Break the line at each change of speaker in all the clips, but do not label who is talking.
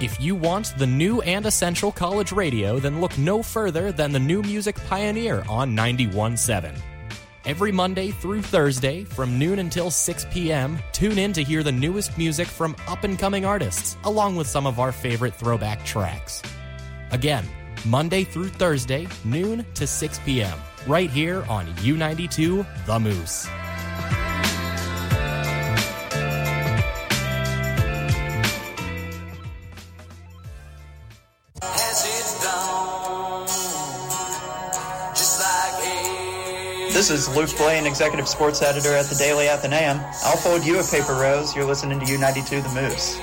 If you want the new and essential college radio, then look no further than the New Music Pioneer on 91.7. Every Monday through Thursday, from noon until 6 p.m., tune in to hear the newest music from up and coming artists, along with some of our favorite throwback tracks. Again, Monday through Thursday, noon to 6 p.m., right here on U92 The Moose.
This is Luke Blaine, Executive Sports Editor at the Daily Athenaeum. I'll fold you a paper rose. You're listening to U92 The Moose.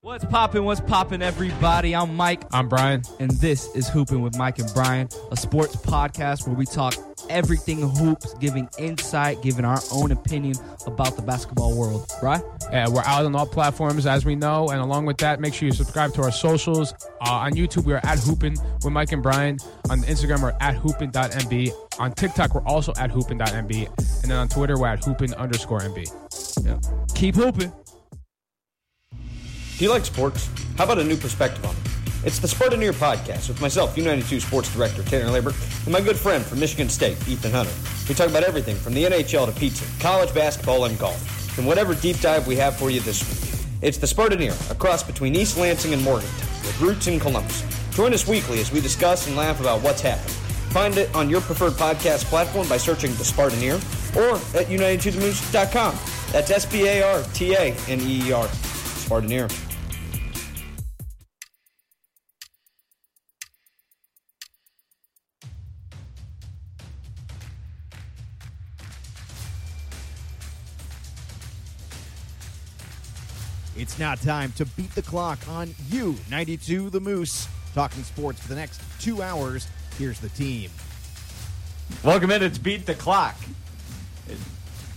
What's poppin'? What's poppin', everybody? I'm Mike,
I'm Brian.
and this is Hoopin' with Mike and Brian, a sports podcast where we talk everything hoops, giving insight, giving our own opinion about the basketball world. Right?
Uh, we're out on all platforms, as we know. And along with that, make sure you subscribe to our socials. Uh, on YouTube, we are at Hoopin with Mike and Brian. On Instagram, we're at Hoopin.mb. On TikTok, we're also at Hoopin.mb. And then on Twitter, we're at Hoopin underscore mb.
Keep hooping.
Do you like sports? How about a new perspective on it? It's the Spartaneer Podcast with myself, U92 Sports Director Tanner Labor, and my good friend from Michigan State, Ethan Hunter. We talk about everything from the NHL to pizza, college basketball, and golf, and whatever deep dive we have for you this week. It's the Spartaneer, a cross between East Lansing and Morgantown, with roots in Columbus. Join us weekly as we discuss and laugh about what's happened. Find it on your preferred podcast platform by searching The Spartaneer or at unitedtothemoose.com. That's S-P-A-R-T-A-N-E-E-R. Spartaneer.
It's now time to beat the clock on U92 The Moose. Talking sports for the next two hours. Here's the team.
Welcome in. It's beat the clock.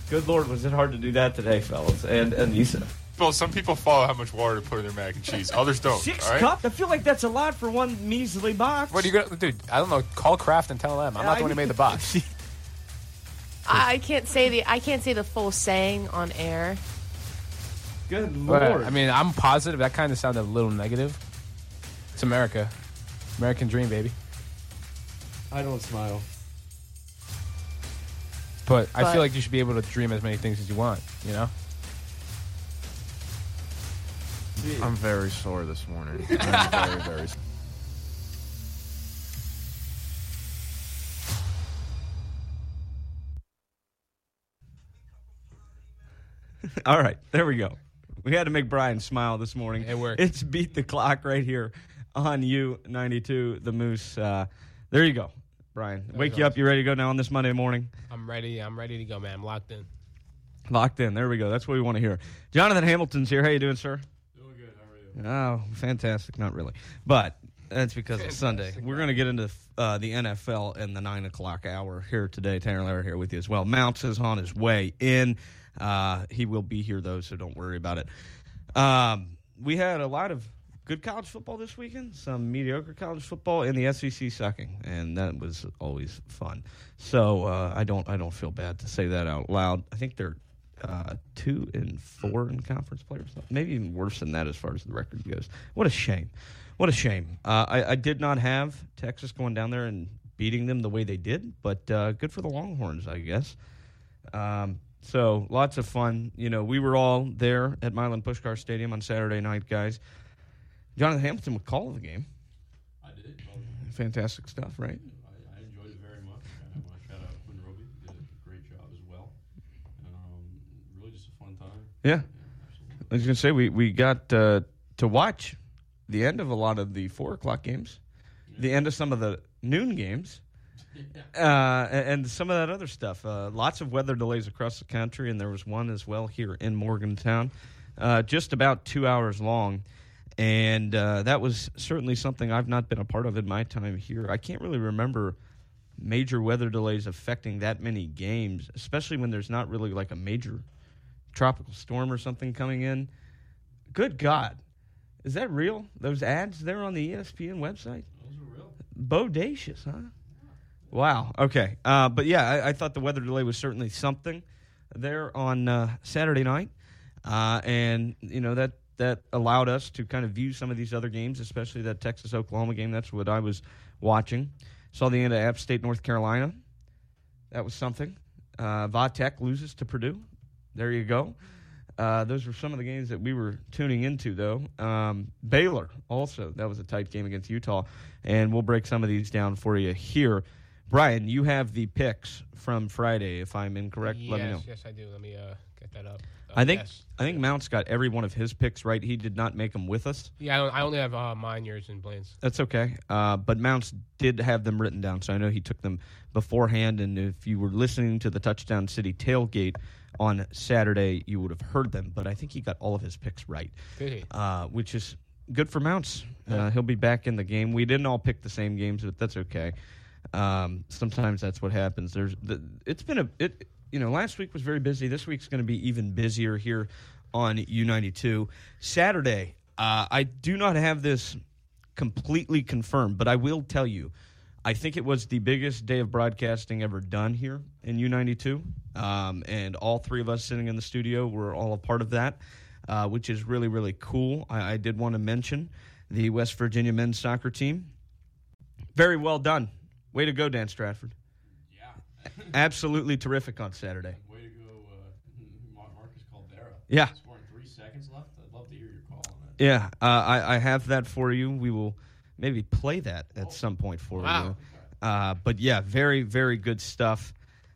Good lord, was it hard to do that today, fellas? And and Issa.
people some people follow how much water to put in their mac and cheese. Others don't.
Six
all right?
cups. I feel like that's a lot for one measly box.
What are you gonna, dude? I don't know. Call Kraft and tell them. I'm not the one who made the box.
I can't say the I can't say the full saying on air.
Good lord.
But, I mean, I'm positive. That kind of sounded a little negative. It's America. American dream, baby.
I don't smile.
But, I
But-
feel like you should be able to dream as many things as you want, you know?
I'm very sore this morning. I'm very, very sore.
All right, there we go. We had to make Brian smile this morning.
It worked.
It's beat the clock right here on you ninety two the Moose. Uh, there you go, Brian. Wake you up. You ready to go now on this Monday morning?
I'm ready. I'm ready to go, man. I'm locked in.
Locked in. There we go. That's what we want to hear. Jonathan Hamilton's here. How you doing, sir? Doing good. How are you? Oh, fantastic. Not really, but that's because it's Sunday. We're going to get into uh, the NFL in the nine o'clock hour here today. Tanner Lair here with you as well. Mounts is on his way in. Uh, he will be here though, so don't worry about it. Um, we had a lot of good college football this weekend, some mediocre college football, and the SEC sucking, and that was always fun. So uh, I don't I don't feel bad to say that out loud. I think they're uh, two and four in conference players, maybe even worse than that as far as the record goes. What a shame! What a shame! Uh, I, I did not have Texas going down there and beating them the way they did, but uh, good for the Longhorns, I guess. Um, so lots of fun. You know, we were all there at Milan Pushkar Stadium on Saturday night, guys. Jonathan Hamilton would call the game. I did. Fantastic stuff, right?
I enjoyed it very much, and I want to shout out Quinn Roby. Did a great job as well. Um, really, just a fun time.
Yeah. I was gonna say we we got uh, to watch the end of a lot of the four o'clock games, the end of some of the noon games, uh, and, and some of that other stuff. Uh, lots of weather delays across the country, and there was one as well here in Morgantown, uh, just about two hours long. And uh, that was certainly something I've not been a part of in my time here. I can't really remember major weather delays affecting that many games, especially when there's not really like a major tropical storm or something coming in. Good God. Is that E real? Those ads there on the ESPN website? Those were real. Bodacious, huh? Wow. Okay. Uh, but yeah, I, I thought the weather delay was certainly something there on uh, Saturday night, uh, and you know that that allowed us to kind of view some of these other games, especially that Texas Oklahoma game. That's what I was watching. Saw the end of App State North Carolina. That was something. Uh, Va Tech loses to Purdue. There you go. Uh, those were some of the games that we were tuning into, though. Um, Baylor also that was a tight game against Utah, and we'll break some of these down for you here. Brian, you have the picks from Friday. If I'm incorrect,
yes,
let me know.
yes, I do. Let me uh, get that up. Uh,
I think
yes.
I think Mount's got every one of his picks right. He did not make them with us.
Yeah, I, don't, I only have uh, mine, yours, and Blaine's.
That's okay. Uh, but Mounts did have them written down, so I know he took them beforehand. And if you were listening to the Touchdown City tailgate on Saturday, you would have heard them. But I think he got all of his picks right,
Did he?
Uh, which is good for Mounts. Uh, he'll be back in the game. We didn't all pick the same games, but that's okay. Um, sometimes that's what happens. There's the, it's been a it you know last week was very busy. This week's going to be even busier here on U92 Saturday. Uh, I do not have this completely confirmed, but I will tell you, I think it was the biggest day of broadcasting ever done here in U92. Um, and all three of us sitting in the studio were all a part of that, uh, which is really, really cool. I, I did want to mention the West Virginia men's soccer team. Very well done. Way to go, Dan Stratford. Yeah. Absolutely terrific on Saturday.
Way to go, uh, Mar- Marcus Caldera.
Yeah.
Scoring three seconds left. I'd love to hear your call on that.
Yeah, uh, I, I have that for you. We will maybe play that at some point for
Wow.
you. Uh, but yeah, very, very good stuff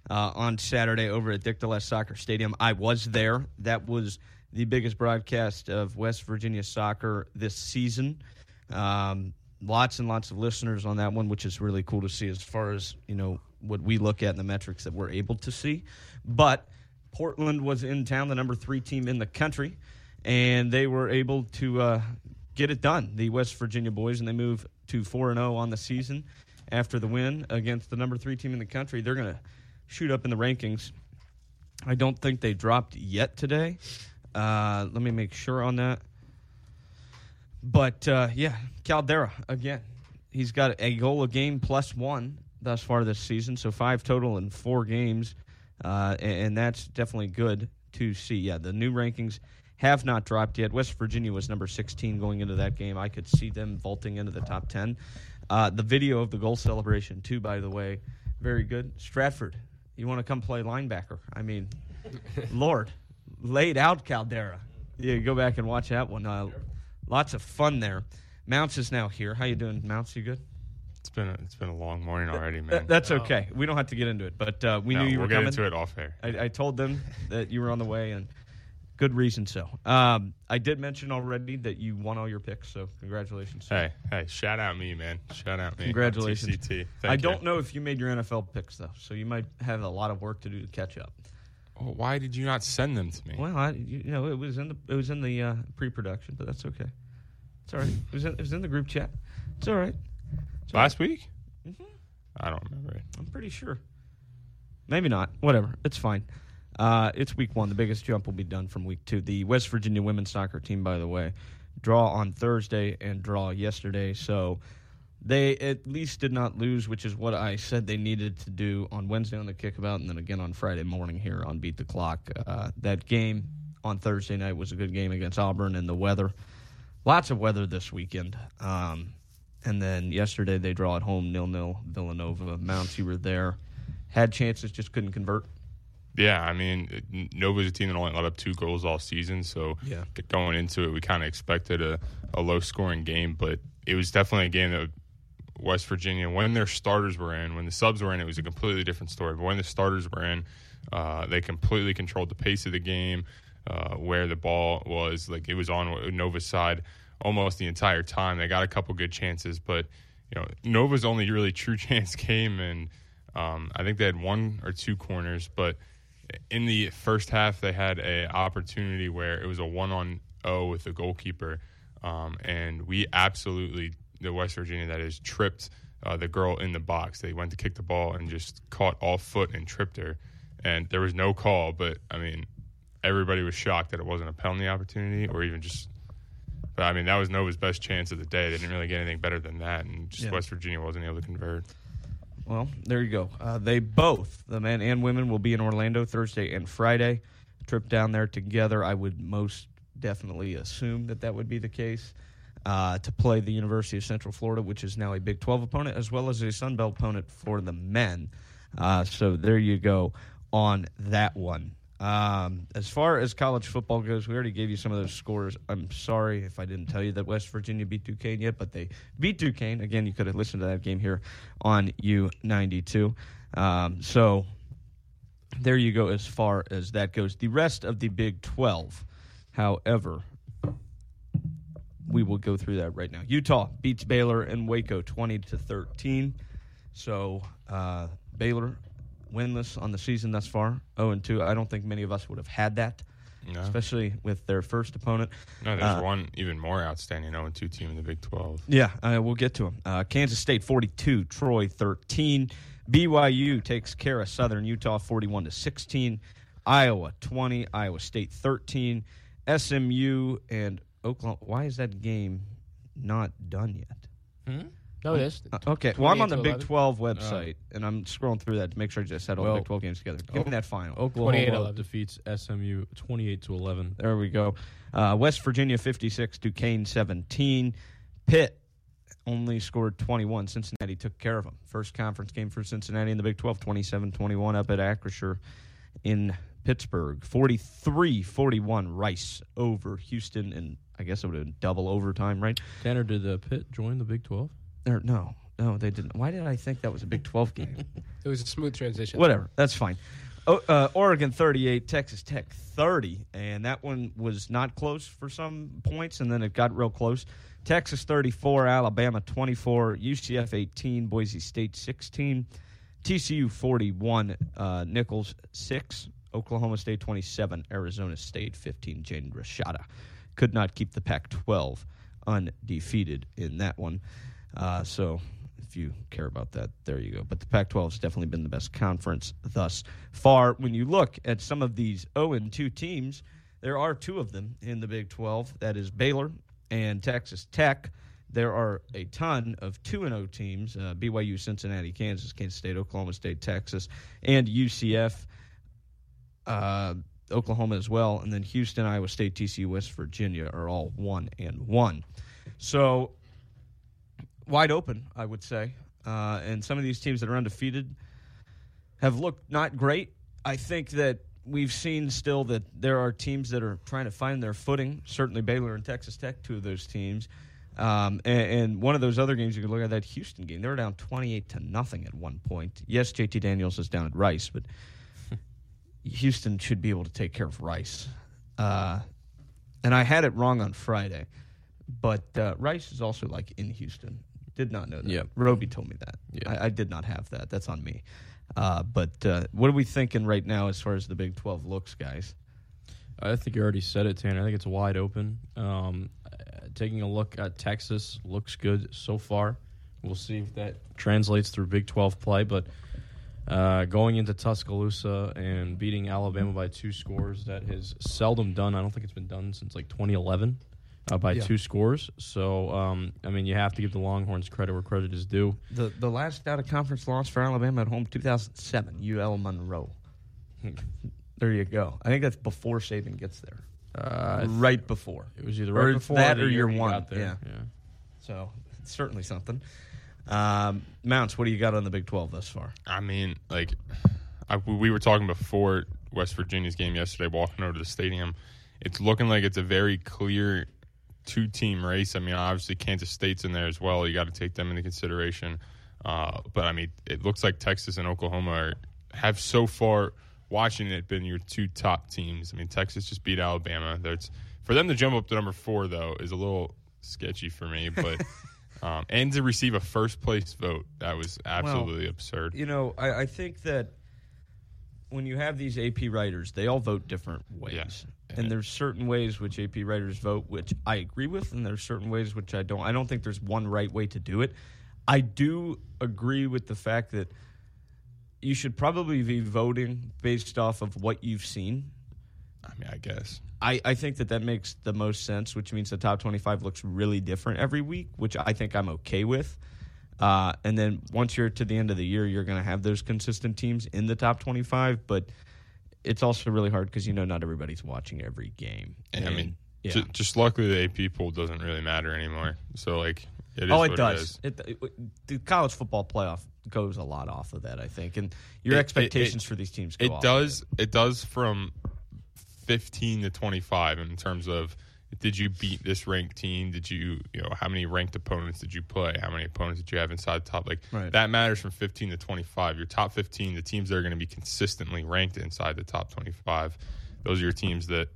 uh, on Saturday over at Dick Dales Soccer Stadium. I was there. That was the biggest broadcast of West Virginia soccer this season. Um, lots and lots of listeners on that one, which is really cool to see as far as, you know, what we look at and the metrics that we're able to see. But Portland was in town, the number three team in the country, and they were able to uh, get it done. The West Virginia boys, and they move to four and zero on the season after the win against the number three team in the country. They're going to shoot up in the rankings. I don't think they dropped yet today. Uh, let me make sure on that. But uh, yeah, Caldera again. He's got a goal a game plus one thus far this season, so five total in four games, uh, a- and, that's definitely good to see. Yeah, the new rankings have not dropped yet. West Virginia was number 16 going into that game. I could see them vaulting into the top 10. Uh, the video of the goal celebration, too, by the way, very good. Stratford, you want to come play linebacker? I mean, Lord, laid out Caldera. Yeah, go back and watch that one. Uh, lots of fun there. Mounts is now here. How you doing, Mounts? You good?
It's been a, it's been a long morning already, man.
Th- that's okay. We don't have to get into it, but uh, we
No,
knew you
we'll
were
get
coming.
into it off air.
I, I told them that you were on the way, and good reason so. Um, I did mention already that you won all your picks, so congratulations.
Hey, hey, shout out me, man. Shout out me.
Congratulations.
TCT. Thank
I
you.
don't know if you made your NFL picks though, so you might have a lot of work to do to catch up.
Well, why did you not send them to me?
Well, I, you know, it was in the it was in the uh, pre-production, but that's okay. It's all right. It was in, it was in the group chat. It's all right. It's all
Last
right.
week?
Mm-hmm.
I don't remember it.
I'm pretty sure. Maybe not. Whatever. It's fine. Uh, it's week one. The biggest jump will be done from week two. The West Virginia women's soccer team, by the way, draw on Thursday and draw yesterday. So they at least did not lose, which is what I said they needed to do on Wednesday on the kickabout and then again on Friday morning here on Beat the Clock. Uh, that game on Thursday night was a good game against Auburn and the weather. Lots of weather this weekend. Um, and then yesterday they draw at home nil nil Villanova. Mounts, you were there. Had chances, just couldn't convert.
Yeah, I mean, it- n- Nova's a team that only let up two goals all season, so
Yeah.
g- going into it, we kind of expected a, a low scoring game, but it was definitely a game that West Virginia, when their starters were in, when the subs were in, it was a completely different story. But when the starters were in, uh, they completely controlled the pace of the game, uh, where the ball was. Like it was on Nova's side almost the entire time. They got a couple good chances, but you know Nova's only really true chance came, and um, I think they had one or two corners, but in the first half they had a opportunity where it was a one on zero with the goalkeeper, um, and we absolutely the West Virginia that is tripped uh, the girl in the box. They went to kick the ball and just caught off foot and tripped her, and there was no call. But I mean, everybody was shocked that it wasn't a penalty opportunity or even just. But I mean, that was Nova's best chance of the day. They didn't really get anything better than that, and just
Yeah.
West Virginia wasn't able to convert.
Well, there you go. Uh, they both, the men and women, will be in Orlando Thursday and Friday. A trip down there together, I would most definitely assume that that would be the case. Uh, to play the University of Central Florida, which is now a Big 12 opponent, as well as a Sun Belt opponent for the men. Uh, so there you go on that one. Um, as far as college football goes, we already gave you some of those scores. I'm sorry if I didn't tell you that West Virginia beat Duquesne yet, but they beat Duquesne. Again, you could have listened to that game here on U92. Um, so there you go as far as that goes. The rest of the Big 12, however, we will go through that right now. Utah beats Baylor and Waco 20 to 13. So uh, Baylor winless on the season thus far, 0 and 2. I don't think many of us would have had that,
No.
especially with their first opponent.
No, there's
Uh,
one even more outstanding 0 2 team in the Big 12.
Yeah, uh, we'll get to them. Uh, Kansas State 42, Troy 13. BYU takes care of Southern Utah 41 to 16. Iowa 20, Iowa State 13. SMU and Oklahoma. Why is that game not done yet?
Hmm? No, it is.
Uh, okay. Well, I'm on the
28 to
Big 12
11.
website, and I'm scrolling through that to make sure I just had all the
Well,
Big 12 games together. Give me that final.
Oklahoma defeats SMU 28 to 11.
There we go. Uh, West Virginia 56, Duquesne 17. Pitt only scored 21. Cincinnati took care of them. First conference game for Cincinnati in the Big 12, 27 21 up at Acrisure in Pittsburgh. 43 41 Rice over Houston, and I guess it would have been double overtime, right?
Tanner, did uh, Pitt join the Big 12?
Or, no, no, they didn't. Why did I think that was a Big 12 game?
It was a smooth transition.
Whatever. That's fine. O- uh, Oregon 38, Texas Tech 30. And that one was not close for some points, and then it got real close. Texas 34, Alabama 24, UCF 18, Boise State 16, TCU 41, uh, Nichols 6, Oklahoma State 27, Arizona State 15, Jane Rashada. Could not keep the Pac 12 undefeated in that one. Uh, so if you care about that, there you go. But the Pac 12 has definitely been the best conference thus far. When you look at some of these 0 and 2 teams, there are two of them in the Big 12 that is Baylor and Texas Tech. There are a ton of 2 and 0 teams uh, BYU, Cincinnati, Kansas, Kansas State, Oklahoma State, Texas, and UCF uh, Oklahoma as well, and then Houston, Iowa State, TCU, West Virginia are all one and one. So wide open, I would say. Uh, and some of these teams that are undefeated have looked not great. I think that we've seen still that there are teams that are trying to find their footing. Certainly, Baylor and Texas Tech, two of those teams. Um, and, and one of those other games you could look at that Houston game. They were down twenty-eight to nothing at one point. Yes, JT Daniels is down at Rice, but Houston should be able to take care of Rice. Uh, and I had it wrong on Friday, but uh, Rice is also like in Houston. Did not know that.
Yeah.
Roby told me that. I, I did not have that. That's on me. Uh, but uh, what are we thinking right now as far as the Big 12 looks, guys?
I think you already said it, Tanner. I think it's wide open. Um, uh, taking a look at Texas looks good so far. We'll see if that translates through Big 12 play, but uh, going into Tuscaloosa and beating Alabama by two scores, that is seldom done. I don't think it's been done since like 2011 uh, by
Yeah.
two scores. So, um, I mean, you have to give the Longhorns credit where credit is due.
The the last out of conference loss for Alabama at home, 2007, UL Monroe.
Hmm.
there you go. I think that's before Saban gets there.
Uh,
right before.
It was either
Or
right
it's
before or
that
the
or
year
year
he
one.
got there.
Yeah.
Yeah.
So it's certainly something. Um, Mounts, what do you got on the Big 12 thus far?
I mean, like, I, we were talking before West Virginia's game yesterday, walking over to the stadium. It's looking like it's a very clear two team race. I mean, obviously, Kansas State's in there as well. You got to take them into consideration. Uh, but I mean, it looks like Texas and Oklahoma are, have so far, watching it, been your two top teams. I mean, Texas just beat Alabama. That's For them to jump up to number four, though, is a little sketchy for me. But. Um, and to receive a first place vote, that was absolutely absurd.
You know, I, I think that when you have these AP writers, they all vote different ways. And there's certain ways which AP writers vote, which I agree with, and there's certain ways which I don't. I don't think there's one right way to do it. I do agree with the fact that you should probably be voting based off of what you've seen.
I mean, I guess.
I, I think that that makes the most sense, which means the top 25 looks really different every week, which I think I'm okay with. Uh, and then once you're to the end of the year, you're going to have those consistent teams in the top 25. But it's also really hard because you know not everybody's watching every game.
And, I mean,
yeah.
ju- just luckily the AP pool doesn't really matter anymore. So like, it is
oh,
what
it
It is.
does. It, it- the college football playoff goes a lot off of that, I think, and your
It- it-
expectations
it-
for these teams. Go
It
off.
does. It does from fifteen to twenty-five in terms of did you beat this ranked team? Did you you know how many ranked opponents did you play? How many opponents did you have inside the top? Like
Right.
that matters from fifteen to twenty-five. Your top fifteen, the teams that are going to be consistently ranked inside the top twenty-five, those are your teams that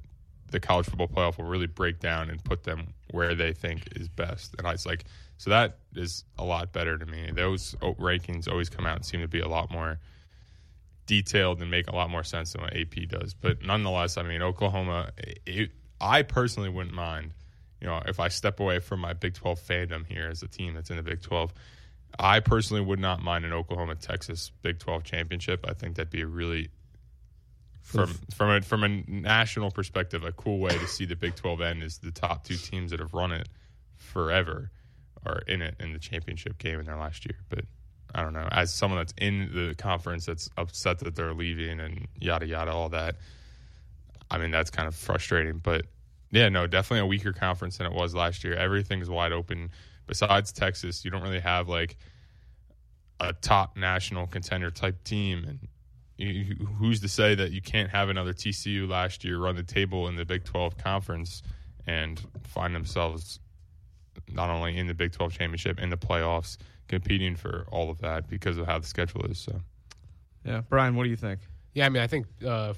the college football playoff will really break down and put them where they think is best. And I was like, so that is a lot better to me. Those o- rankings always come out and seem to be a lot more detailed and make a lot more sense than what AP does. But nonetheless, I mean, Oklahoma, it, I personally wouldn't mind, you know, if I step away from my Big 12 fandom here as a team that's in the Big 12. I personally would not mind an Oklahoma Texas Big 12 championship. I think that'd be a really from from a from a national perspective, a cool way to see the Big 12 end is the top two teams that have run it forever are in it in the championship game in their last year. But I don't know, as someone that's in the conference that's upset that they're leaving and yada yada all that. I mean, that's kind of frustrating, but yeah, no, definitely a weaker conference than it was last year. Everything's wide open. Besides Texas, you don't really have like a top national contender type team and you, who's to say that you can't have another TCU last year run the table in the Big 12 conference and find themselves not only in the Big 12 championship in the playoffs competing for all of that because of how the schedule is so
Yeah, Brian, what do you think?
Yeah, I mean, I think uh,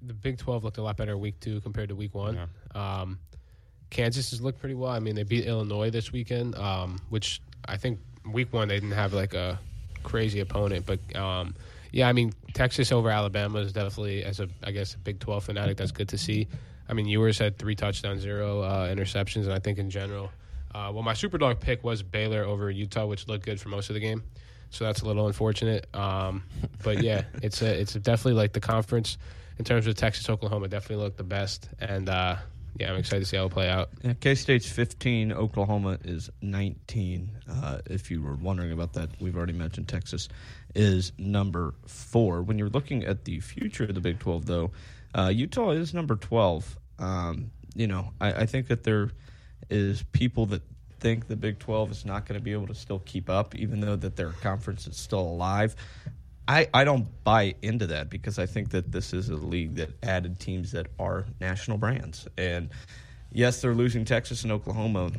the Big 12 looked a lot better week two compared to week one. Um, Kansas has looked pretty well. I mean, they beat Illinois this weekend, um, which I think week one they didn't have like a crazy opponent. But um, yeah, I mean, Texas over Alabama is definitely, as a, I guess, a Big 12 fanatic, that's good to see. I mean, Ewers had three touchdowns, zero uh, interceptions, and I think in general. Uh, well, my Superdog pick was Baylor over Utah, which looked good for most of the game. So that's a little unfortunate. Um, but yeah, it's a, it's definitely like the conference in terms of Texas Oklahoma definitely looked the best. And uh, yeah, I'm excited to see how it play out.
Yeah, K State's 15, Oklahoma is 19. Uh, if you were wondering about that, we've already mentioned Texas is number four. When you're looking at the future of the Big 12, though, uh, Utah is number 12. Um, you know, I, I think that there is people that think the Big 12 is not going to be able to still keep up, even though that their conference is still alive. I, I don't buy into that because I think that this is a league that added teams that are national brands. And yes, they're losing Texas and Oklahoma,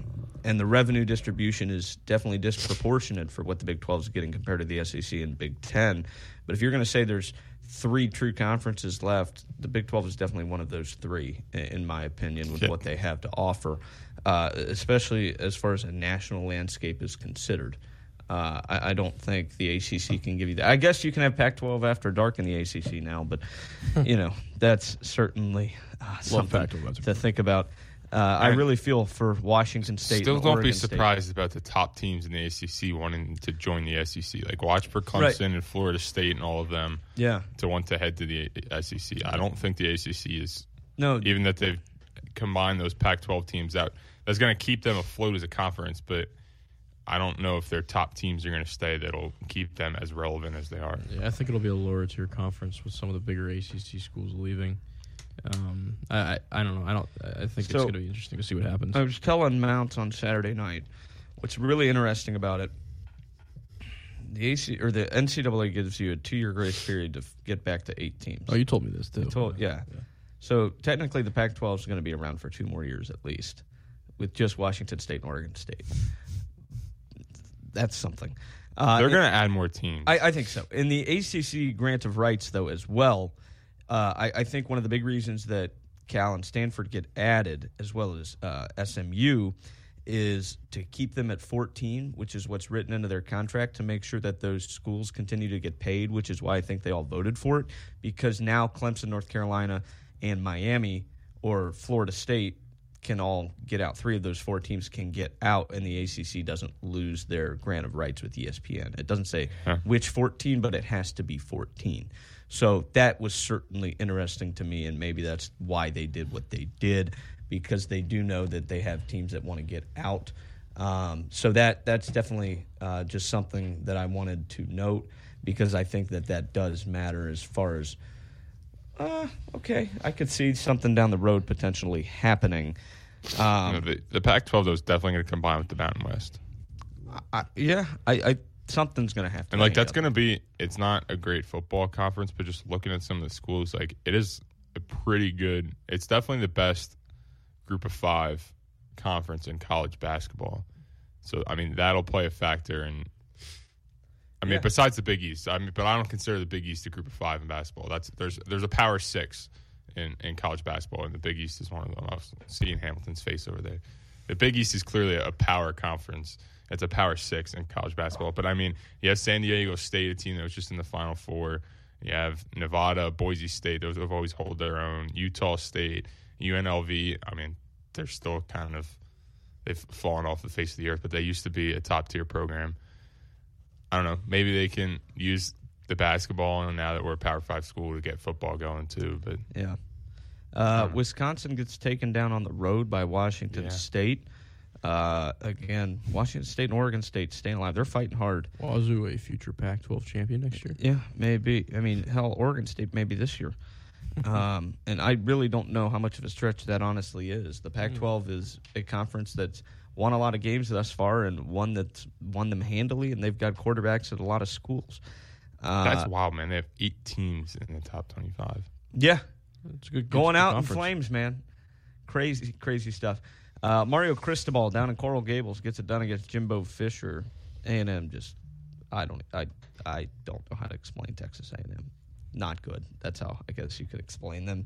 and the revenue distribution is definitely disproportionate for what the Big 12 is getting compared to the SEC and Big 10. But if you're going to say there's three true conferences left, the Big 12 is definitely one of those three, i- in my opinion, with what they have to offer, uh, especially as far as a national landscape is considered. Uh, I, I don't think the ACC can give you that. I guess you can have Pac-12 after dark in the ACC now, but you know that's certainly uh, something to think about. Uh, I
And-
really feel for Washington State.
still
and
don't
Oregon
be
State.
surprised about the top teams in the ACC wanting to join the SEC like watch for Clemson
Right.
and Florida State and all of them
Yeah.
to want to head to the SEC I don't think the ACC is
No.
even that they've combined those Pac-12 teams out that's going to keep them afloat as a conference but I don't know if their top teams are going to stay that'll keep them as relevant as they are
Yeah, I think it'll be a lower tier conference with some of the bigger ACC schools leaving. Um, I, I I don't know. I don't. I I think it's
So-
going to be interesting to see what happens.
I was telling Mounts on Saturday night. What's really interesting about it, the AC or the NCAA gives you a two-year grace period to f- get back to eight teams.
Oh, you told me this too.
I told- yeah. So technically, the Pac-12 is going to be around for two more years at least, with just Washington State and Oregon State. That's something. Uh,
They're
it-
gonna add more teams.
I, I think so. In the ACC grant of rights, though, as well, uh, I, I think one of the big reasons that Cal and Stanford get added, as well as uh, SMU, is to keep them at 14, which is what's written into their contract to make sure that those schools continue to get paid, which is why I think they all voted for it, because now Clemson, North Carolina, and Miami or Florida State can all get out. Three of those four teams can get out, and the ACC doesn't lose their grant of rights with E ESPN. It doesn't say which 14, but it has to be 14. So that was certainly interesting to me, and maybe that's why they did what they did because they do know that they have teams that want to get out. Um, so that that's definitely uh, just something that I wanted to note because I think that that does matter as far as uh, okay, I could see something down the road potentially happening. Um,
You know, the, the Pac-12 though is definitely going to combine with the Mountain West,
I, yeah, I, I something's going to have to.
and like
hang
that's
up.
going to be. It's not a great football conference, but just looking at some of the schools, like it is a pretty good. It's definitely the best group of five conference in college basketball. So I mean that'll play a factor in. I mean,
Yeah.
besides the Big East, I mean, but I don't consider the Big East a group of five in basketball. That's there's there's a power six in, in college basketball, and the Big East is one of them. I've seen Hamilton's face over there. The Big East is clearly a power conference. It's a power six in college basketball. But I mean, you have San Diego State, a team that was just in the Final Four. You have Nevada, Boise State. Those have always hold their own. Utah State, UNLV. I mean, they're still kind of they've fallen off the face of the earth, but they used to be a top tier program. I don't know. Maybe they can use the basketball, and now that we're a Power Five school, to get football going too. But
Yeah. Uh, Wisconsin gets taken down on the road by Washington
Hmm. Yeah.
State. Uh, again, Washington State and Oregon State staying alive. They're fighting hard.
Wazoo, a future Pac-12 champion next year.
Yeah, maybe. I mean, hell, Oregon State maybe this year. um, and I really don't know how much of a stretch that honestly is. The
Hmm.
Pac-12 is a conference that's won a lot of games thus far, and one that's won them handily, and they've got quarterbacks at a lot of schools. Uh,
that's wild, man. They have eight teams in the top twenty-five.
Yeah,
it's good.
Going
good
out in
conference.
flames, man. Crazy, crazy stuff. Uh, Mario Cristobal down in Coral Gables gets it done against Jimbo Fisher. A and M just, I don't, I, I don't know how to explain Texas A and M. Not good. That's how I guess you could explain them.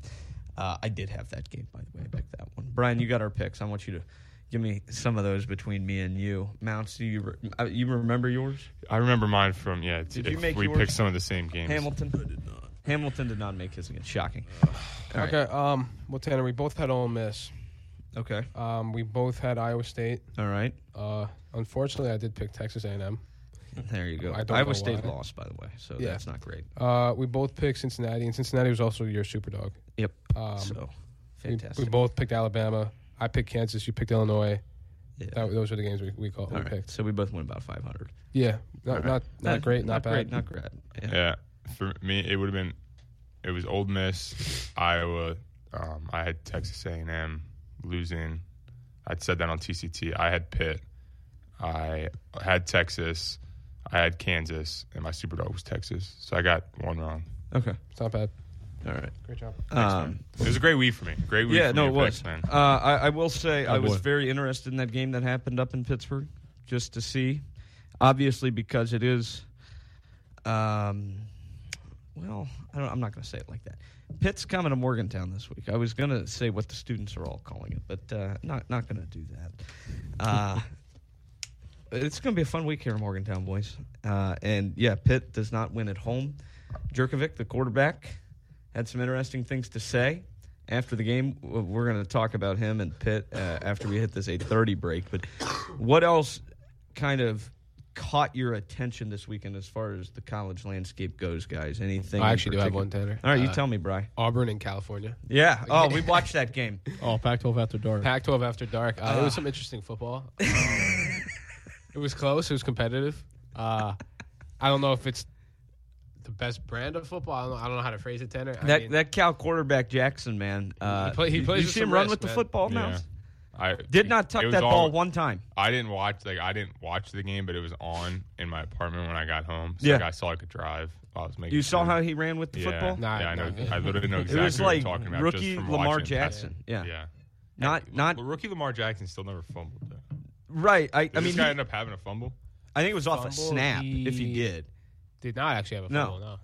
Uh, I did have that game, by the way. I picked that one. Brian, you got our picks. I want you to give me some of those between me and you. Mounts, do you re- uh, you remember yours?
I remember mine from yeah. Did
you make
we
yours?
picked some of the same games.
Hamilton. I did not. Hamilton did not make his again. Shocking. All right.
okay. Um. Well, Tanner, we both had Ole Miss.
Okay.
Um. We both had Iowa State.
All right.
Uh. Unfortunately, I did pick Texas A&M.
There you go.
I don't
Iowa
know
State
why.
lost, by the way, so
Yeah.
that's not great.
Uh, we both picked Cincinnati, and Cincinnati was also your super dog.
Yep.
Um,
so
we-
fantastic.
We, both picked Alabama. I picked Kansas. You picked Illinois.
Yeah.
That, those are the games we, we, call, we
All right.
picked.
So we both went about 500.
Yeah. Not not, not
Not-
great. Not,
not great,
bad.
not great. Yeah.
Yeah. For me, it would have been it was Old Miss, Iowa. Um, I had Texas A&M losing. I'd said that on TCT. I had Pitt. I had Texas. I had Kansas, and my super dog was Texas. So I got one wrong.
Okay.
It's not bad.
All right.
Great job.
Um,
It was a great week for me. Great week.
yeah,
for
no,
me
it
in
was.
picks,
Uh,
man.
I, I will say I
Oh,
was
boy.
very interested in that game that happened up in Pittsburgh just to see. Obviously, because it is, um, well, I don't, I'm not going to say it like that. Pitt's coming to Morgantown this week. I was going to say what the students are all calling it, but uh, not not going to do that. Uh, it's going to be a fun week here in Morgantown, boys. Uh, and yeah, Pitt does not win at home. Jerkovic, the quarterback, had some interesting things to say after the game. W- We're going to talk about him and Pitt uh, after we hit this 8:30 break. But what else kind of caught your attention this weekend as far as the college landscape goes, guys? Anything?
I
in
actually do have
particular?
one, Tanner.
All right, you
Uh,
tell me, Bry.
Auburn in California.
Yeah. Oh, we watched that game.
Oh, Pac-12 after dark.
Pac-12 after dark. Uh, it
Ah.
was some interesting football. Um, it was close. It was competitive. Uh, I don't know if it's the best brand of football. I don't know, I don't know how to phrase it, Tanner. I
That
mean,
that Cal quarterback Jackson, man. Uh,
He play- he
you-
plays
You
with
see him
some
run
risk,
with the
man.
football,
Yeah.
Mounts?
I
Did not tuck
it was
that ball
all-
one time.
I didn't watch like I didn't watch the game, but it was on in my apartment when I got home. So
Yeah.
like, I saw like a drive. While I was making
You saw
food.
how he ran with the
yeah.
football?
Yeah, I know. I literally know
it
exactly
was
what
like
you're talking about.
rookie
just from
Lamar
watching him pass
Jackson.
it.
Yeah.
yeah.
Not not
Well, rookie Lamar Jackson still never fumbled. Though. Did
right. I, I
this
mean,
guy
he-
end up having a fumble.
I think it was off a
Fumble,
snap.
he-
If he did,
did not actually have a
No.
football. No,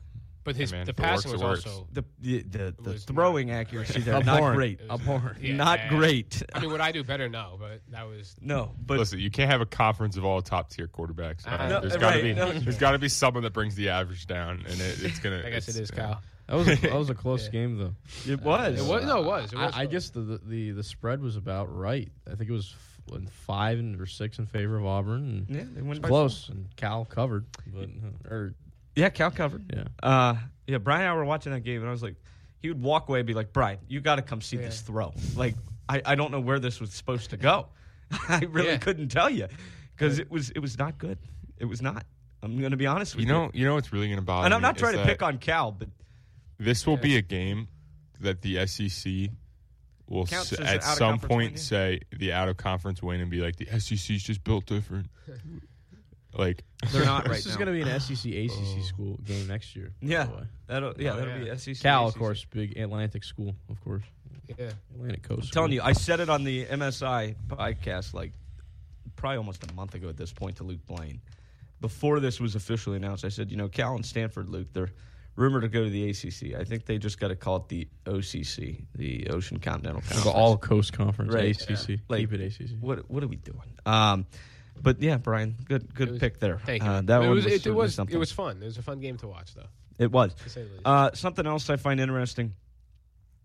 but his
Hey, man,
the
if it works,
passing
it
was
works.
also.
the the, the, the
was
throwing
not-
accuracy there not great.
Abhorrent.
Yeah,
not
bad.
great.
I mean, would I do better? No, but that was
No, but
Listen, you can't have a conference of all top tier quarterbacks.
I
All right,
know,
there's got to
right,
be
no.
there's got to be someone that brings the average down, and it, it's gonna.
I guess it
it's-
is Kyle.
That was a, that was a close game though.
it was.
It was no, it was. It
I-
was
I, guess the, the- the the spread was about right. I think it was f- when five and or six in favor of Auburn. And
Yeah, they
it
went
was
by
close, and Cal covered. But uh, or
Yeah, Cal covered.
yeah,
Uh, yeah, Brian and I were watching that game, and I was like, he would walk away and be like, Brian, you got to come see
Yeah.
this throw. Like, I, I don't know where this was supposed to go. I really
Yeah.
couldn't tell you because it was it was not good. It was not. I'm going to be honest with
You
you.
know, you know what's really going to bother
and I'm
me
not
is
trying to
that
pick on Cal, but
This will be a game that the SEC will
Counts
s-
as an
at
out-of-conference
some
win,
point
yeah.
say the out of conference win and be like the SEC's just built different. like
This is going to be an E SEC ACC school game next year. by
Yeah.
the way.
That'll- yeah, Oh, that'll yeah. be SEC,
Cal, of
ACC.
course, big Atlantic school, of course.
Yeah.
Atlantic
I'm
Coast.
telling
school.
you, I said it on the MSI podcast like probably almost a month ago at this point to Luke Blaine. Before this was officially announced, I said, you know, Cal and Stanford, Luke, they're rumored to go to the ACC. I think they just got to call it the OCC, the Ocean Continental Conference.
Go all coast conference,
Right.
ACC.
Like,
Keep it ACC.
What What are we doing? Um, but yeah, Brian, good good pick there.
Thank you.
Uh, that
it
one
was,
was,
it, it
certainly
was
something.
it was fun. It was a fun game to watch, though.
It was.
To say the least.
Uh, something else I find interesting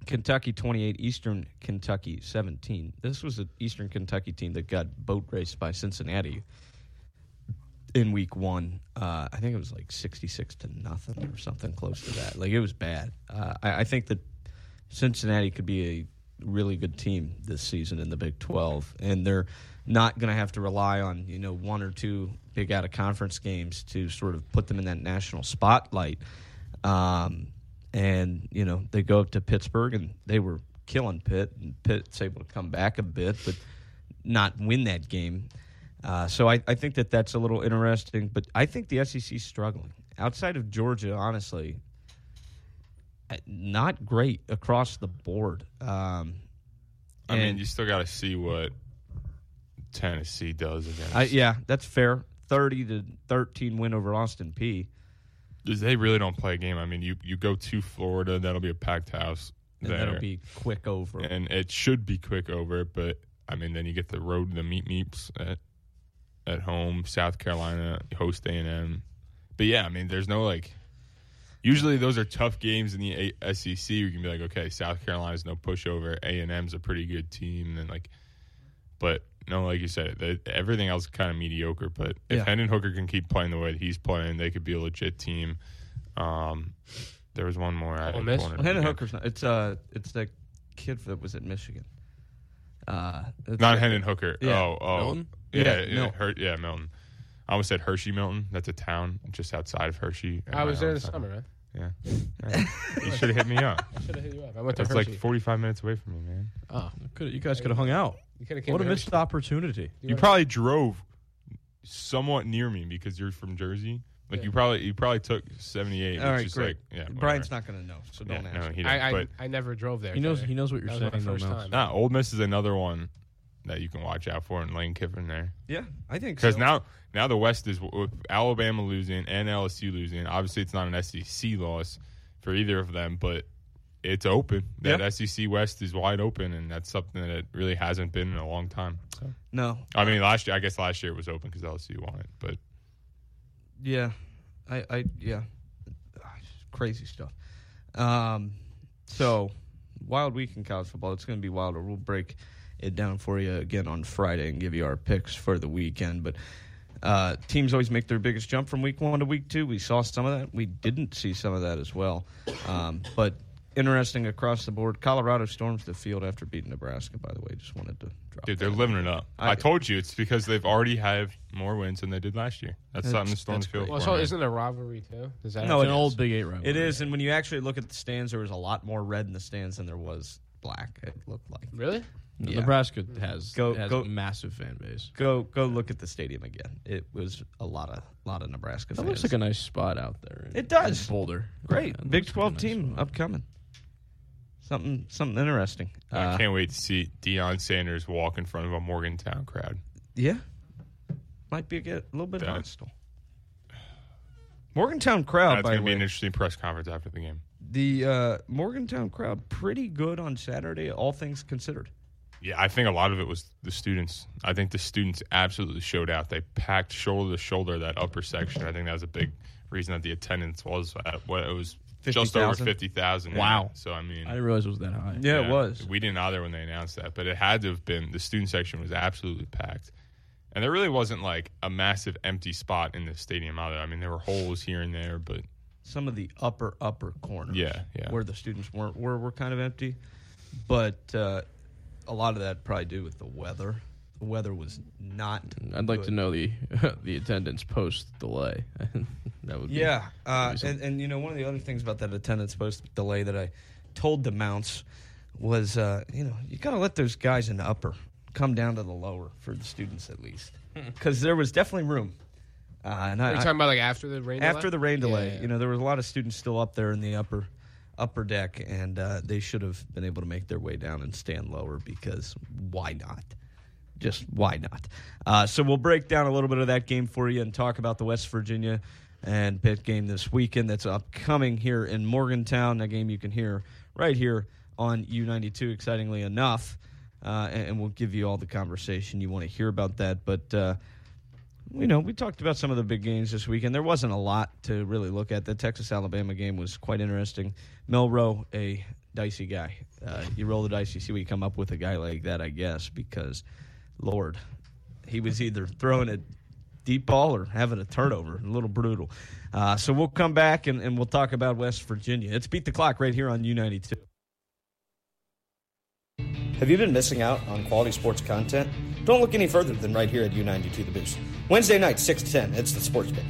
Kentucky 28, Eastern Kentucky 17. This was an Eastern Kentucky team that got boat raced by Cincinnati in week one. Uh, I think it was like 66 to nothing or something close to that. Like it was bad. Uh, I, I think that Cincinnati could be a really good team this season in the Big 12, and they're not going to have to rely on you know one or two big out of conference games to sort of put them in that national spotlight. Um, and you know they go up to Pittsburgh, and they were killing Pitt, and Pitt's able to come back a bit, but not win that game. Uh, so I, I think that that's a little interesting, but I think the SEC's struggling. Outside of Georgia, honestly, I- not great across the board. Um,
I mean,
and
you still got to see what Tennessee does against.
I, yeah, that's fair. Thirty to thirteen win over Austin P.
they really don't play a game. I mean, you you go to Florida, that'll be a packed house.
And
there.
that'll be quick over.
and it should be quick over. But I mean, then you get the road, the meet meeps at at home. South Carolina host A and M. But yeah, I mean, there's no like. Usually, those are tough games in the A- SEC. You can be like, okay, South Carolina's no pushover. A and M's a pretty good team, and then like, but no, like you said, the, everything else is kind of mediocre. But if
Yeah.
Hendon Hooker can keep playing the way that he's playing, they could be a legit team. Um, there was one more. I
Ole
had
Miss.
wanted to
Well,
forget.
Hendon Hooker's not. It's uh, it's the kid that was at Michigan. Uh, it's-
Not Hendon Hooker.
Yeah.
Oh, oh,
Milton?
yeah,
Yeah,
yeah, yeah,
Milton.
Her- yeah, Milton. I almost said Hershey Milton. That's a town just outside of Hershey.
I was there
in
this summer, man.
Yeah, Yeah. you should have hit me up.
Shoulda hit you up. I went to
That's
Hershey.
like forty-five minutes away from me, man.
Oh,
Coulda- you guys could have hung out.
You coulda came
What a
to
missed opportunity.
You probably drove somewhat near me because you're from Jersey. Like you probably you probably took seventy-eight.
All
which
right,
is
great.
Like, yeah,
Brian's
whatever.
not going to know, so
Yeah,
don't ask.
No, he
I,
doesn't,
I,
but-
I never drove there.
He knows-
Terry.
he knows what you're
That was my
saying, though,
first
Mel.
time.
Nah, Old Miss is another one that you can watch out for, and Lane Kiffin there.
Yeah, I think
because
so.
now now the West is with Alabama losing and LSU losing. Obviously, it's not an SEC loss for either of them, but it's open. That SEC West is wide open, and that's something that really hasn't been in a long time. So.
No.
I mean last year. I guess last year it was open because LSU won it, but
Yeah, I, I, yeah, crazy stuff. Um, so wild week in college football. It's going to be wild. We'll break it down for you again on Friday and give you our picks for the weekend. But uh, teams always make their biggest jump from week one to week two. We saw some of that. We didn't see some of that as well. Um, but interesting across the board. Colorado storms the field after beating Nebraska. By the way, just wanted to drop.
dude, they're living it up. I, told you it's because they've already have more wins than they did last year. That's,
That's-
something the Storm
that's
Field.
great.
Well, so isn't it a rivalry too? Is that
it is.
rivalry.
It is, and when you actually look at the stands, there was a lot more red in the stands than there was black. It looked like
really?
No,
Yeah.
Nebraska has
Go-
has
go-
a massive fan base.
Go go look at the stadium again. It was a lot of lot of Nebraska
That
fans.
looks like a nice spot out there.
It does.
in Boulder.
Great
Yeah, it
Big
looks
Twelve
like a nice
team upcoming. Something something interesting.
I
Uh,
can't wait to see Deion Sanders walk in front of a Morgantown crowd.
yeah, might be a, get- a little bit
That-
hostile. Morgantown crowd.
That's
by
going to
the
be
way,
an interesting press conference after the game.
the uh, Morgantown crowd pretty good on Saturday. All things considered.
Yeah, I think a lot of it was the students. I think the students absolutely showed out. They packed shoulder to shoulder that upper section. I think that was a big reason that the attendance was at what it was just over
50,000?
fifty thousand.
Wow.
So I mean,
I didn't realize it was that high.
We didn't either when they announced that, but it had to have been the student section was absolutely packed. And there really wasn't like a massive empty spot in the stadium either. I mean, there were holes here and there, but
some of the upper upper corners.
Yeah, yeah.
Where the students weren't were, were kind of empty, but uh, a lot of that probably do with the weather. The weather was not.
I'd like
good.
to know the the attendance post delay. that would be
Yeah, uh,
reason.
and, and you know one of the other things about that attendance post delay that I told the mounts was uh, you know you gotta let those guys in the upper come down to the lower for the students at least because there was definitely room. Uh, and
Are
I,
you talking about, like, after the rain delay?
After the rain
Yeah,
delay,
yeah.
you know there was a lot of students still up there in the upper upper deck, and uh, they should have been able to make their way down and stand lower because why not? Just why not? Uh, so we'll break down a little bit of that game for you and talk about the West Virginia and Pitt game this weekend that's upcoming here in Morgantown. That game you can hear right here on U92. Excitingly enough, uh, and, and we'll give you all the conversation you want to hear about that, but. Uh, you know, we talked about some of the big games this weekend. There wasn't a lot to really look at. The Texas Alabama game was quite interesting. Melrow, a dicey guy. Uh, you roll the dice, you see what you come up with a guy like that, I guess, because, Lord, he was either throwing a deep ball or having a turnover. A little brutal. Uh, so we'll come back and, and we'll talk about West Virginia. It's Beat the Clock right here on U92.
Have you been missing out on quality sports content? Don't look any further than right here at U92 The Boost. Wednesday night, 6 to 10, it's the sports page.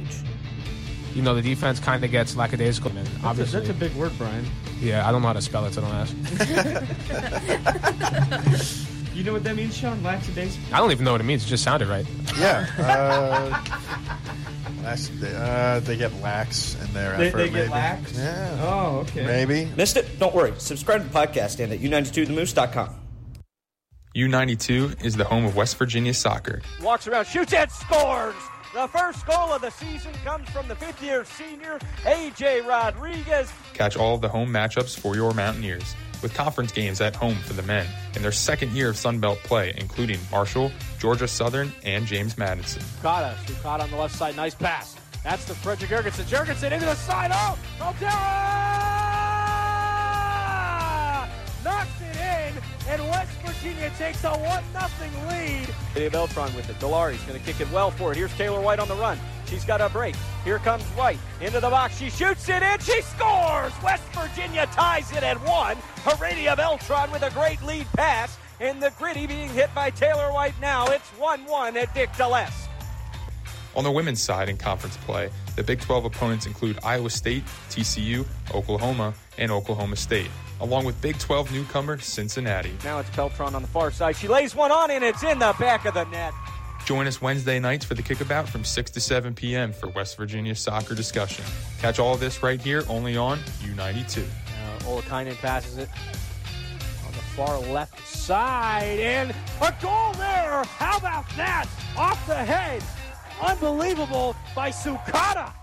You know, the defense kind of gets lackadaisical. And obviously,
that's a big word, Brian.
Yeah, I don't know how to spell it, so don't ask.
You know what that means, Sean? Lackadaisical?
I don't even know what it means. It just sounded right.
Yeah. Uh, last, uh, they get lax in their
They-
effort.
they get
maybe.
lax?
Yeah.
Oh, okay.
Maybe.
Missed it? Don't worry. Subscribe to the podcast and at U92TheMoose.com.
U92 is the home of West Virginia soccer.
Walks around, shoots and scores. The first goal of the season comes from the fifth year senior, A.J. Rodriguez.
Catch all of the home matchups for your Mountaineers, with conference games at home for the men in their second year of Sunbelt play, including Marshall, Georgia Southern, and James Madison.
Kata, who caught on the left side. Nice pass. That's the Frederick Jurgensen. Jurgensen into the side. Oh, Otero! Knocks it in, and West Virginia takes a 1 0 lead. Dave Beltron with it. Delari's going to kick it well for it. Here's Taylor White on the run. She's got a break. Here comes White into the box. She shoots it in. She scores. West Virginia ties it at one. Heredia Beltron with a great lead pass. And the gritty being hit by Taylor White now. It's 1 1 at Dick Dulles.
On the women's side in conference play, the Big 12 opponents include Iowa State, TCU, Oklahoma, and Oklahoma State, along with Big 12 newcomer Cincinnati.
Now it's Beltron on the far side. She lays one on, and it's in the back of the net.
Join us Wednesday nights for the kickabout from 6 to 7 p.m. for West Virginia soccer discussion. Catch all of this right here only on U92.
Uh, Olakainen passes it on the far left side, and a goal there. How about that? Off the head. Unbelievable by Sukata.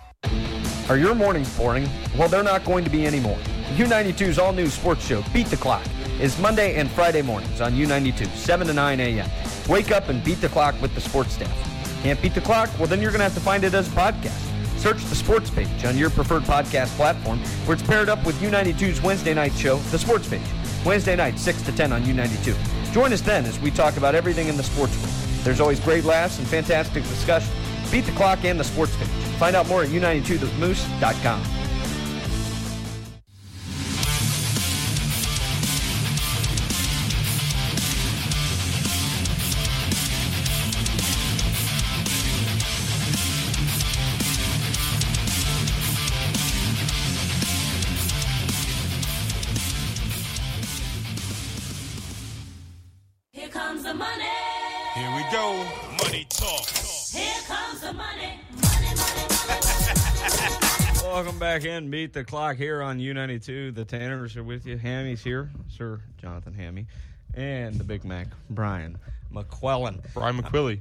Are your mornings boring? Well, they're not going to be anymore. U92's all new sports show, Beat the Clock, is Monday and Friday mornings on U92, 7 to 9 a.m. Wake up and beat the clock with the sports staff. Can't beat the clock? Well, then you're going to have to find it as a podcast. Search the sports page on your preferred podcast platform where it's paired up with U92's Wednesday night show, The Sports Page, Wednesday night, 6 to 10 on U92. Join us then as we talk about everything in the sports world. There's always great laughs and fantastic discussion. Beat the clock and the sports page. Find out more at u92themoose.com.
Here comes the money.
Here we go. Money talk.
Here comes the money.
Welcome back in. Beat the clock here on U92. The Tanners are with you. Hammy's here, Sir Jonathan Hammy, and the Big Mac, Brian McQuillan.
Brian McQuilly.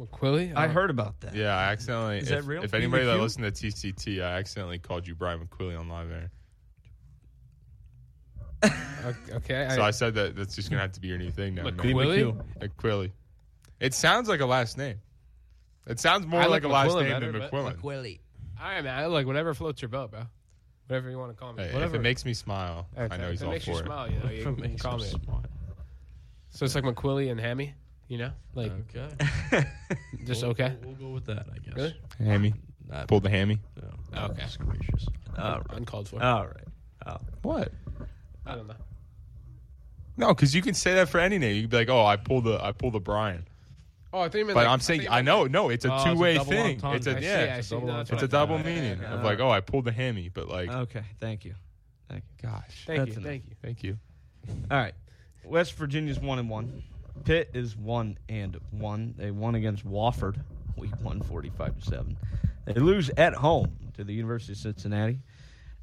McQuilly?
I heard about that.
Yeah, I accidentally.
Is
if,
that real?
If
Being
anybody that
McHugh?
listened to TCT, I accidentally called you Brian McQuilly on live air.
Okay.
So I said that that's just gonna have to be your new thing now. man.
McQuilly?
McQuilly. It sounds like a last name. It sounds more
I
like, a last
McQuillan
name
better,
than
but-
McQuillan.
All right, man. I Like whatever floats your boat, bro. Whatever you want to call me.
Hey, if
whatever.
it makes me smile,
Okay,
I know
if
he's
it
all
makes
for
you
it.
smile, you know, you
If it
can
makes
call
me
me. So it's like McQuilly and Hammy, you know, like
okay,
just
We'll-
okay.
We'll go with that, I guess.
Really?
Hammy.
Not-
Pulled the hammy.
Oh,
Okay.
goodness gracious.
Uncalled for.
All right. Oh.
What?
I don't know.
No, because you can say that for any name. You can be like, "Oh, I pulled the, I pulled the Brian."
Oh, I think. Oh,
But I'm saying, I know, no, it's a two way thing. It's a yeah,
I see, I see. No, that's
it's
what
a
I
double
thought.
meaning
Yeah,
of
yeah.
like, oh, I pulled the hammy, but like,
Oh.
Okay, thank you. Thank you.
Gosh.
Thank you, thank you.
Thank you.
All right. West Virginia's one and one. Pitt is one and one. They won against Wofford, week one, 45 to seven. They lose at home to the University of Cincinnati.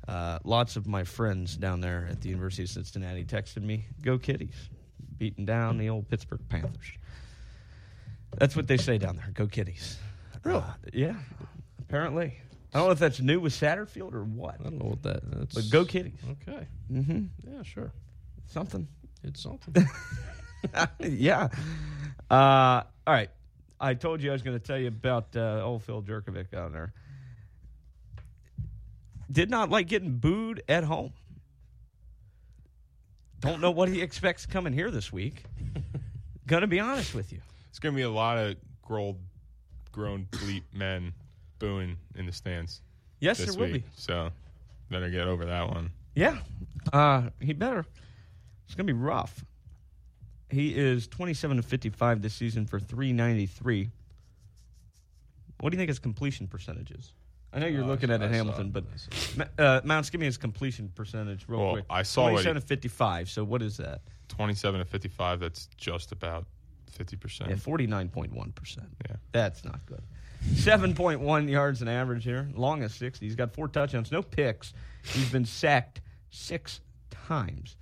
Uh, lots of my friends down there at the University of Cincinnati texted me, "Go Kitties!" Beating down the old Pittsburgh Panthers. That's what they say down there. Go Kitties. Really? yeah. Apparently. I don't know if that's new with Satterfield or what. I don't know what that. That's, but go Kitties.
Okay.
Mm-hmm.
Yeah, sure.
Something.
It's something.
yeah. Uh, all right. I told you I was going to tell you about uh, old Phil Jerkovic down there. Did not like getting booed at home. Don't know what he expects coming here this week. Gonna be honest with you.
It's gonna be a lot of grown, grown bleep men booing in the stands.
Yes,
this
there will
week.
be.
So better get over that one.
Yeah. Uh, he better. It's going to be rough. He is 27 to 55 this season for 393. What do you think his completion percentage is? I know you're
Uh,
looking at
I
it,
saw-
Hamilton, but Ma- uh, Mounts, give me his completion percentage real
Well,
quick.
I saw what he-
27 to 55. So what is that?
27 to 55, that's just about 50%.
Yeah, 49.1%.
Yeah.
That's not good. 7.1 yards an average here. Long as 60. He's got four touchdowns, no picks. He's been sacked six times.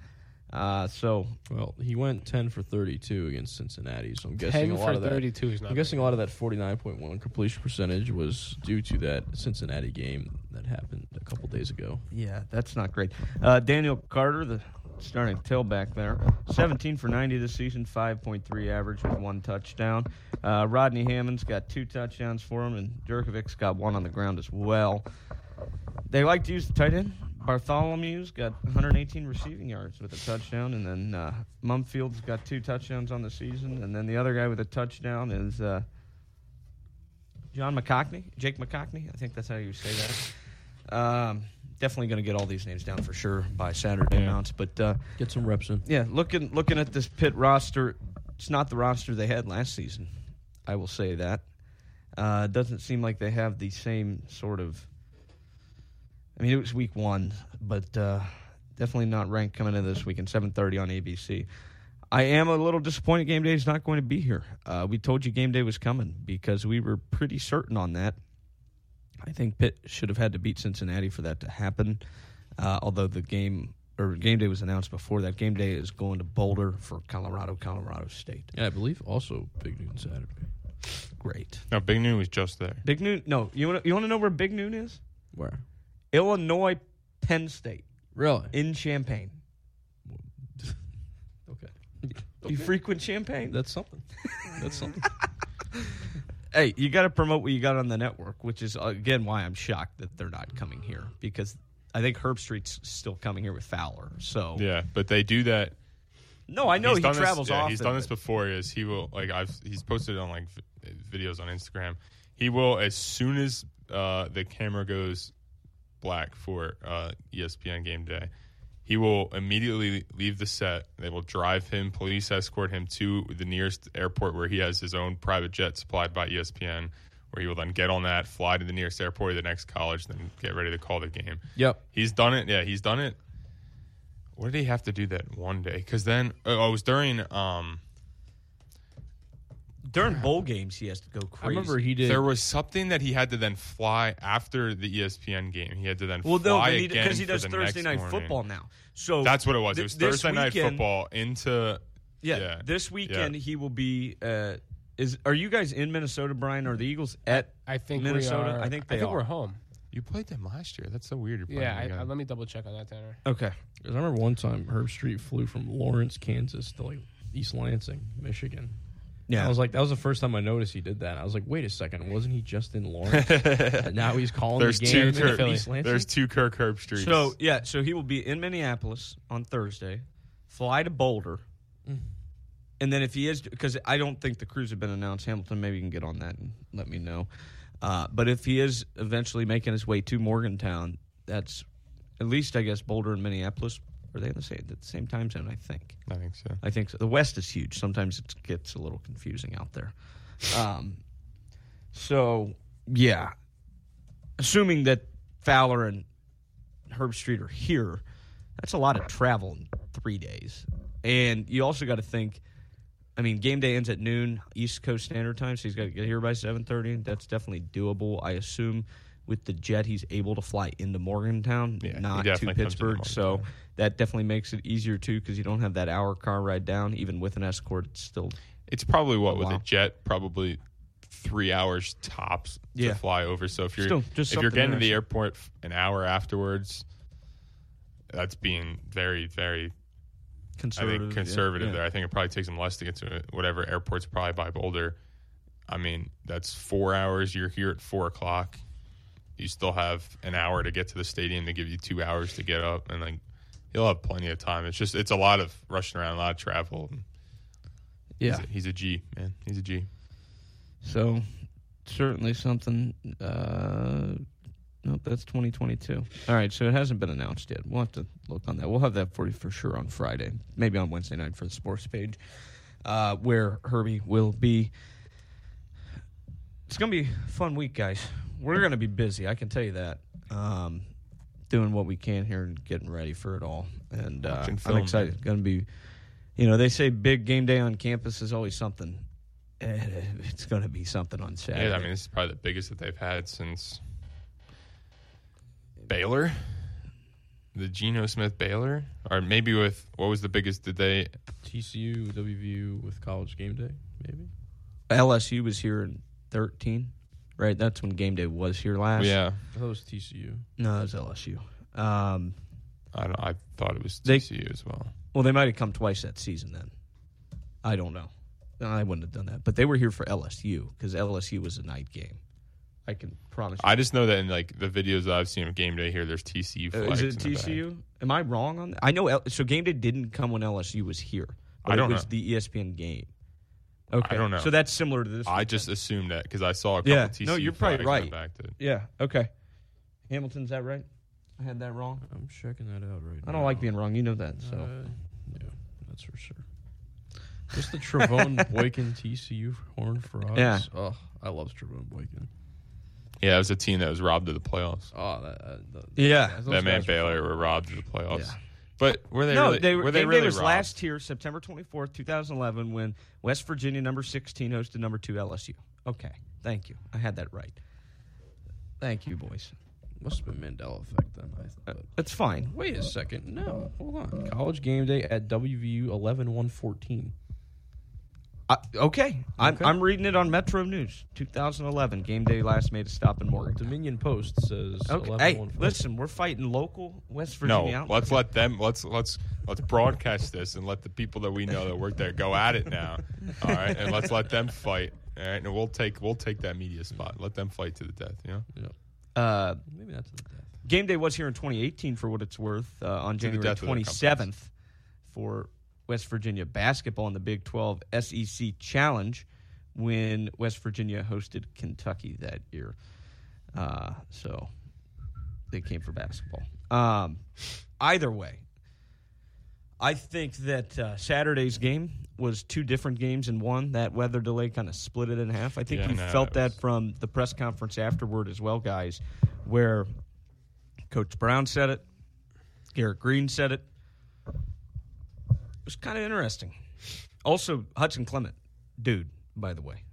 Uh, so
well, he went ten for thirty-two against Cincinnati. So I'm guessing
10
a lot
for
of that.
32 is not
I'm guessing a lot of that forty-nine point one completion percentage was due to that Cincinnati game that happened a couple days ago.
Yeah, that's not great. Uh, Daniel Carter, the starting tailback there, 17 for 90 this season, 5.3 average with one touchdown. Uh, Rodney Hammond's got two touchdowns for him, and Jerkovic's got one on the ground as well. They like to use the tight end. Bartholomew's got 118 receiving yards with a touchdown, and then uh, Mumfield's got two touchdowns on the season, and then the other guy with a touchdown is. Uh, John McCockney, Jake McCockney. I think that's how you say that. Um, definitely going to get all these names down for sure by Saturday amounts. But uh,
get some reps in.
Yeah, looking looking at this pit roster, it's not the roster they had last season. I will say that. Uh, it doesn't seem like they have the same sort of. I mean, it was week one, but uh, definitely not ranked coming into this weekend. Seven thirty on ABC. I am a little disappointed. Game day is not going to be here. Uh, we told you game day was coming because we were pretty certain on that. I think Pitt should have had to beat Cincinnati for that to happen. Uh, although the game or game day was announced before that, game day is going to Boulder for Colorado, Colorado State.
Yeah, I believe also big noon Saturday.
Great.
No, Big Noon was just there.
Big Noon. No, you want you want to know where Big Noon is?
Where?
Illinois, Penn State.
Really?
In Champaign.
Okay.
You frequent Champaign.
That's something. That's something.
hey, you got to promote what you got on the network, which is uh, again why I'm shocked that they're not coming here because I think Herb Street's still coming here with Fowler. So
Yeah, but they do that.
No, I know
He's
he
done this-
travels
yeah,
often.
He's done this before. Is he will like I've he's posted on like vi- videos on Instagram. He will as soon as uh, the camera goes black for uh, ESPN game day. He will immediately leave the set. They will drive him, police escort him to the nearest airport where he has his own private jet supplied by E ESPN, where he will then get on that, fly to the nearest airport of the next college, then get ready to call the game.
Yep.
He's done it. Yeah, he's done it. What did he have to do that one day? Because then oh, it was during um
during bowl games he has to go crazy.
There was something that he had to then fly after the E ESPN game. He had to then
well, no,
fly
they need-
again
because he
for
does
the
Thursday
next
night
morning.
football now. So
that's what it was.
thi-
it was
this
Thursday night
weekend-
football into
Yeah,
yeah.
this
Yeah.
weekend he will be. Uh, is are you guys in Minnesota, Brian? Are the Eagles at?
I think we
Minnesota.
are-
I think they
I think
are.
we're home.
You played them last year. That's so weird. You're playing
Yeah,
them
I,
again.
I, let me double check on that, Tanner.
Okay.
Because I remember one time Herb Street flew from Lawrence, Kansas to like East Lansing, Michigan.
Yeah.
I was like, that was the first time I noticed he did that. I was like, wait a second, wasn't he just in Lawrence? and now he's calling
there's
the game
two
in
Kirk,
East Lansing.
there's two Kirk Herb Streets.
So yeah, so he will be in Minneapolis on Thursday, fly to Boulder,
Mm.
and then if he is, because I don't think the crews have been announced, Hamilton, maybe you can get on that and let me know. Uh, but if he is eventually making his way to Morgantown, that's at least I guess Boulder and Minneapolis are they in the same at the same time zone? I think.
I think so.
I think so. The West is huge. Sometimes it gets a little confusing out there. Um, so yeah, assuming that Fowler and Herb Street are here, that's a lot of travel in three days. And you also got to think. I mean, game day ends at noon East Coast Standard Time, so he's got to get here by seven thirty. That's definitely doable. I assume with the jet, he's able to fly into Morgantown,
definitely
not to
comes into
Pittsburgh. So that definitely makes it easier too, because you don't have that hour car ride down. Even with an escort, it's still
It's probably what
a
with a
while.
jet, probably three hours tops
Yeah.
to fly over. So if you're
Still, just
if you're
something
getting to the
interesting.
airport f- an hour afterwards, that's being very very I think,
Conservative, yeah,
conservative
yeah.
there. I think it probably takes them less to get to whatever airport's probably by Boulder. I mean, that's four hours. You're here at four o'clock. You still have an hour to get to the stadium. They give you two hours to get up, and like he'll have plenty of time. It's just it's a lot of rushing around, a lot of travel.
Yeah.
he's a, he's a G man. He's a G.
So certainly something. Uh, nope, that's 2022. All right, so it hasn't been announced yet. We'll have to look on that. We'll have that for you for sure on Friday, maybe on Wednesday night for the sports page, uh, where Herbie will be. It's gonna be a fun week, guys. We're gonna be busy. I can tell you that. Um, doing what we can here and getting ready for it all, and uh,
Watching
I'm
film.
excited. It's gonna be, you know, they say big game day on campus is always something. And it's going to be something on Saturday.
Yeah, I mean, this is probably the biggest that they've had since Baylor, the Geno Smith Baylor, or maybe with what was the biggest? Did they?
TCU, WVU with college game day, maybe.
LSU was here in 13, right? That's when game day was here last.
Yeah.
I thought it was TCU.
No, it was LSU. Um,
I, don't, I thought it was
They-
TCU as well.
well, they might have come twice that season then. I don't know. No, I wouldn't have done that. But they were here for LSU because LSU was a night game. I can promise you. Uh,
I just know that in like the videos that I've seen of game day here, there's TCU
Uh,
flags.
is it
in the back.
TCU? Am I wrong on that? I know. L- so game day didn't come when LSU was here. but
I don't
it was
know.
the E ESPN game. Okay.
I don't know.
So that's similar to this.
I just assumed that because I saw a couple
yeah.
TCU.
no, you're probably
flags in
right.
the Back to,
Yeah. Okay. Hamilton's that right? I had that wrong.
I'm checking that out right now.
I don't like being wrong. You know that. So.
Uh, yeah, that's for sure. Just the Travone Boykin TCU Horn Frogs.
Yeah.
Oh, I love Travone Boykin.
yeah, it was a team that was robbed of the playoffs.
Oh, that, uh, the,
Yeah.
those
That man
guys were-
Baylor were robbed of the playoffs. But were they?
no,
really,
they were,
were they
game
really
day was
robbed?
last year, September 24th, 2011, when West Virginia, number 16, hosted number two LSU. Okay, thank you. I had that right. Thank you, boys.
Must have been Mandela effect then. I thought.
That's fine.
Wait a second. No, hold on. College game day at WVU 11 114.
I, okay, I'm, I'm reading it on Metro News, 2011. Game day last made a stop in Morgan.
Dominion Post says
Okay.
11
Hey, listen, we're fighting local West Virginia.
no,
out-
let's let them. Let's let's let's broadcast this and let the people that we know that work there go at it now. All right, and let's let them fight. All right, and we'll take we'll take that media spot. Let them fight to the death. You know,
Uh,
Maybe not to the death.
Game day was here in 2018 for what it's worth uh, on
To the
January
death of their
27th for West Virginia basketball in the Big 12 SEC Challenge when West Virginia hosted Kentucky that year. Uh, so they came for basketball. Um, either way, I think that uh, Saturday's game was two different games in one. That weather delay kind of split it in half. I think
Yeah,
you
no,
felt
it
that from the press conference afterward as well, guys, where Coach Brown said it, Garrett Green said it. It was kind of interesting. Also, Hudson Clement, dude, by the way,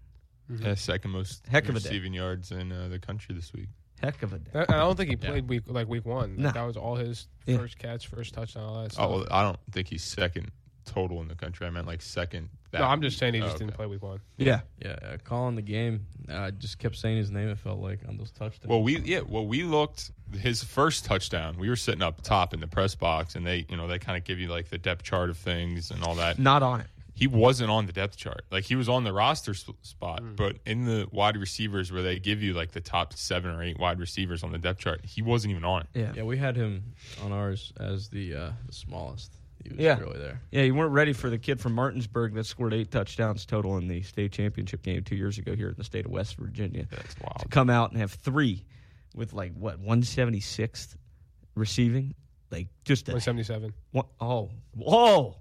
yeah, second most
Heck of a day.
receiving yards in uh, the country this week.
heck of a day.
I don't think he played week like week one.
Nah.
That was all his
Yeah.
first catch, first touchdown, all that
Oh,
stuff.
well, I don't think he's second total in the country. I meant like second. that-
no, I'm just saying he
Oh,
just
okay.
didn't play week one.
Yeah,
Yeah, uh, calling the game. I just kept saying his name, it felt like, on those touchdowns.
Well, we yeah, well we looked his first touchdown. We were sitting up top in the press box, and they you know they kind of give you like the depth chart of things and all that.
not on it.
he wasn't on the depth chart. Like he was on the roster sp- spot,
Hmm.
but in the wide receivers where they give you like the top seven or eight wide receivers on the depth chart, he wasn't even on. it.
yeah, we had him on ours as the, uh, the smallest. He was
Yeah.
really there.
Yeah, you weren't ready for the kid from Martinsburg that scored eight touchdowns total in the state championship game two years ago here in the state of West Virginia.
That's
To
wild.
come out and have three with like what one seventy sixth receiving, like just a
One seventy seven.
one, oh whoa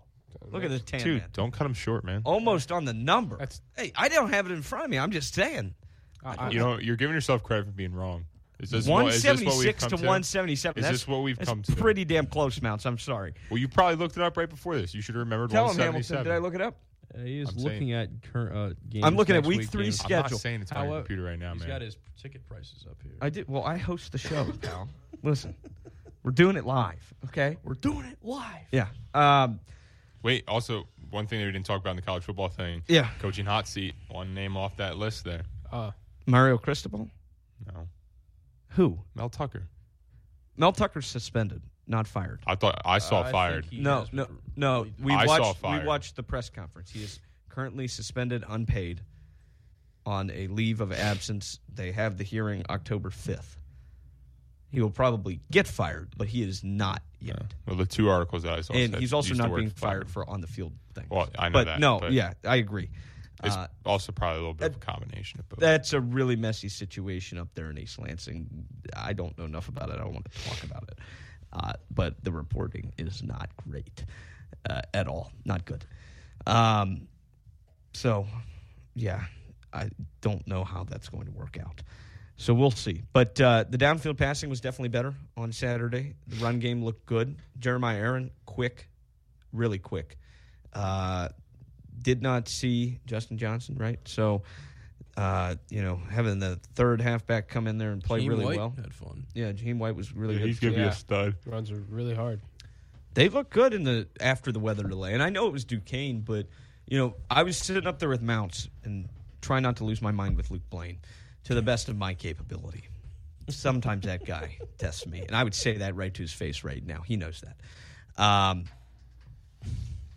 Look at this tan.
Dude,
man. Oh
don't cut him short, man.
Almost on the number. hey, I don't have it in front of me. I'm just saying.
you know, you're giving yourself credit for being wrong. Is this what- is this what we've
176
come
to 177.
Is
That's-
this what we've
that's
come to?
Pretty damn close, Mounts. I'm sorry.
Well, you probably looked it up right before this. You should have remembered
Tell him, Hamilton.
177.
Did I look it up?
Uh, He is
I'm
looking
saying-
at current uh, games.
I'm looking at
next
week three
games.
schedule.
However-
man.
He's got his ticket prices up here.
I did. Well, I host the show, pal. Listen, we're doing it live. Okay, we're doing it live. Yeah. Um,
Wait, also, one thing that we didn't talk about in the college football thing.
Yeah.
Coaching hot seat. One name off that list there.
Uh,
Mario Cristobal.
No.
Who?
Mel Tucker.
Mel Tucker's suspended, not fired.
I thought I saw
Uh, I
fired.
think he No, has no, been- no. We
I
watched.
saw
We
fired.
watched the press conference. He is currently suspended, unpaid, on a leave of absence. They have the hearing October fifth. He will probably get fired, but he is not yet.
Well, the two articles that I saw.
and
said-
he's also
used the
not
word
being fired for on the field things.
Well, I know
but
that,
No,
but-
yeah, I agree.
It's
Uh,
also probably a little bit of a combination of both.
That's a really messy situation up there in East Lansing. I don't know enough about it. I don't want to talk about it. Uh, but the reporting is not great uh, at all. Not good. Um, so, yeah, I don't know how that's going to work out. So we'll see. But uh, the downfield passing was definitely better on Saturday. The run game looked good. Jeremiah Aaron, quick, really quick. Uh, did not see Justin Johnson, right? So, uh, you know, having the third halfback come in there and play
Jaheim
really
White
well.
had fun.
Yeah, Jaheim White was really good.
stud.
Runs are really hard.
They look good in the after the weather delay, and I know it was Duquesne, but you know I was sitting up there with Mounts and trying not to lose my mind with Luke Blaine, to the best of my capability. Sometimes that guy tests me, and I would say that right to his face right now. He knows that. Um,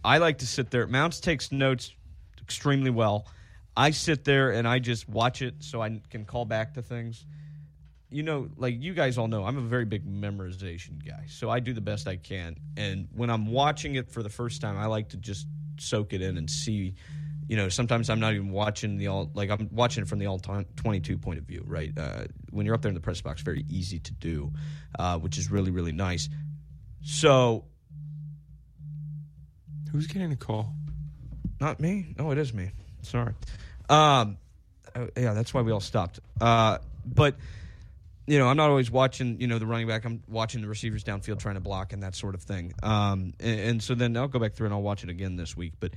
I like to sit there. Mounts takes notes extremely well. I sit there and I just watch it so I can call back to things. You know, like you guys all know, I'm a very big memorization guy. So I do the best I can. And when I'm watching it for the first time, I like to just soak it in and see. You know, sometimes I'm not even watching the all, like I'm watching it from the all time 22 point of view, right? Uh, when you're up there in the press box, very easy to do, uh, which is really, really nice. So
Who's getting the call?
Not me. No, it is me. Sorry. Um, uh, yeah, that's why we all stopped. Uh, but you know, I'm not always watching. You know, the running back. I'm watching the receivers downfield trying to block and that sort of thing. Um, and, and so then I'll go back through and I'll watch it again this week. But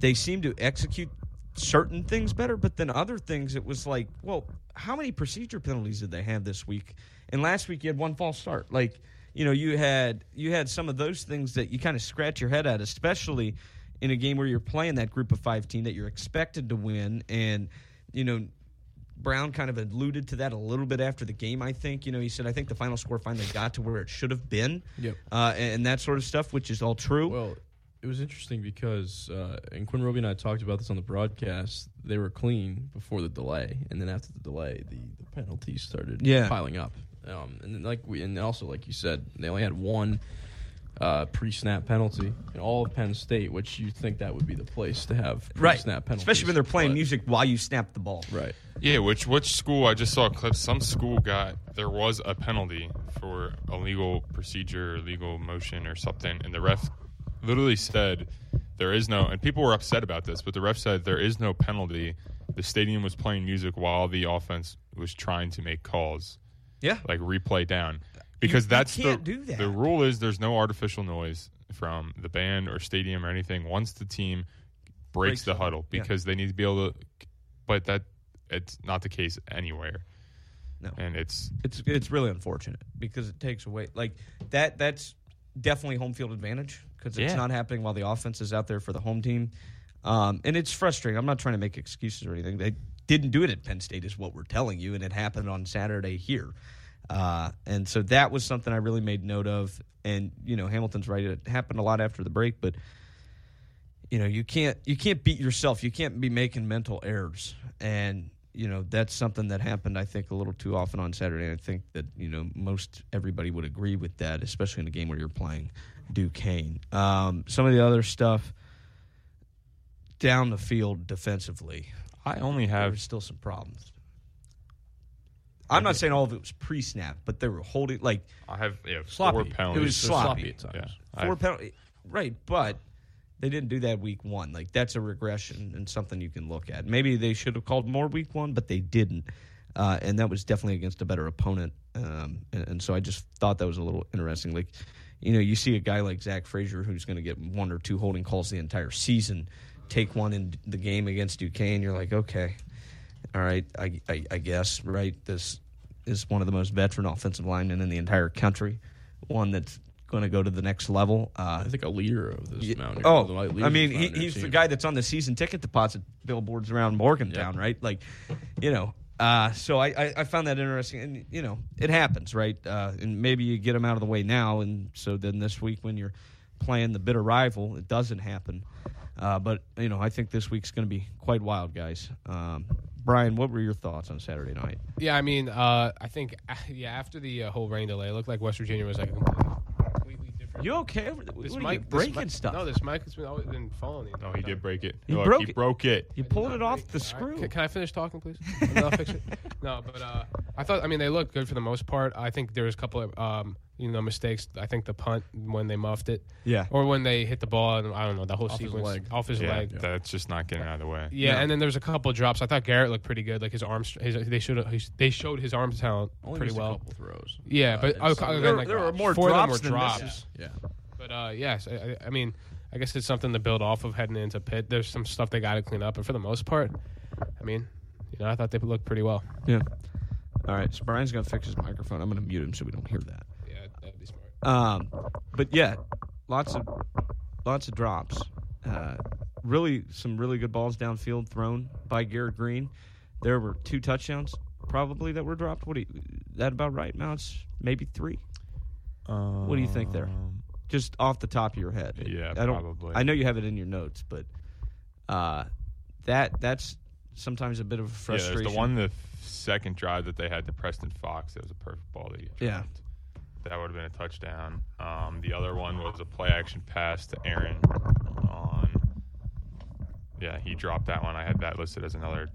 they seem to execute certain things better, but then other things it was like, well, how many procedure penalties did they have this week? And last week you had one false start. Like, you know, you had you had some of those things that you kind of scratch your head at, especially in a game where you're playing that group of five team that you're expected to win and you know Brown kind of alluded to that a little bit after the game, I think. You know, he said, I think the final score finally got to where it should have been.
Yep.
Uh, and, and that sort of stuff, which is all true.
Well, it was interesting because uh, and Quinn Roby and I talked about this on the broadcast. They were clean before the delay, and then after the delay, the, the penalties started
Yeah.
piling up. Um, and then like we and also like you said, they only had one uh, pre-snap penalty in all of Penn State, which you think that would be the place to have
Right.
pre-snap penalties,
Especially when they're playing music while you snap the ball.
Right.
Yeah, which which school? I just saw a clip. Some school got there was a penalty for illegal procedure, illegal motion, or something, and the ref literally said there is no. And people were upset about this, but the ref said there is no penalty. The stadium was playing music while the offense was trying to make calls.
Yeah,
like replay down because that's
can't
the
do that.
the rule is there's no artificial noise from the band or stadium or anything once the team breaks,
Breaks
the
the huddle,
huddle
yeah.
because they need to be able to but that it's not the case anywhere
no
and it's
It's it's really unfortunate because it takes away like that. That's definitely home field advantage because it's
Yeah.
not happening while the offense is out there for the home team, um, and it's frustrating. I'm not trying to make excuses or anything. They didn't do it at Penn State, is what we're telling you, and it happened on Saturday here. Uh, and so that was something I really made note of. And you know, Hamilton's right; it happened a lot after the break, but you know you can't you can't beat yourself you can't be making mental errors and you know that's something that happened i think a little too often on saturday and i think that you know most everybody would agree with that especially in a game where you're playing duquesne um, some of the other stuff down the field defensively
i only have
still some problems i'm not saying all of it was pre-snap but they were holding like
i have yeah,
sloppy
four penalties
it was sloppy,
Yeah.
four
I've-
penalty right but they didn't do that week one. Like that's a regression and something you can look at. Maybe they should have called more week one, but they didn't, uh, and that was definitely against a better opponent. Um, and, and so I just thought that was a little interesting. Like, you know, you see a guy like Zach Frazier who's going to get one or two holding calls the entire season, take one in the game against Duquesne. You're like, okay, all right, I, I, I guess right. This is one of the most veteran offensive linemen in the entire country, one that's going to go to the next level. Uh,
I think a leader of this
Ye-
Mountaineer.
Oh,
the leader
I
of this
mean, he,
Mountaineer
he's the
team.
guy that's on the season ticket deposit billboards around Morgantown, right? Like, you know. Uh, so I, I, I found that interesting, and you know, it happens, right? Uh, and maybe you get them out of the way now, and so then this week when you're playing the bitter rival, it doesn't happen. Uh, but you know, I think this week's going to be quite wild, guys. Um, Brian, what were your thoughts on Saturday night?
Yeah, I mean, uh, I think yeah. After the uh, whole rain delay, it looked like West Virginia was like
You okay? Over the,
this
what are
mic
you
this
breaking
mic-
stuff?
No, this mic has been always been falling. the
No,
entire
Oh, he
time.
did break it.
He
Look,
broke
He
it.
broke it.
You pulled it off the screw.
Can, can I finish talking, please? And then I'll fix it. No, but uh, I thought. I mean, they looked good for the most part. I think there was a couple of um, you know mistakes. I think the punt when they muffed it.
Yeah.
Or when they hit the ball, and I don't know the whole
Off his
sequence
leg.
off his
yeah,
leg.
That's just not getting out of the way.
Yeah, and then there was a couple of drops. I thought Garrett looked pretty good. Like his arms, his, they showed his, they showed his arm talent
Only
pretty
missed a
well.
couple throws.
Yeah,
Uh,
but
and
I-
some-
I-
There-
like,
there were more
four
drops
of them
than
were drops.
misses. Yeah.
But uh, yes, I, I- I mean, I guess it's something to build off of heading into pit. There's some stuff they got to clean up, but for the most part, I mean, you know, I thought they looked pretty well.
Yeah. All right. So Brian's gonna fix his microphone. I'm gonna mute him so we don't hear that.
Yeah, that'd be smart.
Um, but yeah, lots of lots of drops. Uh, really, some really good balls downfield thrown by Garrett Green. There were two touchdowns probably that were dropped. What do you, that about right, Mounts? Maybe three. what do you think there? Just off the top of your head.
Um, Yeah,
I don't,
probably.
I know you have it in your notes, but uh, that that's sometimes a bit of a
Yeah, there's
frustration.
the one the second drive that they had to Preston Fox. That was a perfect ball that he dropped.
Yeah.
That would have been a touchdown. Um, the other one was a play action pass to Aaron on. Yeah, he dropped that one. I had that listed as another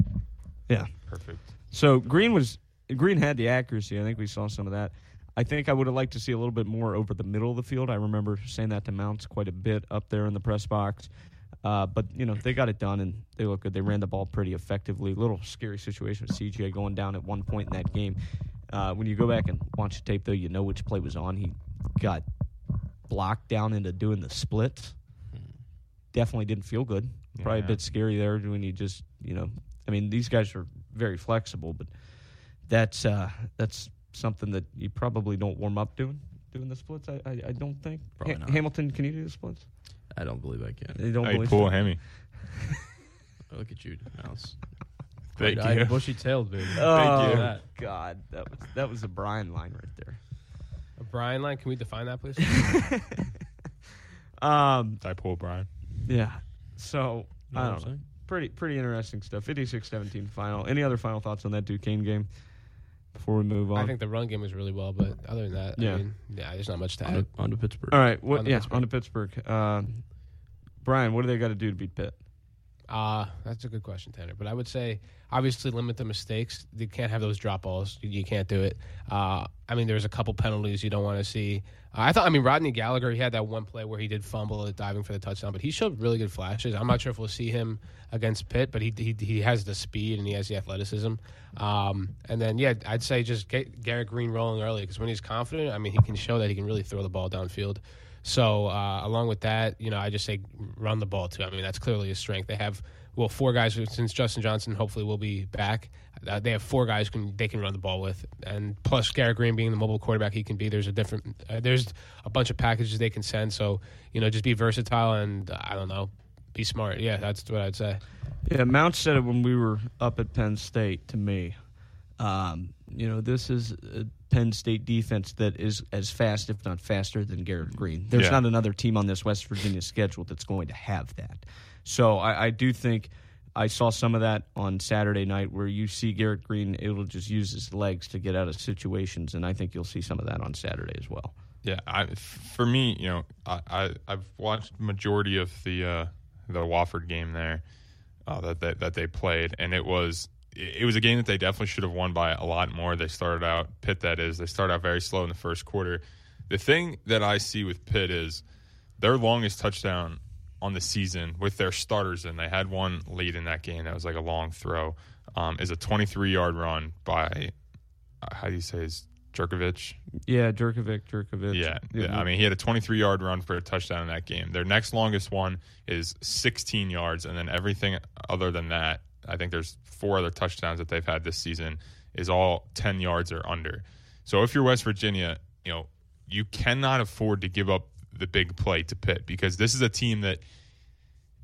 Yeah.
perfect.
So Green was Green had the accuracy. I think we saw some of that. I think I would have liked to see a little bit more over the middle of the field. I remember saying that to Mounts quite a bit up there in the press box. Uh, but you know they got it done and they look good. They ran the ball pretty effectively. Little scary situation with CJ going down at one point in that game. Uh, when you go back and watch the tape, though, you know which play was on. He got blocked down into doing the splits. Definitely didn't feel good. Probably a
Yeah.
bit scary there when you just you know. I mean, these guys are very flexible, but that's uh, that's something that you probably don't warm up doing. Doing the splits, I I, I don't think.
Probably
Ha-
not.
Hamilton, can you do the splits?
I don't believe I can.
They don't
Hey,
believe.
pull
so.
a hemi.
Look at you, Mouse.
Thank
Great-eyed,
you.
bushy-tailed, baby.
Uh,
Oh
Look at
God, that was that was a Brian line right there.
A Brian line, can we define that, please?
Um,
Did I pull Brian?
yeah. So
Know what
I
I'm
don't know.
saying?
Pretty pretty interesting stuff. 56-17 final. Any other final thoughts on that Duquesne game before we move on?
I think the run game was really well, but other than that,
Yeah.
I mean, yeah, there's not much to
On
add.
to, on to Pittsburgh.
All right. What?
On to
yeah.
Pittsburgh.
On to Pittsburgh. Um, Brian, what do they got to do to beat Pitt?
Uh, that's a good question, Tanner. But I would say, obviously, limit the mistakes. You can't have those drop balls. You, you can't do it. Uh, I mean, there's a couple penalties you don't want to see. Uh, I thought, I mean, Rodney Gallagher, he had that one play where he did fumble at diving for the touchdown, but he showed really good flashes. I'm not sure if we'll see him against Pitt, but he he, he has the speed and he has the athleticism. Um, and then, yeah, I'd say just get Garrett Green rolling early because when he's confident, I mean, he can show that he can really throw the ball downfield. So uh, along with that, you know, I just say run the ball too. I mean, that's clearly a strength. They have well four guys who- since Justin Johnson hopefully will be back. Uh, they have four guys can they can run the ball with, and plus Garrett Green being the mobile quarterback he can be. There's a different uh, there's a bunch of packages they can send. So you know, just be versatile and uh, I don't know, be smart. Yeah, that's what I'd say.
Yeah, Mount said it when we were up at Penn State to me. Um, you know, this is a Penn State defense that is as fast, if not faster, than Garrett Green. There's
Yeah.
not another team on this West Virginia schedule that's going to have that. So I, I do think I saw some of that on Saturday night where you see Garrett Green, it'll just use his legs to get out of situations, and I think you'll see some of that on Saturday as well.
Yeah, I, for me, you know, I, I I've watched majority of the uh, the Wofford game there uh, that, that that they played, and it was it was a game that they definitely should have won by a lot more. They started out Pitt that is they started out very slow in the first quarter. The thing that I see with Pitt is their longest touchdown on the season with their starters, and they had one lead in that game that was like a long throw, um, is a 23 yard run by, uh, how do you say his, Jerkovic?
Yeah, Jerkovic, Jerkovic.
Yeah, yeah. I mean, he had a 23 yard run for a touchdown in that game. Their next longest one is 16 yards, and then everything other than that, I think there's four other touchdowns that they've had this season is all 10 yards or under. So if you're West Virginia, you know you cannot afford to give up the big play to Pitt because this is a team that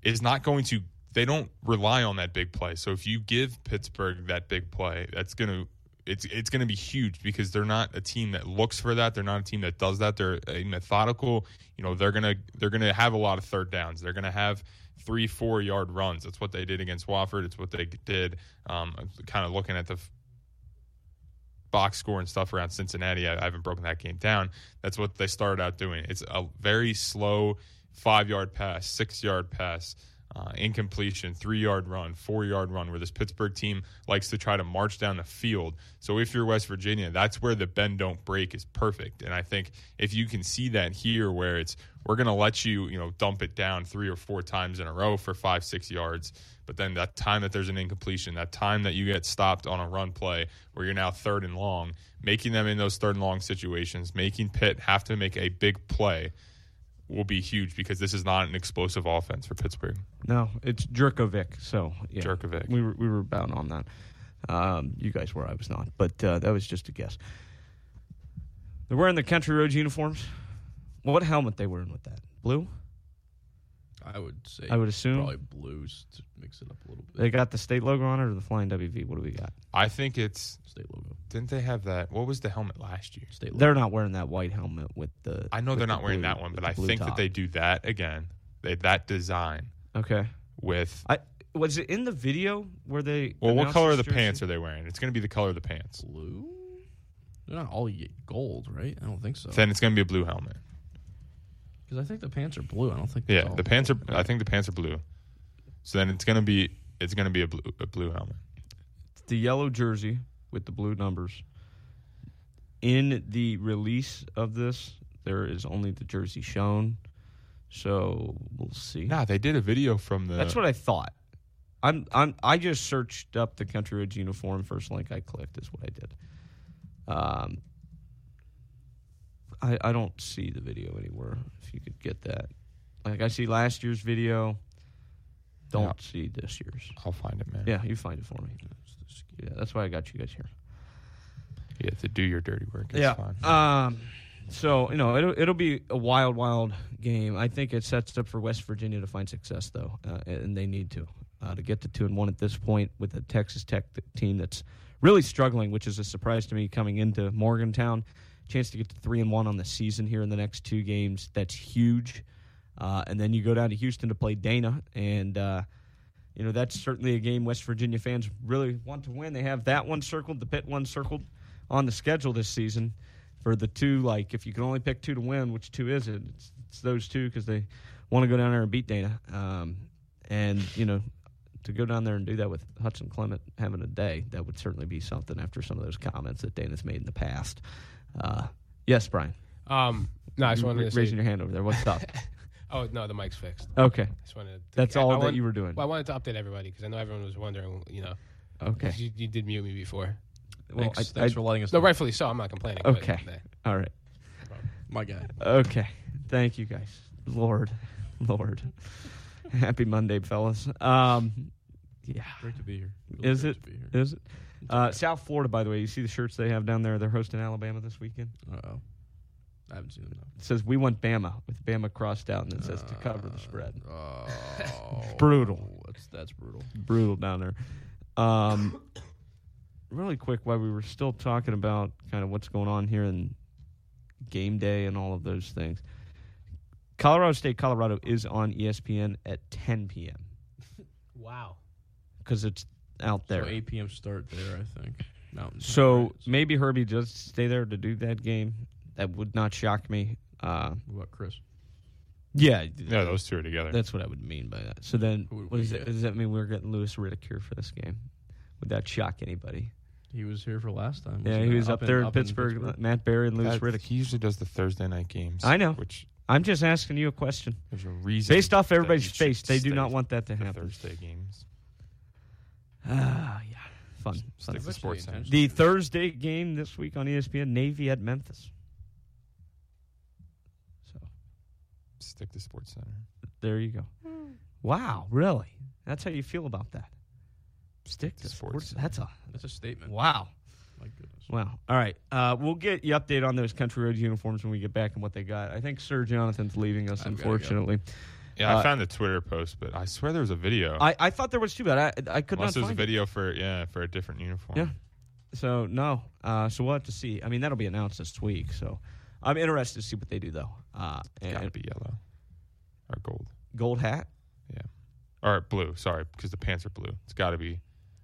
is not going to. They don't rely on that big play. So if you give Pittsburgh that big play, that's going to it's it's going to be huge because they're not a team that looks for that. They're not a team that does that. They're a methodical. You know, they're gonna they're gonna have a lot of third downs. They're gonna have three four yard runs. That's what they did against Wofford. It's what they did. Um, kind of looking at the f- box score and stuff around Cincinnati. I, I haven't broken that game down. That's what they started out doing. It's a very slow five yard pass, six yard pass uh, incompletion, three yard run, four yard run, where this Pittsburgh team likes to try to march down the field. So if you're West Virginia, that's where the bend don't break is perfect. And I think if you can see that here, where it's we're going to let you, you know, dump it down three or four times in a row for five, six yards. But then that time that there's an incompletion, that time that you get stopped on a run play where you're now third and long, making them in those third and long situations, making Pitt have to make a big play will be huge because this is not an explosive offense for Pittsburgh.
No, it's Jerkovic. So yeah,
Jerkovic.
We were we were bound on that. Um, you guys were, I was not, but uh, that was just a guess. They're wearing their country roads uniforms. What helmet they wearing with that? Blue.
I would say.
I would assume
probably blues to mix it up a little bit.
They got the state logo on it or the flying WV. What do we got?
I think it's
state logo.
Didn't they have that? What was the helmet last year?
State
They're not wearing that white helmet with the.
I know
with
they're
the
not wearing
blue-
that one,
with
but
the
I
blue
think
top.
that they do that again. They that design
Okay.
with
I was it in the video where they.
well, what
announced
color of
this
the
jersey?
pants are they wearing? It's going to be the color of the pants.
Blue. They're not all ye- gold, right? I don't think so.
Then it's going to be a blue helmet.
Because I think the pants are blue. I don't think.
Yeah, the pants are. I think the pants are blue. So then it's going to be it's going to be a blue a blue helmet.
the yellow jersey with the blue numbers. In the release of this, there is only the jersey shown. So we'll see.
Nah, they did a video from the.
That's what I thought. I'm I'm I just searched up the Country Roads uniform first link I clicked is what I did. Um I I don't see the video anywhere if you could get that. Like I see last year's video. Don't
Yeah.
see this year's.
I'll find it, man.
Yeah, you find it for me. Yeah, that's why I got you guys here.
You have to do your dirty work. It's fine.
Um, so you know it'll it'll be a wild, wild game. I think it sets up for West Virginia to find success though, uh, and they need to uh, to get to two and one at this point with a Texas Tech th- team that's really struggling, which is a surprise to me coming into Morgantown. Chance to get to three and one on the season here in the next two games. That's huge. Uh, and then you go down to Houston to play Dana, and uh, you know that's certainly a game West Virginia fans really want to win. They have that one circled, the pit one circled on the schedule this season for the two. Like if you can only pick two to win, which two is it? It's, it's those two because they want to go down there and beat Dana, um, and you know to go down there and do that with Hudson Clement having a day that would certainly be something after some of those comments that Dana's made in the past. Uh, yes, Brian.
Um, no, I just
You
wanted
ra-
to
raising
say,
your hand over there. What's up?
Oh no, the mic's fixed.
Okay.
Just wanted to,
That's all
I
that
want-
you were doing.
Well, I wanted to update everybody because I know everyone was wondering. You know.
Okay.
'cause You, you did mute me before.
Well, Thanks- I- thanks I- for letting us
No,
know.
rightfully so. I'm not complaining. but,
Okay.
uh,
All right.
My guy.
Okay. Thank you guys. Lord. Lord. Happy Monday, fellas. Um yeah.
Great to be here. Really
Is
great
it?
to be here.
Is it? Uh, South Florida, by the way, you see the shirts they have down there. They're hosting Alabama this weekend.
Uh-oh. I haven't seen them. Now.
It says we want Bama with Bama crossed out, and it says to cover the spread.
Oh,
Brutal.
That's that's brutal.
brutal down there. Um, really quick, while we were still talking about kind of what's going on here and game day and all of those things, Colorado State, Colorado is on E ESPN at 10 p.m.
Wow.
because it's out there.
So 8 p.m. start there, I think. Mountain. Time, right?
So maybe Herbie does stay there to do that game. That would not shock me. Uh,
What about Chris?
yeah,
Yeah, those two are together.
that's what I would mean by that. So then,
Who would
what
we
does, that,
get?
does that mean we're getting Lewis Riddick here for this game? Would that shock anybody?
He was here for last time.
Yeah,
wasn't
he was up
in-
there in
up
Pittsburgh. Matt Barry and Lewis
That-
Riddick.
He usually does the Thursday night games.
I know.
Which
I'm just asking you a question.
There's a reason
Based off
that
everybody's
you should
face, they do
stay
not want that to
the
happen.
Thursday games.
Ah, yeah. Fun.
Stick
fun.
with Sports Center.
The Thursday game this week on E ESPN Navy at Memphis.
Stick to Sports Center.
There you go. Wow, really? That's how you feel about that? Stick to sports. That's a
That's a statement.
Wow.
My goodness.
Wow. All right. Uh, we'll get you update on those Country Road uniforms when we get back and what they got. I think Sir Jonathan's leaving us,
I've gotta go.
unfortunately.
Yeah,
Uh,
I found the Twitter post, but I swear there was a video.
I, I thought there was too, but I I could
Unless there's
not
a
find it.
video for yeah for a different uniform.
Yeah. So no. Uh, so we'll have to see. I mean, that'll be announced this week. So I'm interested to see what they do though. Uh, and
gotta be yellow or gold.
Gold hat.
Or blue, sorry, because the pants are blue. It's got to be.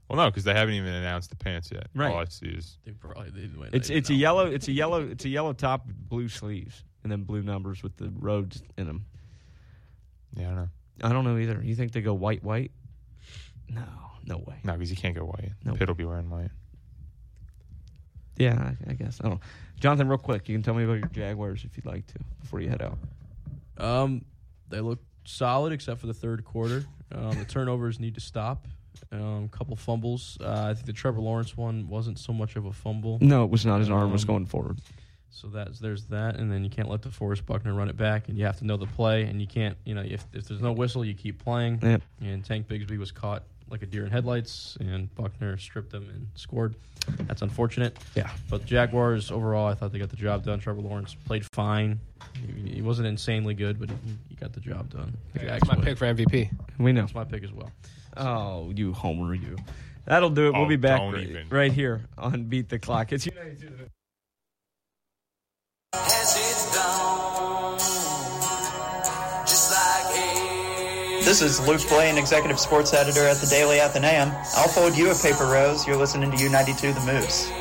Well, no, because they haven't even announced the pants yet.
Right.
All I see is
They probably they, they
It's it's a yellow. It's a yellow. It's a yellow top, with blue sleeves, and then blue numbers with the roads in them.
Yeah, I don't know.
I don't know either. You think they go white, white? No, no way.
No, because you can't go white.
Nope.
Pitt will be wearing white.
Yeah, I, I guess. I don't know. Jonathan, real quick, you can tell me about your Jaguars if you'd like to before you head out.
Um, they look solid except for the third quarter. Um, the turnovers need to stop. Um, couple fumbles. Uh, I think the Trevor Lawrence one wasn't so much of a fumble.
No, it was not. His arm was
Um,
going forward.
So that's there's that, and then you can't let the Forest Buckner run it back, and you have to know the play, and you can't, you know, if, if there's no whistle, you keep playing.
Yep.
And Tank Bigsby was caught like a deer in headlights, and Buckner stripped him and scored. That's unfortunate.
Yeah.
But Jaguars overall, I thought they got the job done. Trevor Lawrence played fine. He, he wasn't insanely good, but he, he got the job done. The
Yeah,
Jags
that's my
win.
pick for MVP.
We know.
That's my pick as well.
Oh, you homer, you. That'll do it. We'll
Oh,
be back
don't
right,
even.
right here on Beat the Clock. It's United.
This is Luke Blaine, Executive Sports Editor at the Daily Athenaeum. I'll fold you a paper rose. You're listening to U92 The Moose.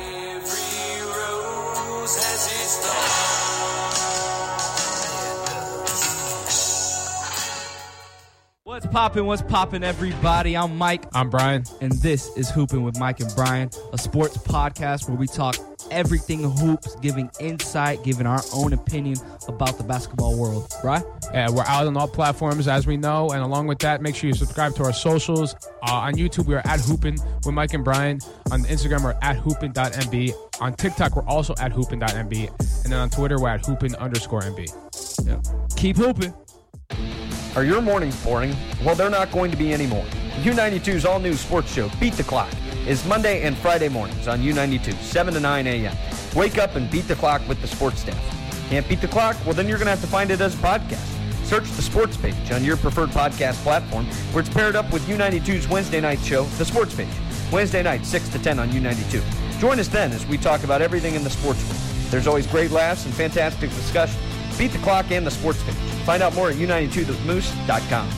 What's poppin'? What's poppin', everybody? I'm Mike.
I'm Brian.
And this is Hoopin' with Mike and Brian, a sports podcast where we talk everything hoops, giving insight, giving our own opinion about the basketball world. Right?
Yeah, we're out on all platforms, as we know. And along with that, make sure you subscribe to our socials. Uh, on YouTube, we are at Hoopin with Mike and Brian. On Instagram, we're at Hoopin.mb. On TikTok, we're also at Hoopin.mb. And then on Twitter, we're at Hoopin underscore MB.
Yeah. Keep hooping.
Are your mornings boring? Well, they're not going to be anymore. U92's all new sports show, Beat the Clock, is Monday and Friday mornings on U92, 7 to 9 a.m. Wake up and beat the clock with the sports staff. Can't beat the clock? Well, then you're going to have to find it as a podcast. Search the sports page on your preferred podcast platform, where it's paired up with U92's Wednesday night show, The Sports Page, Wednesday night, 6 to 10 on U92. Join us then as we talk about everything in the sports world. There's always great laughs and fantastic discussion. Beat the clock and the sports page. Find out more at u92themoose.com.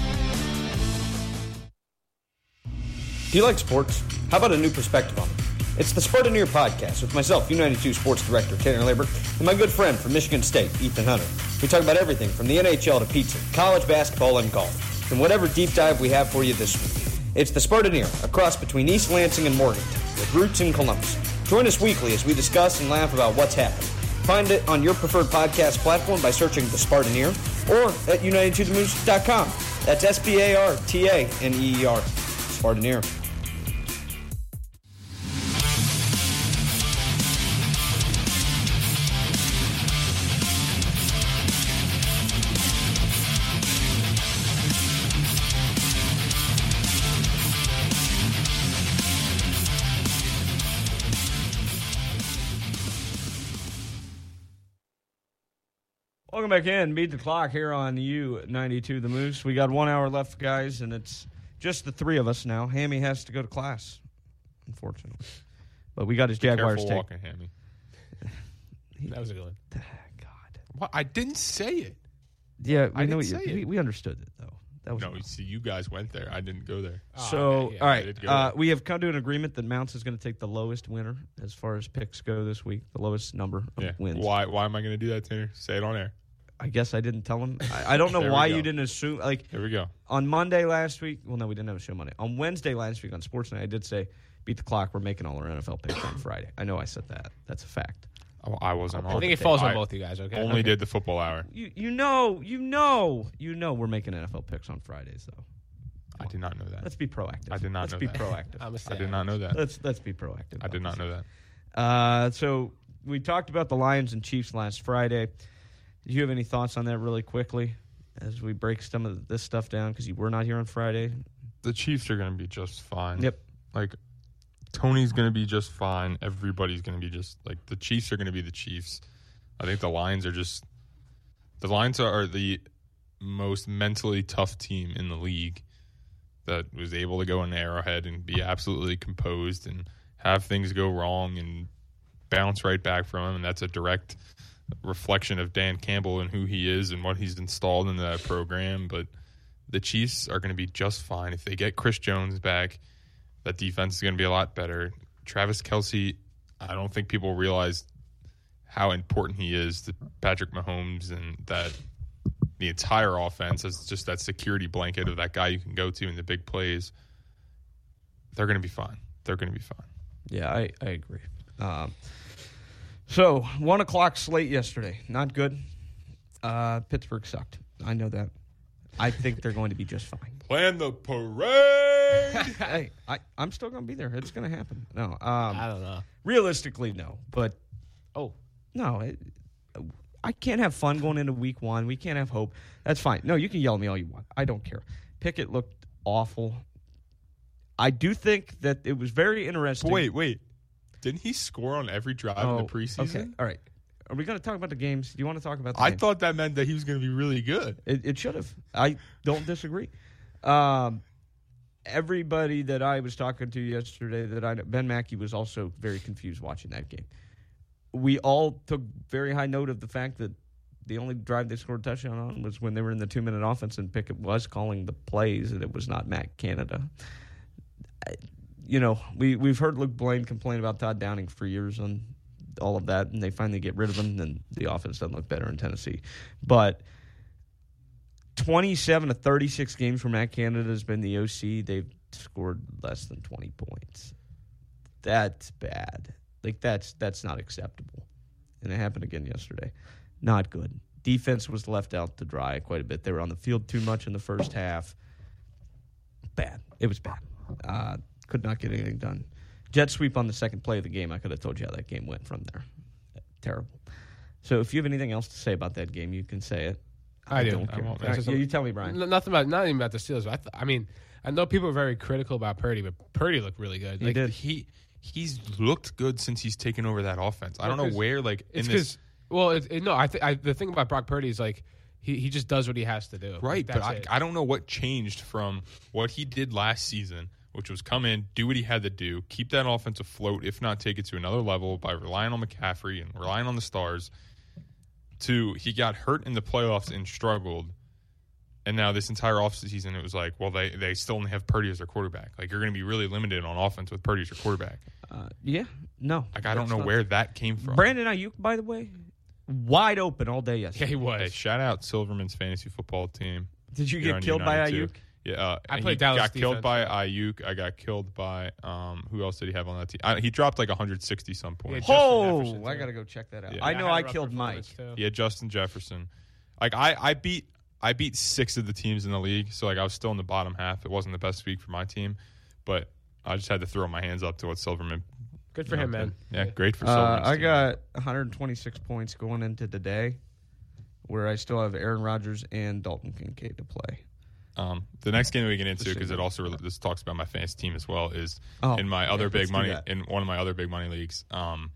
Do
you like sports? How about a new perspective on it? It's the Sport in Your podcast with myself, U92 Sports Director Tanner Labor, and my good friend from Michigan State, Ethan Hunter. We talk about everything from the NHL to pizza, college basketball, and golf, and whatever deep dive we have for you this week. It's the Spartaneer, a cross between East Lansing and Morgantown, with roots in Columbus. Join us weekly as we discuss and laugh about what's happening. Find it on your preferred podcast platform by searching The Spartaneer or at united2themoose.com. That's S P A R T A N E E R. Spartaneer.
Welcome back in. Beat the Clock here on U92 The Moose. We got one hour left, guys, and it's just the three of us now. Hammy has to go to class, unfortunately. But we got his Jaguars
Careful
take.
walking, Hammy.
That was a good one.
God.
What? I didn't say it.
Yeah, we
I
know
didn't
what you,
say it.
we, we understood it, though. That was
no, you see, you guys went there. I didn't go there.
Ah,
so, all
I did
right.
go
Uh,
there.
we have come to an agreement that Mounts is going to take the lowest winner as far as picks go this week, the lowest number of
yeah.
wins.
Why? Why am I going to do that, Tanner? Say it on air.
I guess I didn't tell him. I, I don't know
There we
why
go.
you didn't assume. Like,
here we go.
On Monday last week, well, no, we didn't have a show Monday. On Wednesday last week on Sports Night, I did say, "Beat the clock. We're making all our NFL picks on Friday." I know I said that. That's a fact.
Oh, I wasn't on.
I think it falls on both you guys, okay?
Only
Okay.
did the football hour.
You, you know, you know, you know we're making NFL picks on Fridays, though.
I did not know that.
Let's be proactive.
I did not
Let's
know
be
that.
proactive.
I'm a I did not know that.
Let's let's be proactive.
I did not know that.
Uh, so we talked about the Lions and Chiefs last Friday. Did you have any thoughts on that really quickly as we break some of this stuff down because you were not here on Friday?
The Chiefs are going to be just fine.
Yep.
Like Tony's going to be just fine. Everybody's going to be just like the Chiefs are going to be the Chiefs. I think the Lions are just the Lions are, are the most mentally tough team in the league that was able to go in Arrowhead and be absolutely composed and have things go wrong and bounce right back from him. And that's a direct reflection of Dan Campbell and who he is and what he's installed into that program. But the Chiefs are going to be just fine. If they get Chris Jones back, that defense is going to be a lot better. Travis Kelsey, I don't think people realize how important he is to Patrick Mahomes and that the entire offense is just that security blanket of that guy you can go to in the big plays. They're going to be fine. They're going to be fine.
Yeah, I, I agree. Um, so one o'clock slate yesterday, not good. Uh, Pittsburgh sucked. I know that. I think they're going to be just fine.
Plan the parade.
hey, I, I'm still going to be there. It's going to happen. No, um, I don't know. Realistically, no. But oh no, it, I can't have fun going into week one. We can't have hope. That's fine. No, you can yell at me all you want. I don't care. Pickett looked awful. I do think that it was very interesting.
wait, wait. Didn't he score on every drive in the
Oh,
preseason?
Okay. All right. Are we going to talk about the games? Do you want to talk about the
I
games?
thought that meant that he was going to be really good.
It, it should have. I don't disagree. Um, everybody that I was talking to yesterday, that I Ben Mackey was also very confused watching that game. We all took very high note of the fact that the only drive they scored a touchdown on was when they were in the two minute offense and Pickett was calling the plays and it was not Matt Canada. I- You know, we, we've heard Luke Blaine complain about Todd Downing for years on all of that, and they finally get rid of him, and the offense doesn't look better in Tennessee. But 27 to 36 games for Matt Canada has been the OC. They've scored less than 20 points. That's bad. Like that's that's not acceptable. And it happened again yesterday. Not good. Defense was left out to dry quite a bit. They were on the field too much in the first half. Bad. It was bad. Uh, could not get anything done. Jet sweep on the second play of the game. I could have told you how that game went from there. Terrible. So if you have anything else to say about that game, you can say it.
I, do.
don't
I
care.
won't.
All right, yeah, you tell me, Brian.
N- nothing about not even about the Steelers. But I, th- I mean, I know people are very critical about Purdy, but Purdy looked really good.
He
Like,
did. He he's looked good since he's taken over that offense. I don't know
'cause-
where like in
it's
this
because well, it, it- no, I think I, the thing about Brock Purdy is like he, he just does what he has to do.
right, but
That's
I,
it.
I don't know what changed from what he did last season, which was come in, do what he had to do, keep that offense afloat, if not take it to another level by relying on McCaffrey and relying on the stars. To he got hurt in the playoffs and struggled. And now this entire offseason, it was like, well, they, they still only have Purdy as their quarterback. Like, you're going to be really limited on offense with Purdy as your quarterback.
Uh, yeah, no.
Like, I don't
that's
know
not-
where that came from.
Brandon Ayuk, by the way, wide open all day yesterday.
Yeah, he was.
Hey, shout out Silverman's fantasy football team.
Did you
You're
get
on
killed
U92.
by Ayuk?
Yeah, uh,
I
and
played
he
Dallas
Got killed
defense.
by Ayuk. I got killed by um. Who else did he have on that team? I, he dropped like 160 some points.
oh, I gotta go check that out.
Yeah.
I
Yeah,
know
I had
I,
a rough
killed Mike.
Yeah, Justin Jefferson. Like I, I beat I beat six of the teams in the league, so like I was still in the bottom half. It wasn't the best week for my team, but I just had to throw my hands up to what Silverman.
Good for
you know,
him,
did.
man.
Yeah, great for
Uh,
Silverman.
I got 126 points going into today, where I still have Aaron Rodgers and Dalton Kincaid to play.
Um, the next game that we get into
Let's see.
because it also rel- this talks about my fantasy team as well is
Oh,
in my other
yeah, let's
big
do
money
that.
in one of my other big money leagues. Um,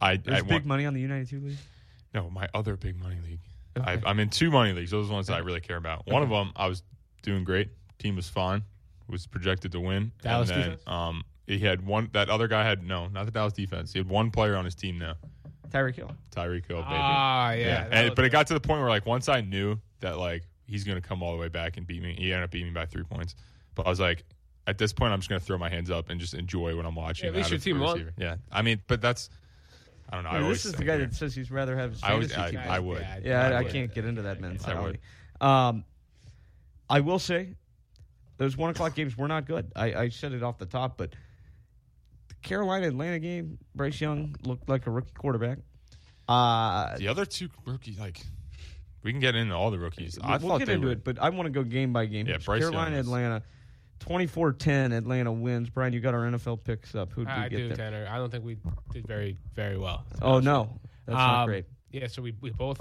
I
There's
I
big
want,
money on the United Two League.
no my other big money league. I, I'm in two money leagues. Those are the ones that I really care about. One of them I was doing great. Team was fine. Was projected to win.
Dallas
and then,
defense?
um, he had one. That other guy had no, not the Dallas defense. He had one player on his team now.
Tyreek Hill.
Tyreek Hill, baby.
Ah, yeah, that
And,
was
but it got to the point where, like, once I knew that, like, he's going to come all the way back and beat me, he ended up beating me by three points. But I was like, at this point, I'm just going to throw my hands up and just enjoy what I'm watching.
Yeah, at least
out
your
of
team
the
won.
receiver. Yeah. I mean, but that's, I don't know. I
Yeah,
always
this is the
think
guy
that-
that says he's rather have his
I always-
fantasy
I-
team.
I would. I
Yeah, I,
would.
can't get into that mentality.
would.
Um, I will say, those one o'clock games were not good. I, I said it off the top, but the Carolina Atlanta game, Bryce Young looked like a rookie quarterback. Uh,
the other two rookies, like we can get into all the rookies. I
we'll
thought
get
they
into
were.
it, but I want to go game by game.
Yeah,
Here's
Bryce Young
Carolina,
is-
Atlanta, 24-10. Atlanta wins. Brian, you got our NFL picks up. Who did
I
we get
do,
there?
Tanner. I don't think we did very very well.
Oh, no. That's
Um,
not great.
Yeah, so we, we both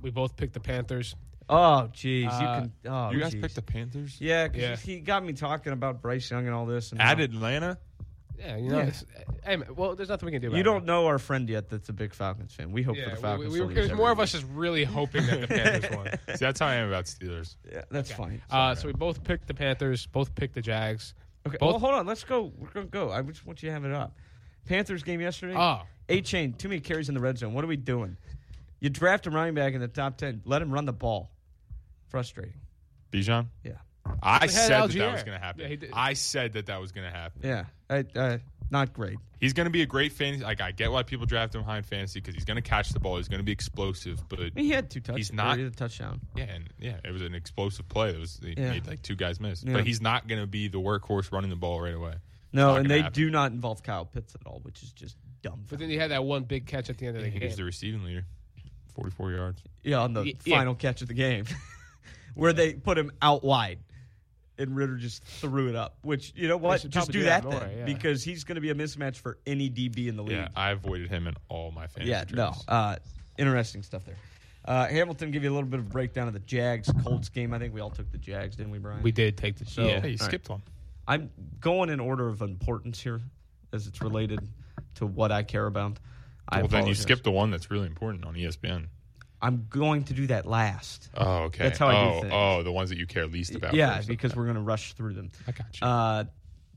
we both picked the Panthers.
Oh, jeez,
Uh,
you can. Oh,
you guys
jeez.
picked the Panthers?
Yeah, 'cause
Yeah.
he got me talking about Bryce Young and all this. And
At Atlanta?
Yeah, you know. it's- Hey, man, well, there's nothing we can do. About
You
it.
don't know our friend yet. That's a big Falcons fan. We hope
Yeah,
for the
we-
Falcons.
we-
to
we-
lose
it was
every
more of
week.
us just really hoping that the Panthers won.
See, that's how I am about Steelers.
Yeah, that's fine.
Uh, so we both picked the Panthers. Both picked the Jags.
Okay.
Both
well, hold on. Let's go. We're gonna go. I just want you to have it up. Panthers game yesterday.
Oh.
Eight chain. Too many carries in the red zone. What are we doing? You draft a running back in the top ten. Let him run the ball. Frustrating.
Bijan?
Yeah.
I
We had
said that, that
Algier.
was going to happen.
Yeah, he did.
I said that that was going to happen.
Yeah. I, uh, not great.
He's going to be a great fantasy. Like I get why people draft him high in fantasy because he's going to catch the ball. He's going to be explosive, but
He had two touchdowns.
He's not.
He had a touchdown.
Yeah, and yeah, it was an explosive play. It was he
Yeah.
made like two guys miss,
Yeah.
but he's not going to be the workhorse running the ball right away. It's
No,
not
and
gonna
they
happen.
do not involve Kyle Pitts at all, which is just dumb.
But then he had that one big catch at the end of the
He
game.
was the receiving leader, forty-four yards.
Yeah, on the
Y- yeah.
final catch of the game, where they put him out wide, and Ritter just threw it up. Which you know what,
should
just
probably
do
do
that
that more,
then,
yeah.
because he's going to be a mismatch for any DB in the league.
Yeah, I avoided him in all my fantasy.
Yeah, no.
drafts.
Uh, interesting stuff there. Uh, Hamilton give you a little bit of a breakdown of the Jags Colts game. I think we all took the Jags, didn't we, Brian?
We did take the- yeah. Hey, you
all
skipped one.
I'm going in order of importance here, as it's related to what I care about. I
well, then you
apologize.
skipped the one that's really important on E ESPN.
I'm going to do that last.
Oh, okay.
That's how I
Oh,
do things.
Oh, the ones that you care least about.
Yeah,
first.
because we're going to rush through them.
I got
you. Uh,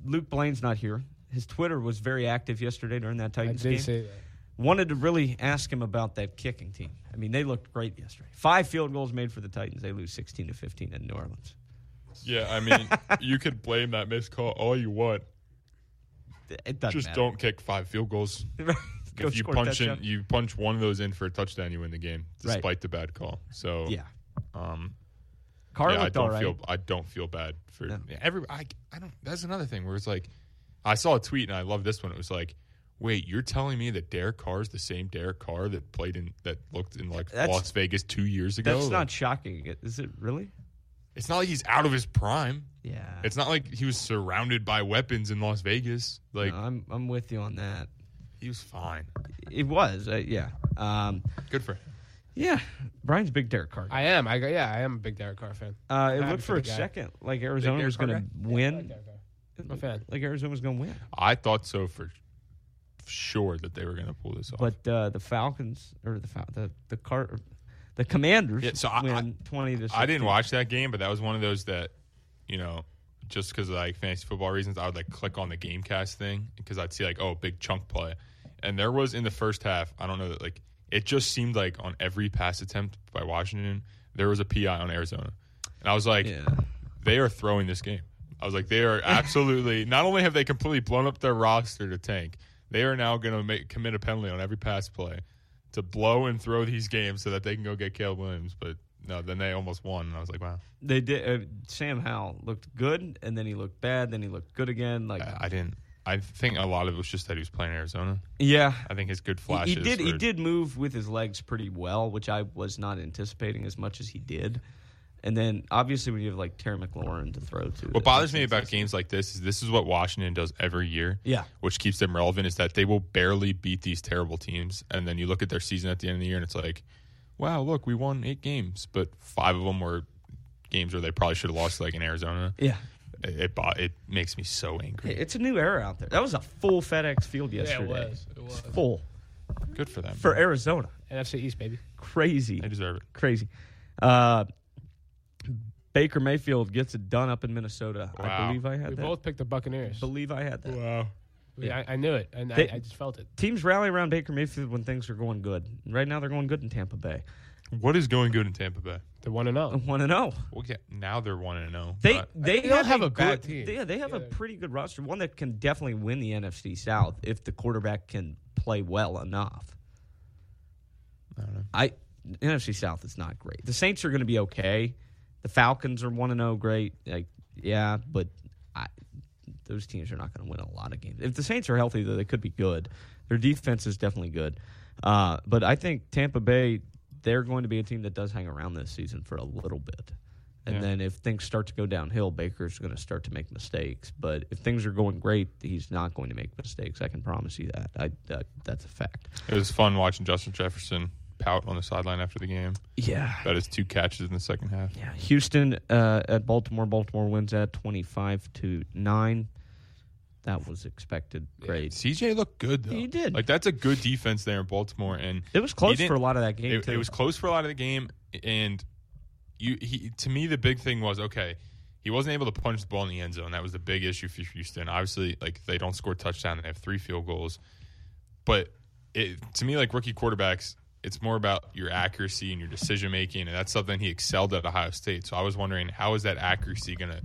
Luke Blaine's not here. His Twitter was very active yesterday during that Titans
did
game.
see that.
Wanted to really ask him about that kicking team. I mean, they looked great yesterday. Five field goals made for the Titans. They lose sixteen to fifteen in New Orleans.
Yeah, I mean, you could blame that missed call all you want.
It doesn't
Just
matter.
don't kick five field goals.
Go
if you
score a
punch in,
touchdown.
you punch one of those in for a touchdown, you win the game,
Right.
despite the bad call. So
Yeah.
um,
Carr
yeah, I
looked
don't
all right.
feel I don't feel bad for yeah, every. I, I don't. That's another thing where it's like, I saw a tweet and I love this one. It was like, wait, you're telling me that Derek Carr is the same Derek Carr that played in that looked in like
That's-
Las Vegas two years ago?
That's
Like,
not shocking, is it? Really?
It's not like he's out of his prime.
Yeah.
It's not like he was surrounded by weapons in Las Vegas. Like
No, I'm I'm with you on that.
he was fine.
It was, uh, yeah. Um,
Good for him.
yeah. Brian's a big Derek Carr. guy.
I am. I go- yeah, I am a big Derek Carr fan.
Uh, it
I'm happy
looked for a
the guy.
second like Arizona
Derek
was
Carr
going to
guy?
win.
I'm a fan.
Like Arizona was going to win.
I thought so for sure that they were going to pull this off.
But uh, the Falcons or the Fal- the the car, the Commanders
Yeah, so I-
win
I-
twenty to. 16.
I didn't watch that game, but that was one of those that, you know, just because like fantasy football reasons, I would like click on the GameCast thing because I'd see like oh big chunk play, and there was in the first half. I don't know that like it just seemed like on every pass attempt by Washington there was a PI on Arizona, and I was like, they are throwing this game. I was like, they are absolutely. not only have they completely blown up their roster to tank, they are now going to make commit a penalty on every pass play to blow and throw these games so that they can go get Caleb Williams. But no, then they almost won, and I was like, wow.
They did. Uh, Sam Howell looked good, and then he looked bad, then he looked good again. Like
I didn't. I think a lot of it was just that he was playing Arizona.
Yeah.
I think his good
He-
flashes.
He, did. He
were-
did move with his legs pretty well, which I was not anticipating as much as he did. And then obviously when you have like Terry McLaurin to throw to,
What bothers me about games like this is this is what Washington does every year.
Yeah.
Which keeps them relevant is that they will barely beat these terrible teams. And then you look at their season at the end of the year and it's like, wow, look, we won eight games, but five of them were games where they probably should have lost, like in Arizona.
Yeah.
It, it, bo- it makes me so angry.
Hey, it's a new era out there. That was a full FedEx Field
Yeah, it
yesterday.
was. It was.
full
Good for them.
for Arizona.
NFC East, baby.
Crazy.
They deserve it.
Crazy. Uh, Baker Mayfield gets it done up in Minnesota. I
Wow.
believe I had
We
that.
both picked the Buccaneers.
believe I had that.
Wow.
Yeah, I, I knew it, and
They-
I, I just felt it.
Teams rally around Baker Mayfield when things are going good. Right now, they're going good in Tampa Bay.
What is going good in Tampa Bay?
They're one and oh. zero.
One and zero.
Well, yeah, now they're one and zero.
They
but-
they,
They don't have a
good-
bad team.
They, they have a pretty good roster, one that can definitely win the NFC South if the quarterback can play well enough.
I don't know.
I NFC South is not great. The Saints are going to be okay. The Falcons are one and zero, great. Like yeah, but I, those teams are not going to win a lot of games. If the Saints are healthy, though, they could be good. Their defense is definitely good. Uh, but I think Tampa Bay, they're going to be a team that does hang around this season for a little bit. And
Yeah.
then if things start to go downhill, Baker's going to start to make mistakes. But if things are going great, he's not going to make mistakes. I can promise you that. I, that that's a fact.
It was fun watching Justin Jefferson pout on the sideline after the game.
Yeah.
About his two catches in the second half.
Yeah. Houston uh, at Baltimore. Baltimore wins at 25 to 9. That was expected. Great.
CJ looked good, though.
He did.
Like, that's a good defense there in Baltimore. And
It was
he
close
didn't-
for a lot of that game,
It,
too.
it was close for a lot of the game. And you, he, to me, the big thing was okay, he wasn't able to punch the ball in the end zone. That was the big issue for Houston. Obviously, like, they don't score a touchdown, they have three field goals. But it, to me, like rookie quarterbacks, it's more about your accuracy and your decision making, and that's something he excelled at Ohio State. So I was wondering, how is that accuracy gonna?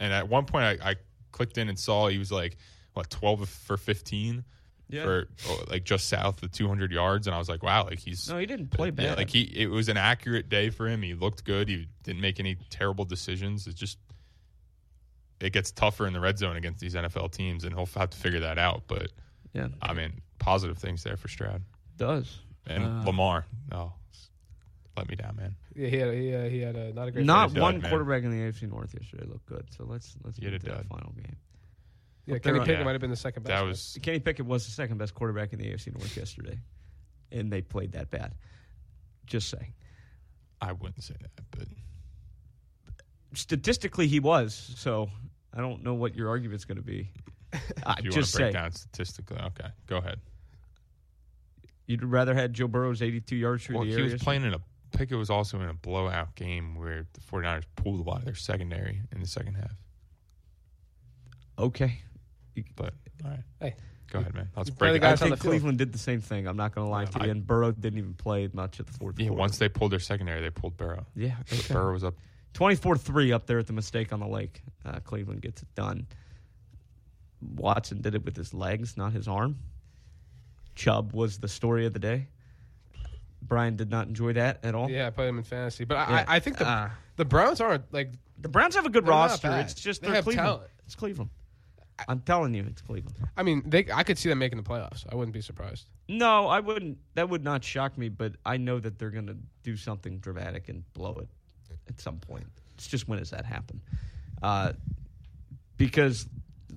And at one point, I, I clicked in and saw he was like what twelve for fifteen.
Yeah.
For oh, like just south of 200 yards, and I was like, "Wow!" Like he's
No, he didn't play
Yeah,
bad.
like he, it was an accurate day for him. He looked good. He didn't make any terrible decisions. It just it gets tougher in the red zone against these NFL teams, and he'll have to figure that out. But
Yeah.
I mean, positive things there for Stroud.
Does
and
Uh,
Lamar? Oh, let me down, man.
Yeah, he had he, uh, he had a, not a great.
Not
finish.
one
man.
quarterback in the AFC North yesterday looked good. So let's let's
You
get
had a
to the
dud.
final game.
Yeah,
But
Kenny
they're-
Pickett might have been the second best.
That was
Kenny Pickett was the second best quarterback in the AFC North yesterday, and they played that bad. Just saying.
I wouldn't say that, but
Statistically, he was. So I don't know what your argument's going to be. I
if you want to
just
break
say
down statistically, okay, go ahead.
you'd rather had Joe Burrow's 82 yards through
Well,
the
he
air.
was
yesterday?
playing in a Pickett was also in a blowout game where the 49ers pulled a lot of their secondary in the second half.
Okay.
But all right,
Hey.
go ahead, man. Let's
I
break it
think-
down.
I think Cleveland did the same thing. I'm not going to lie to you. And Burrow didn't even play much at the fourth
Yeah,
quarter.
once they pulled their secondary, they pulled Burrow.
Yeah, okay.
Burrow was up.
24 3 up there at the mistake on the lake. Uh, Cleveland gets it done. Watson did it with his legs, not his arm. Chubb was the story of the day. Brian did not enjoy that at all.
Yeah, I played him in fantasy, but I,
Yeah.
I, I think the
Uh.
the Browns aren't like
the Browns have a good roster. It's just
they
they're
have
Cleveland.
talent.
It's Cleveland. I'm telling you, it's Cleveland.
I mean, they I could see them making the playoffs. I wouldn't be surprised.
No, I wouldn't. That would not shock me, but I know that they're going to do something dramatic and blow it at some point. It's just when does that happen? Uh, because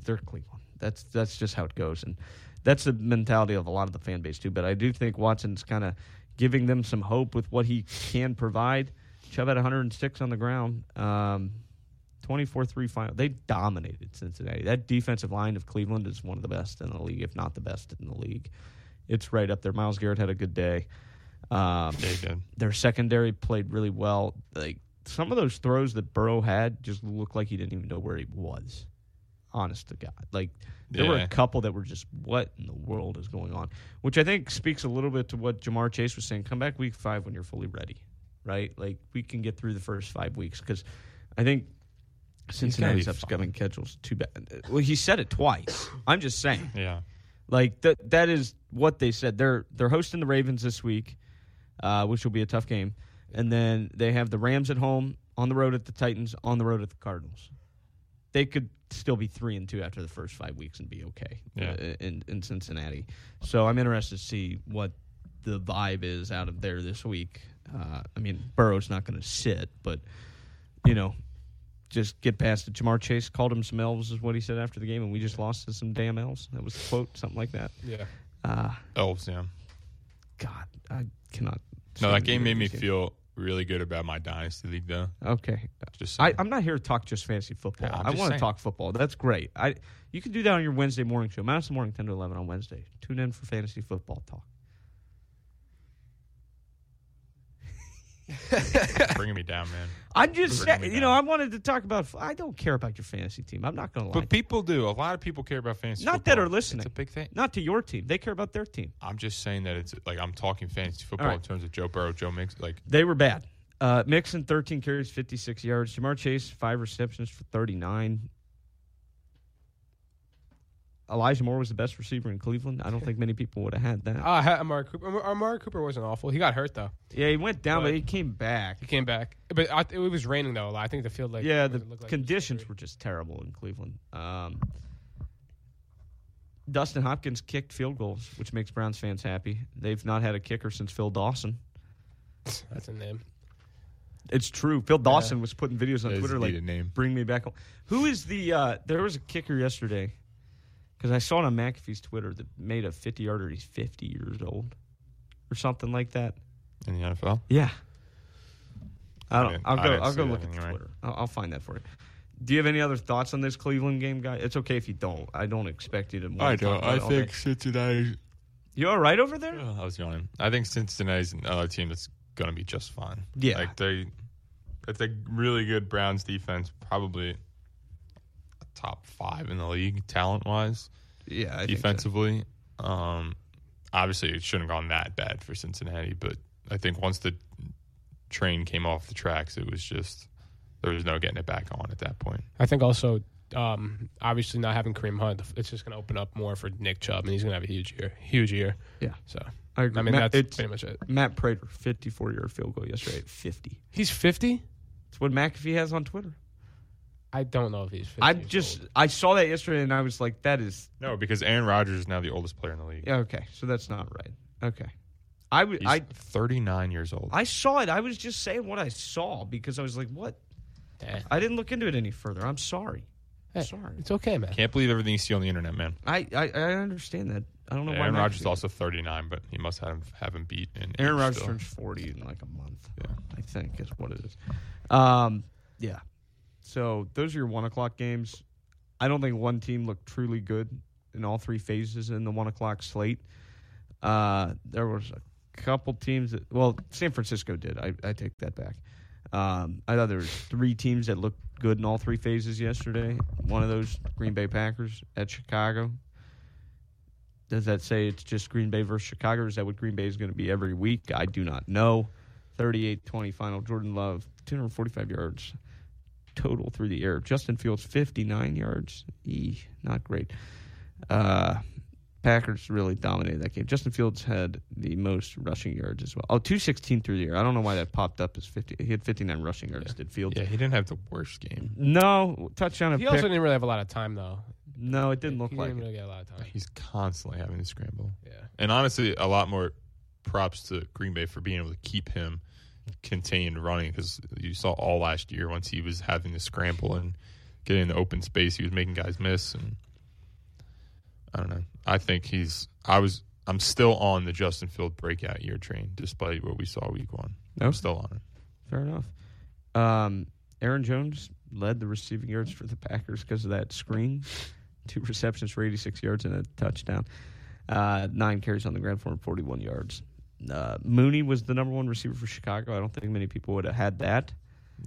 they're Cleveland. That's that's just how it goes, and that's the mentality of a lot of the fan base too. But I do think Watson's kind of giving them some hope with what he can provide. Chubb had 106 on the ground. Um, 24-3 final. They dominated Cincinnati. That defensive line of Cleveland is one of the best in the league, if not the best in the league. It's right up there. Miles Garrett had a good day. Um,
he did.
Their secondary played really well. Like some of those throws that Burrow had just looked like he didn't even know where he was. Honest to God, like there were
Yeah.
a couple that were just what in the world is going on, which I think speaks a little bit to what Jamar Chase was saying. Come back week five when you're fully ready, right? Like we can get through the first five weeks because I think Cincinnati's
be
upcoming schedule's too bad. Well, he said it twice. I'm just saying.
Yeah.
Like that that is what they said. They're they're hosting the Ravens this week, uh, which will be a tough game. And then they have the Rams at home, on the road at the Titans, on the road at the Cardinals. They could still be three and two after the first five weeks and be okay
Yeah.
uh, in in Cincinnati. So I'm interested to see what the vibe is out of there this week. Uh, I mean, Burrow's not going to sit, but you know, just get past it. Jamar Chase called him some elves, is what he said after the game, and we just lost to some damn elves. That was the quote, something like that.
Yeah.
Uh,
Elves, yeah.
God, I cannot.
No,
stand
that game
the
made me
Ravens.
feel really good about my dynasty league, though.
Okay,
Just
I, I'm not here to talk just fantasy football.
Yeah, I'm
I
just
want to
saying.
talk football. That's great. I you can do that on your Wednesday morning show, Madison Morning, ten to eleven on Wednesday. Tune in for fantasy football talk.
bringing me down, man.
I'm just
Bringing
saying,
me
you know, I wanted to talk about. I don't care about your fantasy team. I'm not going to lie.
But people do. A lot of people care about fantasy.
not that
football.
are listening.
It's a big thing.
Not to your team. They care about their team.
I'm just saying that it's like I'm talking fantasy football
right.
in terms of Joe Burrow, Joe Mix. Like
They were bad. Uh, Mixon, 13 carries, 56 yards. Jamar Chase, five receptions for 39. Elijah Moore was the best receiver in Cleveland. I don't think many people would have had that.
Ah, I had Amari Cooper. Amar- Amari Cooper wasn't awful. He got hurt though.
yeah, he went down, but,
But-
he came back.
He came back, but I, it was raining though a lot. I think the field like
yeah,
what
the
it looked like.
conditions were just terrible in Cleveland. Um, Dustin Hopkins kicked field goals, which makes Browns fans happy. They've not had a kicker since Phil Dawson.
That's a name.
It's true. Phil Dawson was putting videos on
That is
Twitter
indeed
like,
a name.
"Bring me back home." Who is the? Uh, there was a kicker yesterday because I saw it on McAfee's Twitter that made a 50 yarder. He's 50 years old or something like that.
in the NFL.
Yeah. I
I
don't.
didn't-
I'll
I
go.
didn't
I'll
see
go
that
look at the
anyway.
Twitter. I'll, I'll find that for you. Do you have any other thoughts on this Cleveland game, guy? It's okay if you don't. I don't expect you to. want
I
to talk
don't.
about
I
it all
think
day.
Cincinnati.
You all right over there?
I was yawning. I think Cincinnati's another team that's going to be just fine.
Yeah.
like they. That's a really good Browns defense, probably top five in the league talent wise.
Yeah, I think so.
defensively. Um, obviously, it shouldn't have gone that bad for Cincinnati, but I think once the train came off the tracks, it was just there was no getting it back on at that point.
I think also, um, obviously, not having Kareem Hunt, it's just going to open up more for Nick Chubb, and he's going to have a huge year. Huge year.
Yeah.
So,
I, agree.
mean,
Matt,
that's
it's-
pretty much it.
Matt Prater, 54 yard field goal yesterday at 50.
He's 50?
It's what McAfee has on Twitter.
I don't know if he's 50.
I just I saw that yesterday and I was like, that is
No, because Aaron Rodgers is now the oldest player in the league.
yeah, okay. So that's not right. Okay, I would
He's
I
39 years old.
I saw it. I was just saying what I saw because I was like, what?
Eh.
I didn't look into it any further. I'm sorry. I'm sorry.
It's okay, man.
Can't believe everything you see on the internet, man.
I, I I understand that. I don't know
Aaron
why.
Rodgers is
McAfee-
also 39, but he must have him, have him beat. In
Aaron
age
Rodgers
still.
turns 40 in like a month. Yeah. I think is what it is. Um, yeah. So those are your one o'clock games. I don't think one team looked truly good in all three phases in the one o'clock slate. Uh, there was a couple teams that, well, San Francisco did. I, I take that back. Um, I thought there was three teams that looked good in all three phases yesterday. One of those, Green Bay Packers at Chicago. Does that say it's just Green Bay versus Chicago? Or is that what Green Bay is going to be every week? I do not know. 38 20 final. Jordan Love, 245 yards total through the air. Justin Fields, 59 yards. E, not great. Uh, Packers really dominated that game. Justin Fields had the most rushing yards as well. Oh, 216 through the air. I don't know why that popped up as 50. He had 59 rushing yards, did Fields.
Yeah, he didn't have the worst game.
No, touchdown and
He also
pick.
didn't really have a lot of time, though.
No, it didn't look
He
like
didn't
it.
really get a lot of time.
He's constantly having to scramble.
Yeah.
And honestly, a lot more props to Green Bay for being able to keep him contained running because you saw all last year once he was having to scramble and getting into open space, he was making guys miss. And I don't know. I think he's. I was. I'm still on the Justin Field breakout year train, despite what we saw week one. I'm
Okay.
still on it.
Fair enough. Um, Aaron Jones led the receiving yards for the Packers because of that screen. Two receptions for 86 yards and a touchdown. Uh, nine carries on the ground for him, 41 yards. Uh, Mooney was the number one receiver for Chicago. I don't think many people would have had that.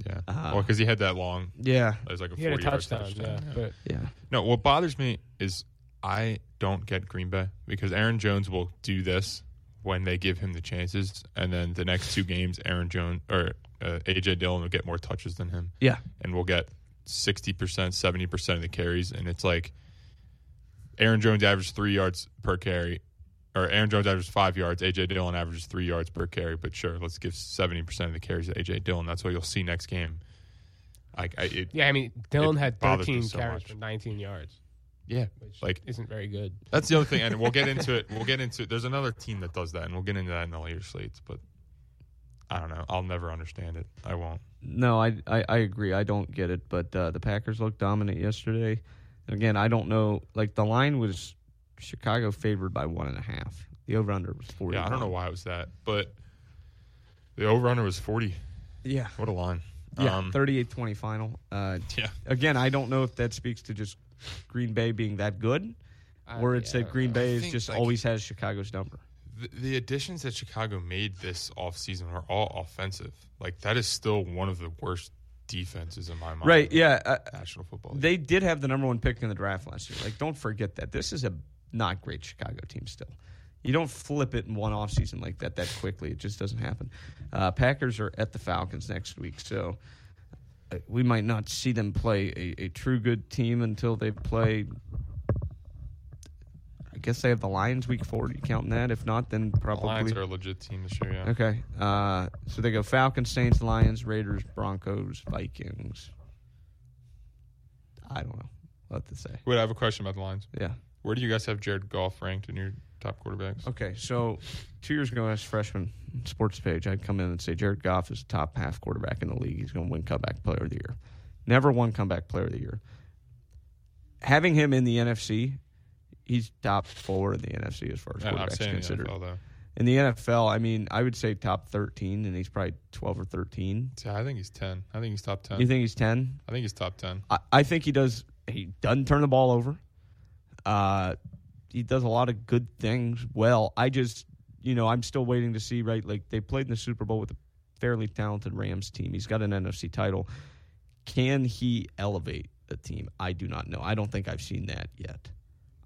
Yeah.
Uh,
well, because he had that long.
Yeah.
It was like a
He had a
40 yard
touchdown, yeah, but-
Yeah.
No, what bothers me is I don't get Green Bay because Aaron Jones will do this when they give him the chances, and then the next two games, Aaron Jones or uh, AJ Dillon will get more touches than him.
Yeah.
and we'll get sixty percent, seventy percent of the carries, and it's like Aaron Jones averaged three yards per carry. Or Aaron Jones averages five yards. AJ Dillon averages three yards per carry. But sure, let's give seventy percent of the carries to AJ Dillon. That's what you'll see next game. I, I it,
Yeah, I mean, Dylan
it
had
bothers me
13
so
carries
much.
for 19 yards.
Yeah,
Which
like-
isn't very good.
That's the other thing, and we'll get into it. We'll get into There's another team that does that, and we'll get into that in the later slates. But I don't know. I'll never understand it. I won't.
No, I, I, I agree. I don't get it, but uh, the Packers looked dominant yesterday. And again, I don't know. Like, the line was Chicago favored by one and a half. The over under was 40.
Yeah, I don't know why it was that, but the over/under was 40.
Yeah.
What a line.
Yeah,
Um,
thirty-eight twenty 38-20 final. Uh,
Yeah.
Again, I don't know if that speaks to just Green Bay being that good,
I-
or it's
yeah, I
that
don't
Green
know.
Bay
I
is
think,
just
like-
always has Chicago's number.
The, the additions that Chicago made this offseason are all offensive. Like that is still one of the worst defenses in my mind.
Right? Yeah. Uh,
National football. League.
they did have the number one pick in the draft last year. Like, don't forget that this is a not great Chicago team still. You don't flip it in one offseason like that that quickly. It just doesn't happen. Uh, Packers are at the Falcons next week, so uh, we might not see them play a, a true good team until they play. I guess they have the Lions week four. Are you counting that? If not, then
The Lions
probably
are a legit team this year. Yeah.
Okay. Uh, so they go Falcons, Saints, Lions, Raiders, Broncos, Vikings. I don't know what to say.
Wait, I have a question about the Lions.
Yeah.
Where do you guys have Jared Goff ranked in your top quarterbacks?
Okay, so two years ago as freshman sports page, I'd come in and say Jared Goff is the top half quarterback in the league. He's going to win comeback player of the year. Never won comeback player of the year. Having him in the NFC, he's top four in the NFC as far as
Yeah, I'm
quarterbacks
saying in the
considered.
NFL though.
In the NFL, I mean, I would say top thirteen, and he's probably twelve or thirteen.
So I think he's ten. I think he's top ten.
You think he's ten?
I think he's top ten.
I, I think he does. He doesn't turn the ball over. Uh, he does a lot of good things well. I just, you know, I'm still waiting to see. Right, like they played in the Super Bowl with a fairly talented Rams team. He's got an NFC title. Can he elevate the team? I do not know. I don't think I've seen that yet.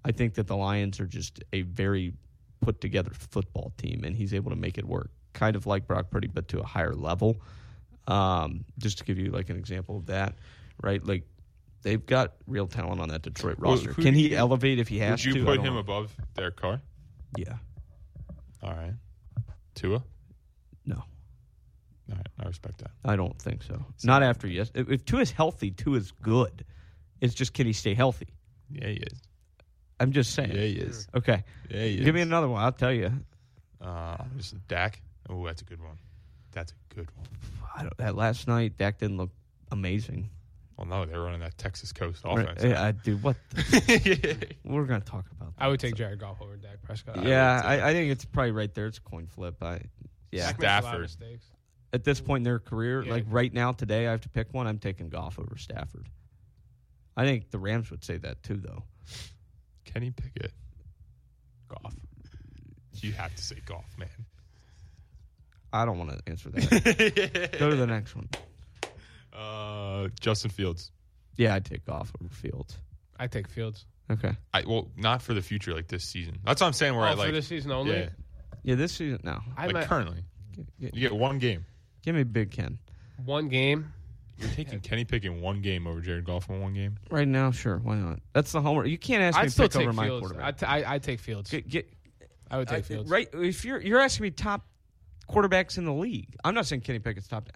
I think that the Lions are just a very put together football team, and he's able to make it work, kind of like Brock Purdy, but to a higher level. Um, just to give you like an example of that, right? Like they've got real talent on that Detroit
Well,
roster.
who
Can
do
he
you-
elevate if he
Would
has
you
to? I
put
don't
him
know.
above Derek Carr?
Yeah.
All right. Tua?
No.
All right. I respect that.
I don't think so. Not after yes. If, if Tua's healthy, Tua's good. It's just can he stay healthy?
Yeah, he is.
I'm just saying.
Yeah, he is.
Okay.
Yeah, he
Give me
is.
another one. I'll tell you.
Uh, this is Dak. Oh, that's a good one. That's a good one.
I don't, that last night, Dak didn't look amazing.
Well, no, they're running that Texas Coast
Right.
offense.
Yeah, I do. What? the- We're gonna talk about.
I would take Jared Goff over Dak Prescott.
yeah, I, I think it's probably right there. It's a coin flip. I yeah.
Dak makes a lot of mistakes.
At this point in their career, like right now today, I have to pick one. I'm taking Goff over Stafford. I think the Rams would say that too, though.
Kenny Pickett, Goff. You have to say golf, man.
I don't want to answer that. Go to the next one.
Uh, Justin Fields.
Yeah, I take Goff over Fields.
I take Fields.
Okay.
I well, not for the future, like this season. That's what I'm saying. Where
Oh,
I
for
like
this season only?
Yeah,
Yeah, this season no.
I
like
might-
currently, you get one game.
Give me Big Ken
One game.
You're taking Kenny Pickett in one game over Jared Goff in one game.
right now. Sure, why not? That's the homework. You can't ask me
I'd
to
still
pick
take
over my
Fields.
quarterback.
I t- I- I'd take Fields.
Get- get-
I would
I-
take Fields.
Right? If you're you're asking me top quarterbacks in the league, I'm not saying Kenny Pickett's top.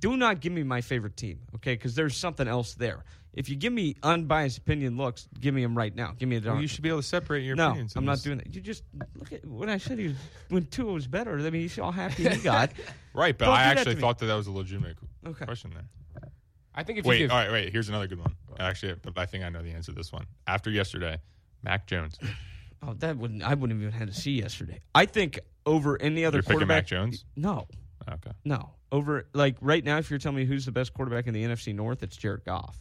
Do not give me my favorite team, okay? Because there's something else there. If you give me unbiased opinion looks, give me them right now. Give me a
Well,
darn.
you should be able to separate your
no,
opinions. in
I'm not
this.
doing that. You just look at when I said he was, when Tua was better. I mean, you see how happy he got.
Right, but
Don't
I
do that
actually
to me.
thought that that was a legitimate
Okay.
question there.
I think if
wait,
you give
all right, wait. Here's another good one. Actually, but I think I know the answer to this one. After yesterday, Mac Jones.
Oh, that wouldn't. I wouldn't even had to see yesterday. I think over any other
You're picking
quarterback.
Mac Jones?
No.
Okay.
No. Over like right now, if you're telling me who's the best quarterback in the NFC North, it's Jared Goff.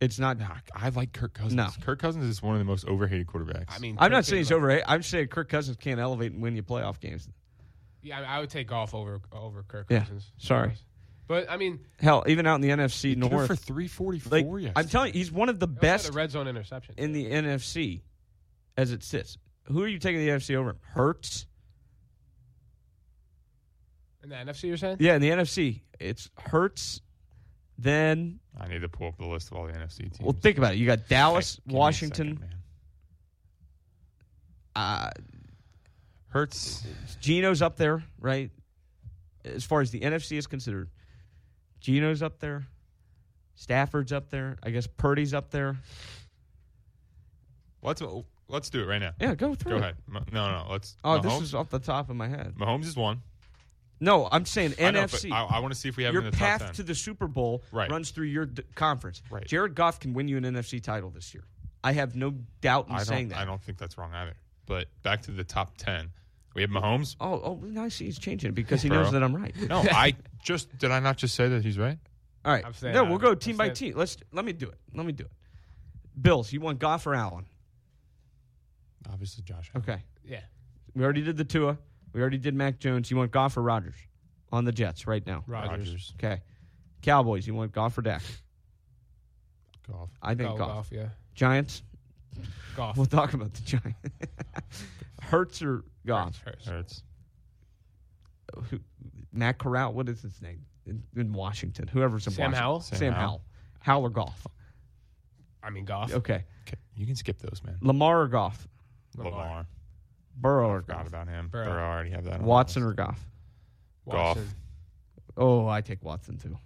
It's not.
I like Kirk Cousins.
No.
Kirk Cousins is one of the most overhated quarterbacks.
I mean,
I'm not
Kirk
saying he's
Cousins-
overrated. I'm saying Kirk Cousins can't elevate and win you playoff games.
Yeah, I I would take Goff over over Kirk
Yeah.
Cousins.
Sorry.
But I mean,
Hell, even out in the NFC
He threw
North
for 344
like, I'm
yesterday.
telling you, he's one of the
he also
best
had a red zone interception.
in the NFC as it sits. Who are you taking the NFC over? Hurts.
In the NFC, you're saying?
Yeah, in the NFC, it's Hurts. Then,
I need to pull up the list of all the NFC teams.
well, think about it. You got Dallas,
me a
Washington. uh,
Hurts.
Geno's up there, right? As far as the NFC is considered, Geno's up there. Stafford's up there. I guess Purdy's up there.
Let's let's do it right now.
Yeah, go through
Go
it.
ahead. Mo- No, no. Let's.
Oh,
Mahomes,
this is off the top of my head.
Mahomes is one.
No, I'm saying
I know,
NFC.
but I, I want to see if we have
your
him in the
path
top 10.
to the Super Bowl
Right.
runs through your d- conference.
Right.
Jared Goff can win you an NFC title this year. I have no doubt in
I don't,
saying that.
I don't think that's wrong either. But back to the top 10. We have Mahomes.
Oh, oh, now I see he's changing it because he
Burrow.
knows that I'm right.
No, I just did. I not just say that he's right.
All right.
I'm saying
no,
I-
we'll go
I'm
team by
saying-
team. Let's let me do it. Let me do it. Bills, you want Goff or Allen?
Obviously, Josh.
Okay.
Yeah.
We already did the Tua. We already did Mac Jones. You want Goff or Rodgers on the Jets right now?
Rodgers.
Rodgers.
Okay. Cowboys, you want Goff or Dak?
Goff.
I think
Go
Goff.
Goff, yeah.
Giants.
Goff.
We'll talk about the Giants. Hurts or Goff?
Hurts.
Hurts.
Who- Matt Corral. What is his name in, in Washington? Whoever's in
Sam
Washington.
Howell?
Sam,
Sam
Howell. Howell or Goff?
I mean, Goff.
Okay.
Okay, You can skip those, man.
Lamar or Goff?
Lamar.
Burrow or
Forgot
Goff?
about him.
Burrow.
Burrow. I already have that. on.
Watson or Goff?
Goff.
Watson.
Oh, I take Watson too.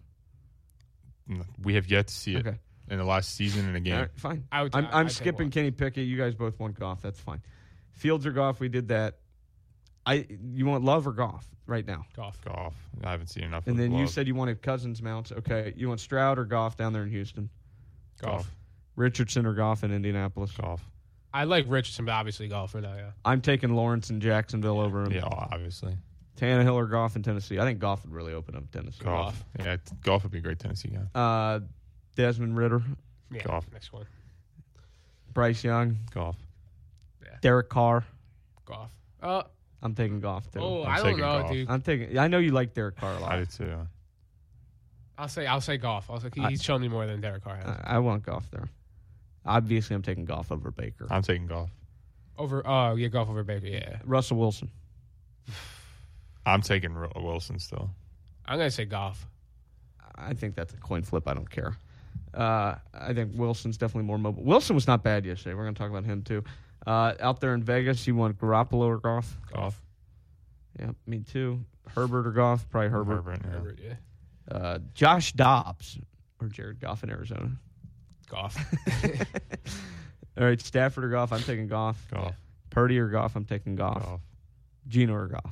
Mm, We have yet to see it.
Okay.
in the last season in a game.
All right, fine.
I would-
I'm,
I-
I'm
I'd take
skipping Kenny Pickett. You guys both want Goff. That's fine. Fields or Goff? We did that. I you want Love or Goff right now?
Goff.
Goff. I haven't seen enough.
And
of
then you
Love.
said you wanted Cousins mounts. Okay, you want Stroud or Goff down there in Houston?
Goff.
Richardson or Goff in Indianapolis?
Goff.
I like Richardson, but uh, obviously golf for now. Yeah.
I'm taking Lawrence and Jacksonville over him.
Yeah, oh, obviously.
Tannehill or Goff in Tennessee. I think Goff would really open up Tennessee.
Goff. Yeah, t- Goff would be a great Tennessee guy.
Uh, Desmond Ritter.
Yeah.
Goff.
Next one.
Bryce Young.
Goff.
Derek Carr.
Goff. Uh,
I'm taking Goff too.
Oh, I'm I don't taking know, Goff. dude.
I'm taking. I know you like Derek Carr a lot. I
do too.
I'll say I'll say golf. I'll say he-
I- Uh.
he's shown me more than Derek Carr has.
I, want Goff there. Obviously, I'm taking Goff over Baker.
I'm taking Goff.
over oh yeah, golf over Baker. Yeah.
Russell Wilson.
I'm taking Ro- Wilson still.
I'm gonna say golf.
I think that's a coin flip. I don't care. Uh, I think Wilson's definitely more mobile. Wilson was not bad yesterday. We're going to talk about him too. Uh, out there in Vegas, you want Garoppolo or Goff?
Goff.
Yeah, me too. Herbert or Goff? Probably Herbert.
Herbert, yeah.
Herbert, yeah.
Uh, Josh Dobbs or Jared Goff in Arizona?
Goff.
All right, Stafford or Goff? I'm taking Goff.
Goff.
Purdy or Goff? I'm taking Goff.
Goff.
Gino or Goff?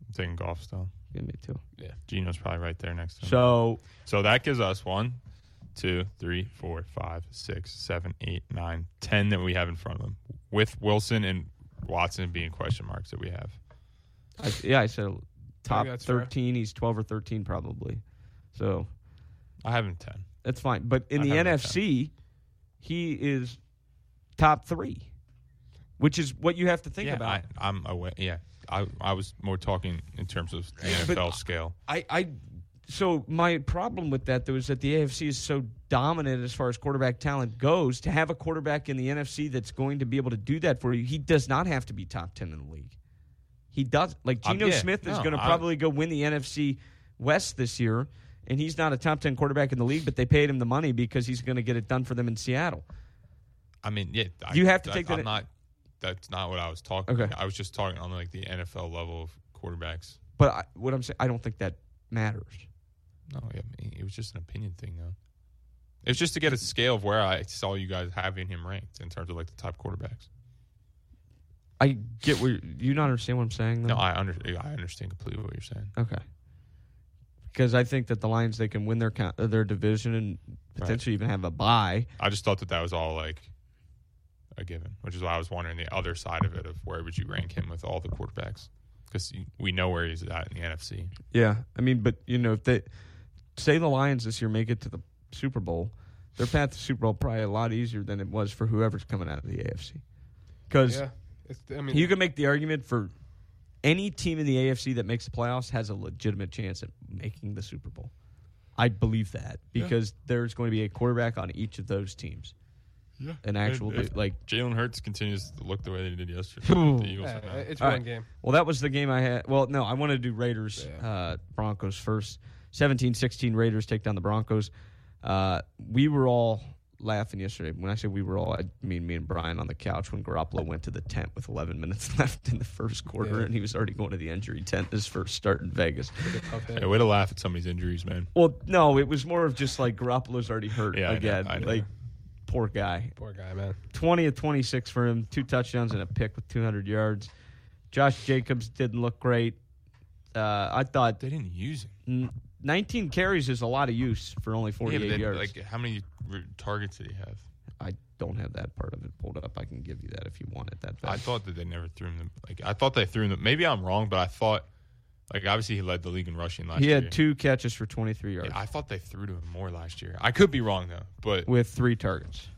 I'm taking Goff still.
Yeah, me too.
Yeah.
Gino's probably right there next to him.
So
So that gives us one, two, three, four, five, six, seven, eight, nine, ten that we have in front of them, with Wilson and Watson being question marks that we have.
I, yeah, I said top
that's fair.
13. He's 12 or 13 probably. So
I have him ten.
that's fine. But in
I
the
have him
NFC, he is top three, which is what you have to think
yeah,
about.
I, I'm aware. Yeah, I I was more talking in terms of the
But-
NFL scale.
I, I so my problem with that though is that the AFC is so dominant as far as quarterback talent goes. To have a quarterback in the NFC that's going to be able to do that for you, he does not have to be top ten in the league. He does like
Um,
Geno
yeah,
Smith is
no,
going to
I-
probably go win the NFC West this year, and he's not a top ten quarterback in the league, but they paid him the money because he's going to get it done for them in Seattle.
I mean, yeah, I,
You have to take that-
I'm not. That's not what I was talking.
Okay.
I was just talking on like the NFL level of quarterbacks.
But I, what I'm saying, I don't think that matters.
No, I mean, it was just an opinion thing though. It's just to get a scale of where I saw you guys having him ranked in terms of like the top quarterbacks.
I get where do you not understand what I'm saying. Though?
No, I under, I understand completely what you're saying.
Okay. Because I think that the Lions they can win their count, their division and potentially even have a bye.
I just thought that that was all like a given, which is why I was wondering the other side of it of where would you rank him with all the quarterbacks because we know where he's at in the NFC.
Yeah, I mean, but you know, if they say the Lions this year make it to the Super Bowl, their path to Super Bowl probably a lot easier than it was for whoever's coming out of the AFC. Because
Yeah. It's, I mean,
you can make the argument for any team in the AFC that makes the playoffs has a legitimate chance at making the Super Bowl. I believe that
Yeah.
because there's going to be a quarterback on each of those teams.
Yeah,
An actual
If- if
like
Jalen Hurts continues to look the way that he did yesterday.
Ooh.
the Eagles
Yeah,
are not.
uh, it's
All
one
right.
game.
Well, that was the game I had. Well, no, I want to do Raiders uh, Broncos first. 17 16 Raiders take down the Broncos. Uh, we were all laughing yesterday. When I say we were all, I mean me and Brian on the couch when Garoppolo went to the tent with 11 minutes left in the first quarter,
Yeah.
and he was already going to the injury tent his first start in Vegas.
Yeah, way to laugh at somebody's injuries, man.
Well, no, it was more of just like Garoppolo's already hurt
Yeah, I know,
again.
I know.
Like, poor guy.
Poor guy, man.
20 of 26 for him, two touchdowns and a pick with 200 yards. Josh Jacobs didn't look great. Uh, I thought
They didn't use him.
n- 19 carries is a lot of use for only 48
yeah, but then,
yards.
Like, how many re- targets did he have?
I don't have that part of it pulled up. I can give you that if you want it that bad.
I thought that they never threw him. The, like, I thought they threw him. The, maybe I'm wrong, but I thought, like, obviously he led the league in rushing last
he
year.
had two catches for 23 yards
Yeah, I thought they threw to him more last year. I could be wrong though, but
with three targets.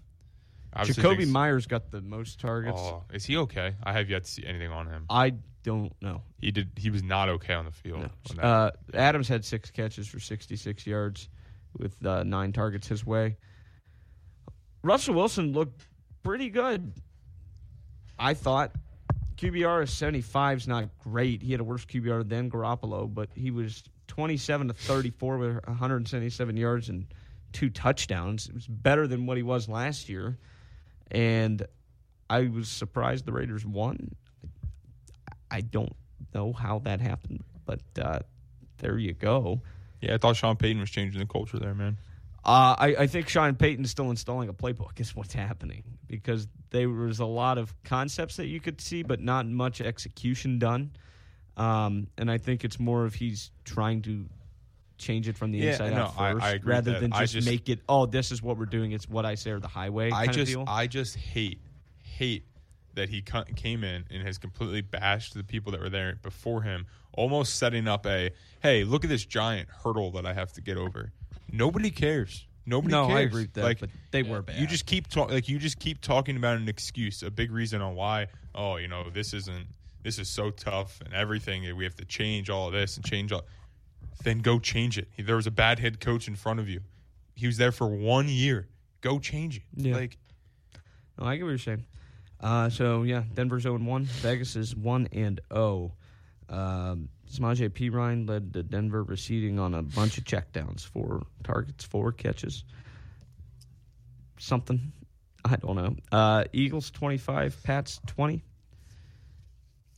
obviously
Jacoby
things-
Myers got the most targets.
Oh, is he okay? I have yet to see anything on him.
I don't know.
He did. He was not okay on the field. on that.
Uh, Adams had six catches for 66 yards with uh, nine targets his way. Russell Wilson looked pretty good, I thought. QBR of 75 is not great. He had a worse QBR than Garoppolo, but he was 27 to 34 with 177 yards and two touchdowns. It was better than what he was last year. And I was surprised the Raiders won. I don't know how that happened, but uh, there you go.
yeah, I thought Sean Payton was changing the culture there, man.
Uh, I, I think Sean Payton's still installing a playbook, is what's happening, because there was a lot of concepts that you could see, but not much execution done. Um, and I think it's more of he's trying to change it from the
Yeah,
inside
no,
out
I- I
first,
agree with
rather
that.
than
I
just,
just-
make it. Oh, this is what we're doing. It's what I say or the highway.
I
kind
just,
of deal.
I just hate, hate that he co- came in and has completely bashed the people that were there before him, almost setting up a, hey, look at this giant hurdle that I have to get over. Nobody cares. Nobody
No, I
cares.
agree with that,
Like
but they were bad.
You just keep talk, like you just keep talking about an excuse, a big reason on why. Oh, you know, this isn't. This is so tough, and everything that we have to change all of this and change all. Then go change it. There was a bad head coach in front of you. He was there for one year. Go change it.
Yeah.
Like
No, I get what you're saying. Uh, so yeah, Denver's 0 1. Vegas is 1 and 0. Um, Samaje P. Ryan led the Denver receding on a bunch of checkdowns, four targets, four catches. Something. I don't know. Uh, Eagles 25, Pats 20.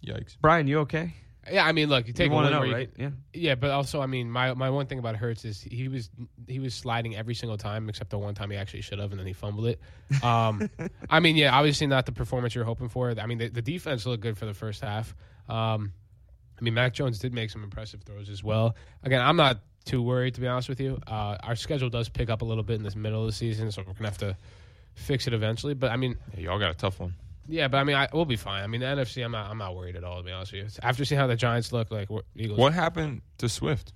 Yikes.
Brian, you okay?
Yeah, I mean, look, you
You
take a
wanna
win
know,
where you-
right? Yeah.
yeah, but also, I mean, my my one thing about Hurts is he was he was sliding every single time except the one time he actually should have, and then he fumbled it. Um, I mean, yeah, obviously not the performance you're hoping for. I mean, the, the defense looked good for the first half. Um, I mean, Mac Jones did make some impressive throws as well. Again, I'm not too worried to be honest with you. Uh, our schedule does pick up a little bit in this middle of the season, so we're gonna have to fix it eventually. But I mean,
Yeah, y'all got a tough one.
yeah, but I mean, I, we'll be fine. I mean, the NFC, I'm not, I'm not worried at all. To be honest with you, after seeing how the Giants look, like we're- Eagles,
What happened to Swift?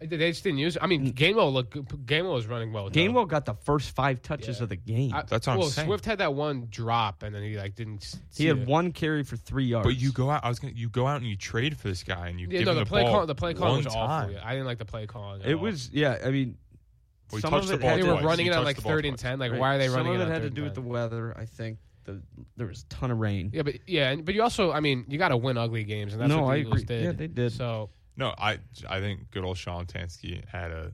They they just didn't use. I mean, Gainwell looked. Gainwell was running well. though.
Mm. Gainwell got the first five touches of the game.
I- well, Swift had that one drop, and then he like didn't. s-
He
see
had
it.
one carry for three yards.
But you go out. I was gonna. You go out and you trade for this guy, and you
Yeah,
give
no,
him
the,
the,
play
ball.
call. The play call
one
was
time.
awful. Yeah, I didn't like the play calling. at
It
all.
was yeah. I mean,
Well, he
some
touched
of
the
it
ball
had
They
to-
were twice. running He it on, touched like, the ball third and twice. 10. Like, why are they running it
Some of
on
it had
third
to
and
do with the
10?
weather. I think the there was a ton of rain.
Yeah, but yeah, and, but you also, I mean, you got to win ugly games, and that's
No,
what the
I
Eagles
agree.
did.
Yeah, they did.
So
No, I I think good old Sean Tansky had a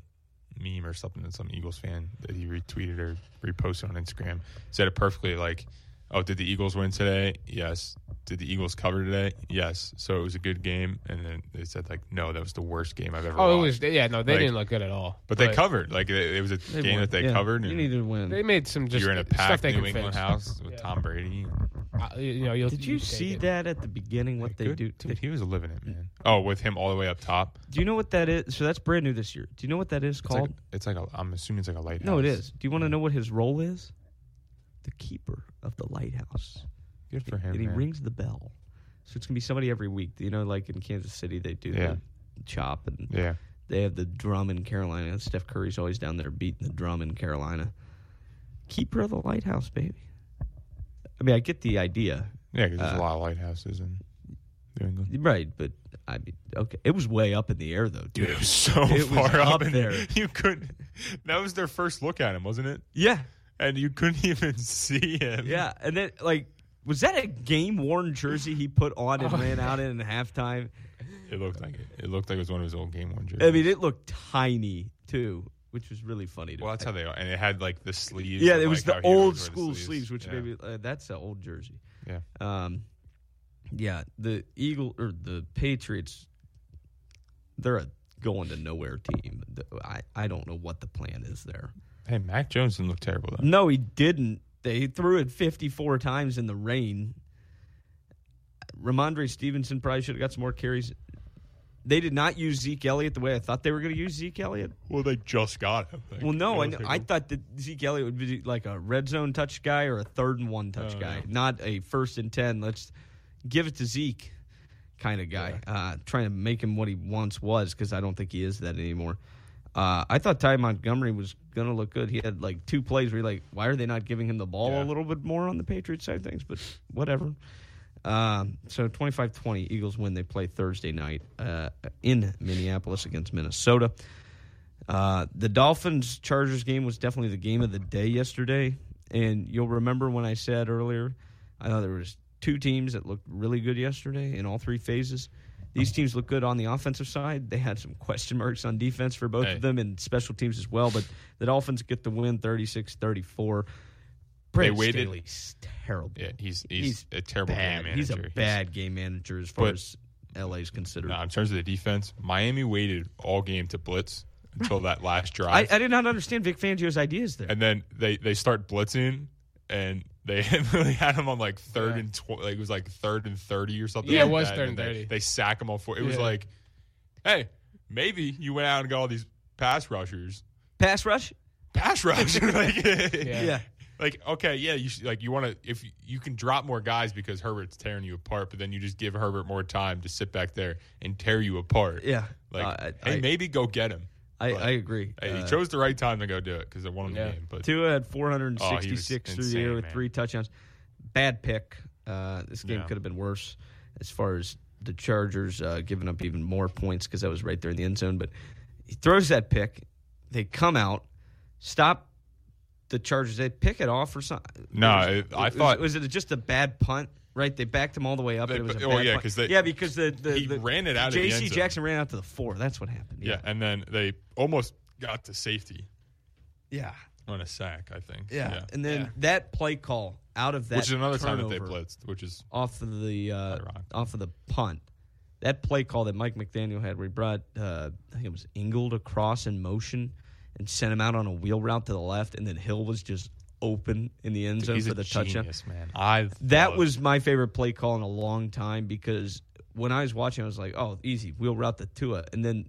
meme or something that some Eagles fan that he retweeted or reposted on Instagram said it perfectly. Like, oh, did the Eagles win today? Yes. Did the Eagles cover today? Yes. So it was a good game, and then they said like, no, that was the worst game I've ever.
oh, it was
watched.
yeah, no, they
Like,
didn't look good at all.
But, they covered. Like it, it was a
They
game
won.
that they
Yeah.
covered.
You
and
needed to win.
They made some just
You're in a
stuff
packed
they
New
could
England
fix.
house with Tom Brady.
Uh, you know, you'll,
Did you
you'll take
see
it.
that at the beginning? What they
Good.
do?
Dude, he was living it, man. Oh, with him all the way up top.
Do you know what that is? So that's brand new this year. Do you know what that is
It's like,
called?
it's like a, I'm assuming it's like a lighthouse.
no, it is. Do you want to know what his role is? The keeper of the lighthouse.
Good for him,
And he
man.
rings the bell. So it's gonna be somebody every week. You know, like in Kansas City, they do
Yeah.
the chop and
Yeah.
They have the drum in Carolina. Steph Curry's always down there beating the drum in Carolina. Keeper of the lighthouse, baby. I mean, I get the idea.
Yeah, 'cause there's
Uh,
a lot of lighthouses in New England.
Right, but I mean, okay, it was way up in the air though, dude.
Dude, it was so
It was
far up,
up
in
there.
You couldn't. That was their first look at him, wasn't it?
Yeah,
and you couldn't even see him.
Yeah, and then like, was that a game worn jersey he put on
Oh,
and ran out in at halftime?
it looked like it. It looked like it was one of his old game one jerseys.
I mean, it looked tiny too, which was really funny. To
well, that's how they are, and it had like the sleeves.
yeah,
and,
it
like,
was the
how he
old
always wore the
school sleeves, which
Yeah.
maybe uh, that's an old jersey.
Yeah.
Um, yeah, the Eagle or the Patriots, they're a going to nowhere team. The- I I don't know what the plan is there.
Hey, Mac Jones didn't look terrible though.
No, he didn't. They threw it 54 times in the rain. Ramondre Stevenson probably should have got some more carries. They did not use Zeke Elliott the way I thought they were going to use Zeke Elliott.
Well, they just got him.
Well, no, I,
know.
I thought that Zeke Elliott would be like a red zone touch guy or a third and one touch
Oh,
guy,
yeah.
not a first and 10. Let's give it to Zeke kind of guy, uh, trying to make him what he once was because I don't think he is that anymore. Uh, I thought Ty Montgomery was going to look good. He had like two plays where you're like, why are they not giving him the ball a little bit more on the Patriots side of things? But whatever. Um, so 25 20, Eagles win. They play Thursday night uh, in Minneapolis against Minnesota. Uh, the Dolphins Chargers game was definitely the game of the day yesterday. And you'll remember when I said earlier, I thought there was two teams that looked really good yesterday in all three phases. These teams look good on the offensive side. They had some question marks on defense for both
Hey.
of them and special teams as well. But the Dolphins get the win 36 34.
They
Brandon
waited.
Staley's terrible.
Yeah, he's he's, a terrible
bad.
game
He's
manager.
a bad game manager as far as LA's considered.
Nah, in terms of the defense, Miami waited all game to blitz until that last drive.
I, I did not understand Vic Fangio's ideas there.
and then they they start blitzing and they literally had him on like third and tw- like it was like third and 30 or something
Yeah, it
like
was
that,
third and
they-
30.
they sack him on four it was
Yeah.
like hey maybe you went out and got all these pass rushers
pass rush
pass rush like,
Yeah. Yeah.
like okay yeah you should, like you want to if you, you can drop more guys because herbert's tearing you apart but then you just give herbert more time to sit back there and tear you apart
Yeah.
like
Uh, I-
hey
I-
maybe go get him
I-
But,
I agree.
hey, he
Uh,
chose the right time to go do it because they won him
Yeah.
the game but
Tua had
Oh, he was
466 through the air
insane,
with
man.
three touchdowns. Bad pick. Uh, this game
Yeah.
could have been worse as far as the Chargers uh, giving up even more points because that was right there in the end zone. But he throws that pick. They come out, stop the Chargers. They pick it off or something.
No, it- I thought-
was, it just a bad punt? Right, they backed him all the way up.
They-
and it was a
oh,
bad
yeah,
punt.
'cause they-
yeah, because the, the
he
the-
ran it out of the
J.C.
end zone.
Jackson ran out to the four. That's what happened.
yeah and then they almost got to safety
Yeah.
on a sack, I think.
Yeah. And then that play call out of that
Which is another time that they
turnover
blitzed, which is
off of the uh, off of the punt. That play call that Mike McDaniel had where he brought uh, I think it was Ingold across in motion and sent him out on a wheel route to the left and then Hill was just open in the end
Dude,
zone
he's
for
a
the
genius,
touchdown.
man. I
that
love-
was my favorite play call in a long time because when I was watching I was like, Oh, easy, wheel route to Tua and then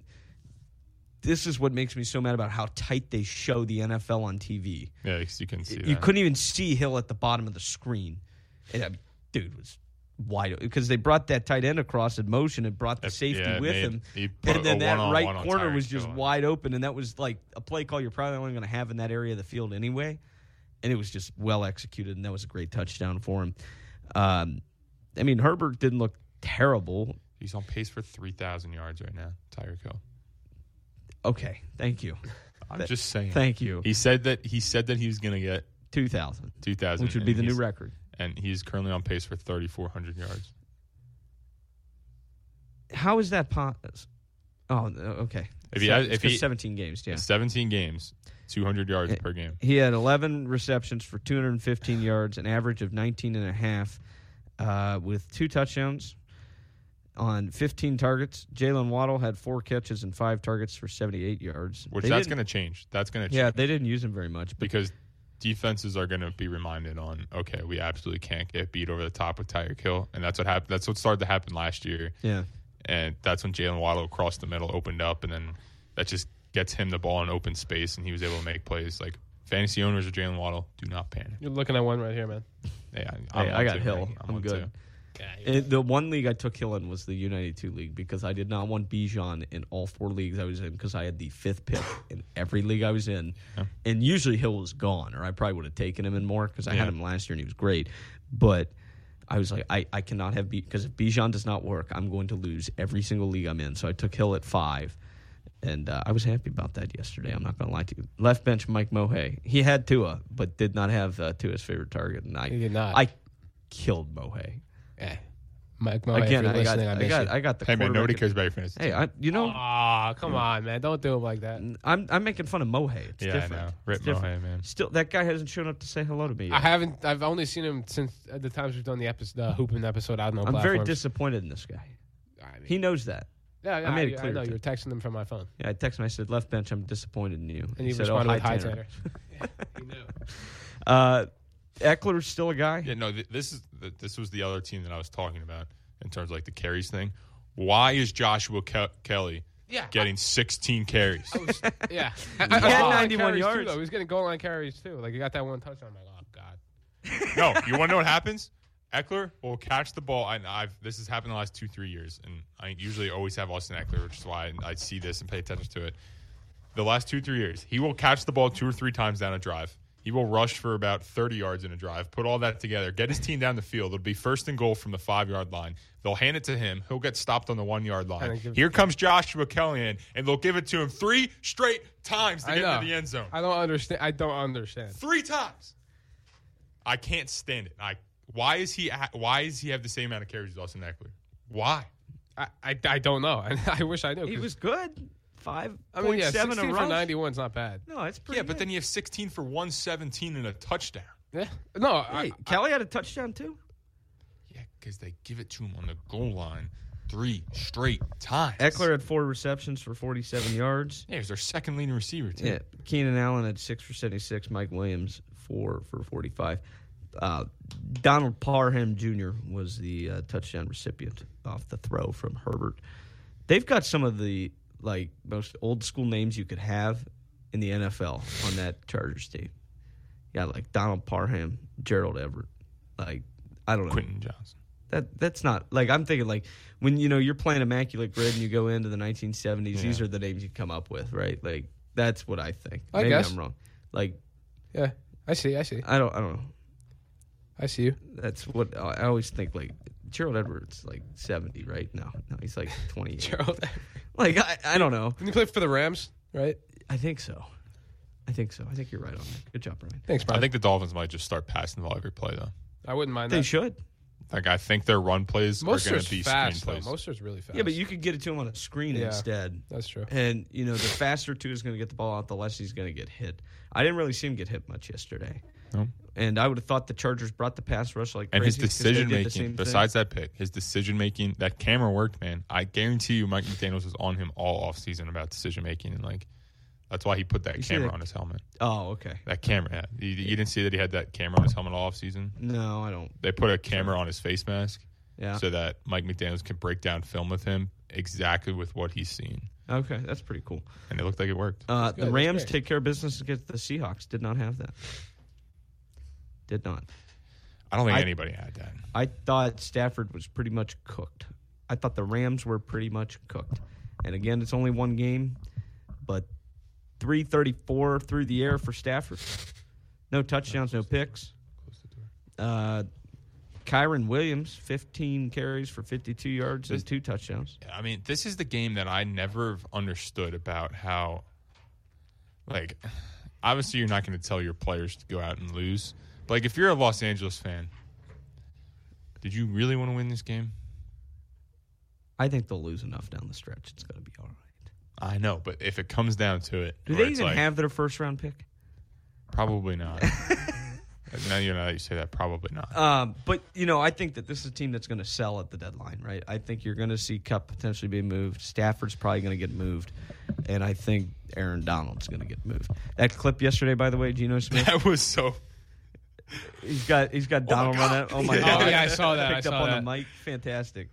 this is what makes me so mad about how tight they show the NFL on TV.
yeah, because you can see
You
that.
couldn't even see Hill at the bottom of the screen. And, I mean, dude was wide because they brought that tight end across in motion and brought the safety
yeah, and
with
they-
him.
he put
And then
a
that
one-on-one
right
on
corner
Tyreek
was just
Hill.
wide open. And that was like a play call you're probably only going to have in that area of the field anyway. And it was just well executed. And that was a great touchdown for him. Um, I mean, Herbert didn't look terrible.
He's on pace for 3,000 yards right now, Tyreek Hill.
Okay. Thank you.
I'm
Th-
just saying.
Thank you.
He said that he said that he was going to get
2,000.
2,000,
Which would
and
be the new
he's-
record.
And he's currently on pace for 3,400 yards.
How is that possible? Oh, okay.
If he,
So
has,
it's
if
'cause
he
17 games, yeah.
17 games, 200 yards per game.
He had 11 receptions for 215 yards, an average of 19 and a half, uh, with two touchdowns on 15 targets. Jalen Waddle had four catches and five targets for 78 yards.
Which
They
that's
didn't-
going to change. That's going to
Yeah,
change
they didn't use him very much. But
because defenses are going to be reminded on okay, we absolutely can't get beat over the top with Tyreek Hill, and that's what happened. That's what started to happen last year.
Yeah.
and that's when Jalen Waddle crossed the middle, opened up, and then that just gets him the ball in open space, and he was able to make plays. Like fantasy owners of Jalen Waddle, do not panic.
You're looking at one right here, man.
Yeah, I'm
Hey,
on
I got
too,
Hill.
man.
I'm,
on
good.
too.
And the one league I took Hill in was the United Two league because I did not want Bijan in all four leagues I was in because I had the fifth pick in every league I was in, and usually Hill was gone or I probably would have taken him in more because I
Yeah.
had him last year and he was great, but I was like I, I cannot have because if Bijan does not work I'm going to lose every single league I'm in so I took Hill at five. And uh, I was happy about that yesterday. I'm not going to lie to you. Left bench Mike Mohay. He had Tua, but did not have uh, Tua's favorite target. And I,
He did not.
I killed Mohay.
Eh.
Yeah. Mike Moe,
Again,
if you're
I got-
listening, I,
I
miss
got-
you.
I got the Hey, man, quarterback nobody in- cares about your fantasy
Hey,
team. I- you know-
Aw, come on, man. Don't do it like that.
I'm I'm making fun of Mohay. It's
Yeah, I
different.
know.
Rip
It's
Mohay,
different.
man.
Still, that guy hasn't shown up to say hello to me. Yet.
I haven't. I've only seen him since uh, the times we've done the episode, the hooping episode. I don't know.
I'm very disappointed in this guy. he knows that.
Yeah, yeah,
I made
I-
it
I
clear.
know.
to
You
him.
were texting them from my phone.
Yeah, I texted him. I said, "Left bench, I'm disappointed in you."
And he
said,
responded
"Oh,
with,
hi,
"Hi,
Tanner."
Tanner. He knew.
uh, Eckler's still a guy.
Yeah, no, th- this is th- this was the other team that I was talking about in terms of like the carries thing. Why is Joshua Ke- Kelly
Yeah, I-
getting 16 carries?
Yeah,
He
I- I-
had
goal line
91
carries,
yards.
Too, though. he was getting goal line carries too. Like he got that one touchdown. I'm like, oh god.
no, you want to know what happens? Eckler will catch the ball, and I've this has happened the last two three years, and I usually always have Austin Eckler, which is why I, I see this and pay attention to it. The last two three years, he will catch the ball two or three times down a drive. He will rush for about thirty yards in a drive. Put all that together, get his team down the field. It'll be first and goal from the five yard line. They'll hand it to him. He'll get stopped on the one
And
yard line.
it gives-
Here comes Joshua Kelly in, and they'll give it to him three straight times to
I
get
know.
into the end zone.
I don't understand. I don't understand.
three times. I can't stand it. I why is he a- why is he have the same amount of carries as Austin Eckler? Why?
I I, I don't know. I, I wish I knew.
He
'cause-
was good. Five
I mean, yeah,
0.7
sixteen
a
for
rush.
ninety one's not bad.
No, it's pretty.
yeah, but then you have 16 for 117 and a touchdown
Yeah. No,
Hey, Kelly had a touchdown too.
because they give it to him on the goal line. three straight times.
Eckler had four receptions for 47 yards.
Yeah, he was their second leading receiver, too.
Yeah, Keenan Allen had six for 76. Mike Williams four for 45. Uh, Donald Parham Jr. was the uh, touchdown recipient off the throw from Herbert. They've got some of the like most old school names you could have in the NFL on that Chargers team. Yeah, like Donald Parham, Gerald Everett, like I don't know,
Quentin Johnson.
That that's not like I'm thinking like when you know you're playing immaculate grid and you go into the 1970s. These
Yeah.
are the names you come up with, right? Like that's what I think.
I
Maybe
guess.
I'm wrong. Like
Yeah, I see. I see.
I don't. I don't know.
I see you.
That's what uh, I I always think. Like Gerald Edwards, like seventy, right? No, no, he's like twenty. Gerald, like I, I don't know.
Didn't he play for the Rams, right?
I think so. I think so. I think you're right on that. Good job, Brian.
Thanks,
I think the Dolphins might just start passing the ball every play, though.
I wouldn't mind.
They
that.
should.
Like, I think their run plays are going
Mostert's
to be
fast
screen
though.
plays.
Mostert's really fast.
Yeah, but you could get it to him on a screen
Yeah,
instead.
that's true.
And you know, the faster two is going to get the ball out, the less he's going to get hit. I didn't really see him get hit much yesterday.
No.
And I would have thought the Chargers brought the pass rush like
and his
crazy 'cause they did
decision
the
making,
same thing.
besides that pick, his decision making, that camera worked, man. I guarantee you, Mike McDaniels was on him all offseason about decision making, and like that's why he put that
You see
camera
that-
on his helmet.
Oh, okay.
That camera, yeah. You, you didn't see that he had that camera on his helmet all offseason.
No, I don't.
They put a camera on his face mask,
Yeah.
so that Mike McDaniels can break down film with him exactly with what he's seen,
Okay, that's pretty cool.
and it looked like it worked.
Uh,
good,
the
that's
Rams
great.
take care of business against the Seahawks. Did not have that. Did not.
I don't think anybody had that.
I thought Stafford was pretty much cooked. I thought the Rams were pretty much cooked. And again, it's only one game, but 334 through the air for Stafford. No touchdowns, no picks. Uh, Kyron Williams, 15 carries for 52 yards and two touchdowns.
I mean, this is the game that I never have understood about how, like, obviously you're not going to tell your players to go out and lose. But, like, if you're a Los Angeles fan, did you really want to win this game?
I think they'll lose enough down the stretch. It's going to be all right.
I know, but if it comes down to it,
Do
where
they
it's
even
like,
have their first round pick?
Probably not. now you know that you say that, probably not.
Uh,
Um, but you know, I think that this is a team that's going to sell at the deadline, right? I think you're going to see Cup potentially be moved. Stafford's probably going to get moved, and I think Aaron Donald's going to get moved. That clip yesterday, by the way, Geno Smith.
That was so.
He's got he's got
Oh my
Donald
God.
running. Oh my
Yeah.
God!
Oh, yeah, I saw that. I
Picked
saw
up on
that.
the mic. Fantastic.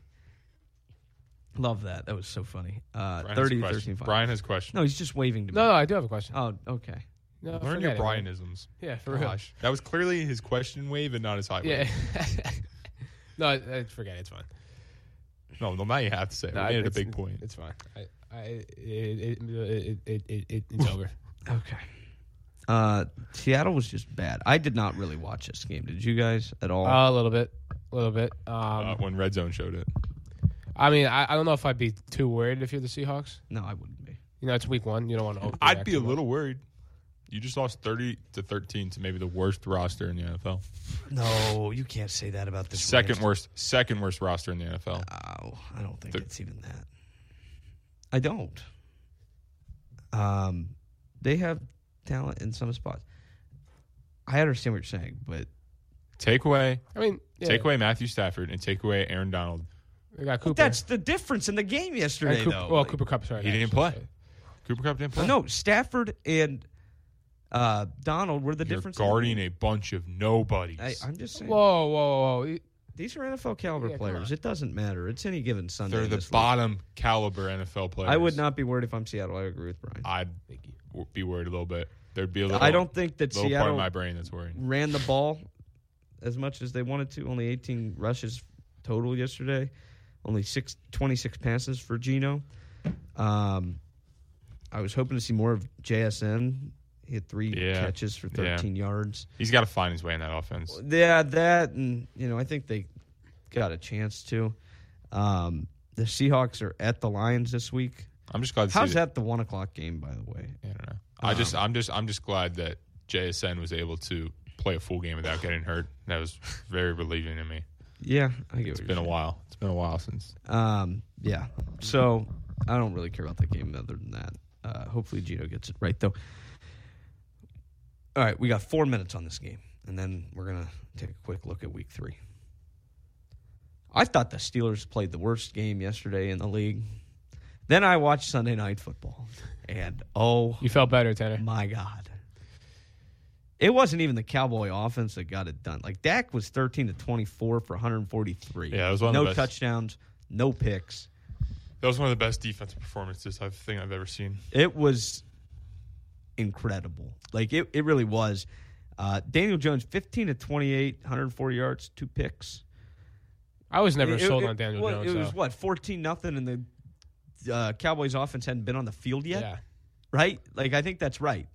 Love that. That was so funny. Uh,
Brian has a
30
question.
13 final.
Brian has a question.
No, he's just waving to me.
No, no, I do have a question.
Oh, okay.
No,
Learn your
forget it, man.
Brianisms.
Yeah, for real.
Gosh. That was clearly his question wave and not his high
Yeah.
wave.
no, I, I forget. it. It's fine.
No, no, now you have to say it.
No,
we made it a
it's-
big point.
It's fine. I, I, it, it, it, it, it, it's over.
Okay. Uh, Seattle was just bad. I did not really watch this game. Did you guys at all?
Uh, a little bit, a little bit. Um,
Uh, when Red Zone showed it.
I mean, I, I don't know if I'd be too worried if you're the Seahawks.
no, I wouldn't be.
You know, it's week one. You don't want to.
I'd be a little worried. You just lost thirty to thirteen to maybe the worst roster in the NFL.
No, you can't say that about this.
Second worst, second worst roster in the NFL.
Oh, I don't think
The-
it's even that. I don't. Um, they have talent in some spots. I understand what you're saying, but
Take away,
I mean, yeah.
take away Matthew Stafford and take away Aaron Donald.
They got Cooper.
that's the difference in the game yesterday,
And Coop-
though.
Well, Cooper Cup. Sorry,
He didn't play. Cooper Cup didn't play.
no, Stafford and uh, Donald were the
You're
difference. in the
guarding
game.
a bunch of nobodies.
I, I'm just saying.
Whoa, whoa, whoa! He-
these are NFL caliber
Yeah, come
players. It doesn't matter. It's any given Sunday.
They're
in
the
this league.
bottom caliber NFL players.
I would not be worried if I'm Seattle. I agree with Brian.
I'd w- be worried a little bit. There'd be a little.
I don't think that
little part
Seattle-
of my brain that's worrying.
ran the ball as much as they wanted to. Only 18 rushes total yesterday. Only six, 26 passes for Gino. Um, I was hoping to see more of JSN. He had three
Yeah.
catches for
Yeah.
13 yards.
He's got to find his way in that offense.
Yeah, that and you know I think they got a chance to. Um, the Seahawks are at the Lions this week.
I'm just glad. To
How's
see
that the one o'clock game, by the way?
I don't know. Um, I just, I'm just, I'm just glad that JSN was able to play a full game without getting hurt. That was very relieving to me.
Yeah, I get
It's
what
been a while. It's been a while since.
Um, yeah. So I don't really care about that game other than that. Uh, hopefully Gino gets it right though. All right, we got four minutes on this game, and then we're gonna take a quick look at Week Three. I thought the Steelers played the worst game yesterday in the league. Then I watched Sunday Night Football, and oh,
you felt better, Tanner.
My God, it wasn't even the Cowboy offense that got it done. Like Dak was thirteen to twenty-four for one hundred forty-three.
Yeah, it was one of
no
the best.
touchdowns, no picks.
That was one of the best defensive performances I think I've ever seen.
It was incredible. Like it, it really was. Uh, Daniel Jones, 15 to 28, 140 yards, two picks.
I was never
It-
sold
it-
on Daniel
what-
Jones.
It was
though.
what 14 nothing, and the uh, Cowboys' offense hadn't been on the field yet.
Yeah.
Right? Like I think that's right.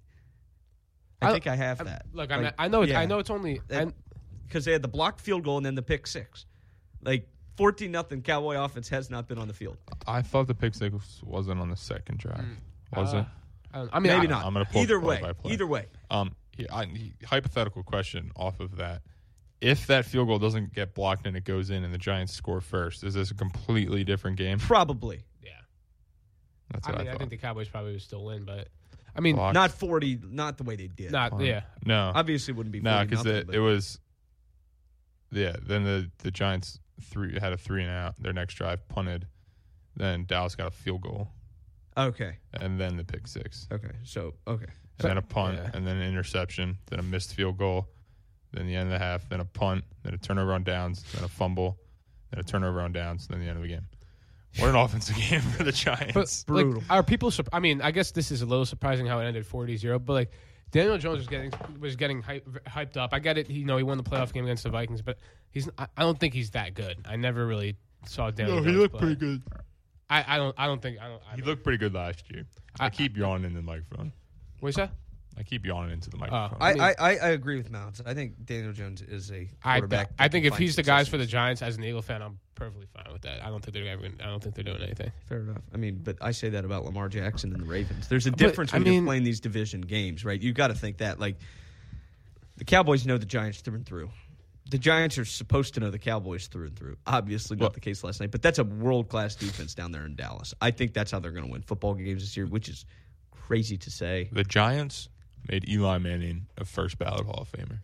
I, think I have that.
Look, I, mean, I know. It, I know it's only.
because they had the blocked field goal and then the pick six. Like 14 nothing, Cowboy offense has not been on the field.
I thought the pick six wasn't on the second drive.
Mm.
Was
uh,
it?
I don't- I mean, Maybe I- not.
I'm gonna pull
Either
play
way,
by play.
either way.
Um, he- I- he- hypothetical question off of that: If that field goal doesn't get blocked and it goes in, and the Giants score first, is this a completely different game?
Probably.
Yeah.
That's
I
what I,
mean, I,
thought.
think the Cowboys probably would still win, but I mean,
Fuck.
Not 40, not the way they did.
Not-
Fine.
yeah.
No.
Obviously wouldn't be
No,
40
because
nothing,
it,
but-
it was. Yeah. Then the the Giants three had a three and out. Their next drive punted. Then Dallas got a field goal.
Okay.
And then the pick six.
Okay. So okay. And
then a punt, and then an interception, then a missed field goal, then the end of the half, then a punt, then a turnover on downs, then a fumble, then a turnover on downs, then the end of the game. What an offensive game for the Giants.
But, like, are people? Sur- I mean, I guess this is a little surprising how it ended 40-0, but like Daniel Jones was getting was getting hype, hyped up. I get it. You know, he won the playoff game against the Vikings, but he's. I, I don't think he's that good. I never really saw Daniel.
No, Oh, he
Jones
looked pretty
play.
good.
I, I don't. I don't think. I don't. I
He
mean,
looked pretty good last year. I, keep yawning in the microphone.
What's that?
I keep yawning into the microphone.
I, I, I, I agree with Mounts. I think Daniel Jones is a
I,
quarterback.
I
that
think
can
if
find
he's the
success.
guys for the Giants as an Eagle fan, I'm perfectly fine with that. I don't think they're ever. I don't think they're doing anything.
Fair enough. I mean, but I say that about Lamar Jackson and the Ravens. There's a
But,
difference
I
when you're
mean-
playing these division games, right? You got to think that like the Cowboys know the Giants through and through. The Giants are supposed to know the Cowboys through and through. Obviously, not the case last night, but that's a world class defense down there in Dallas. I think that's how they're going to win football games this year, which is crazy to say.
The Giants made Eli Manning a first ballot Hall of Famer.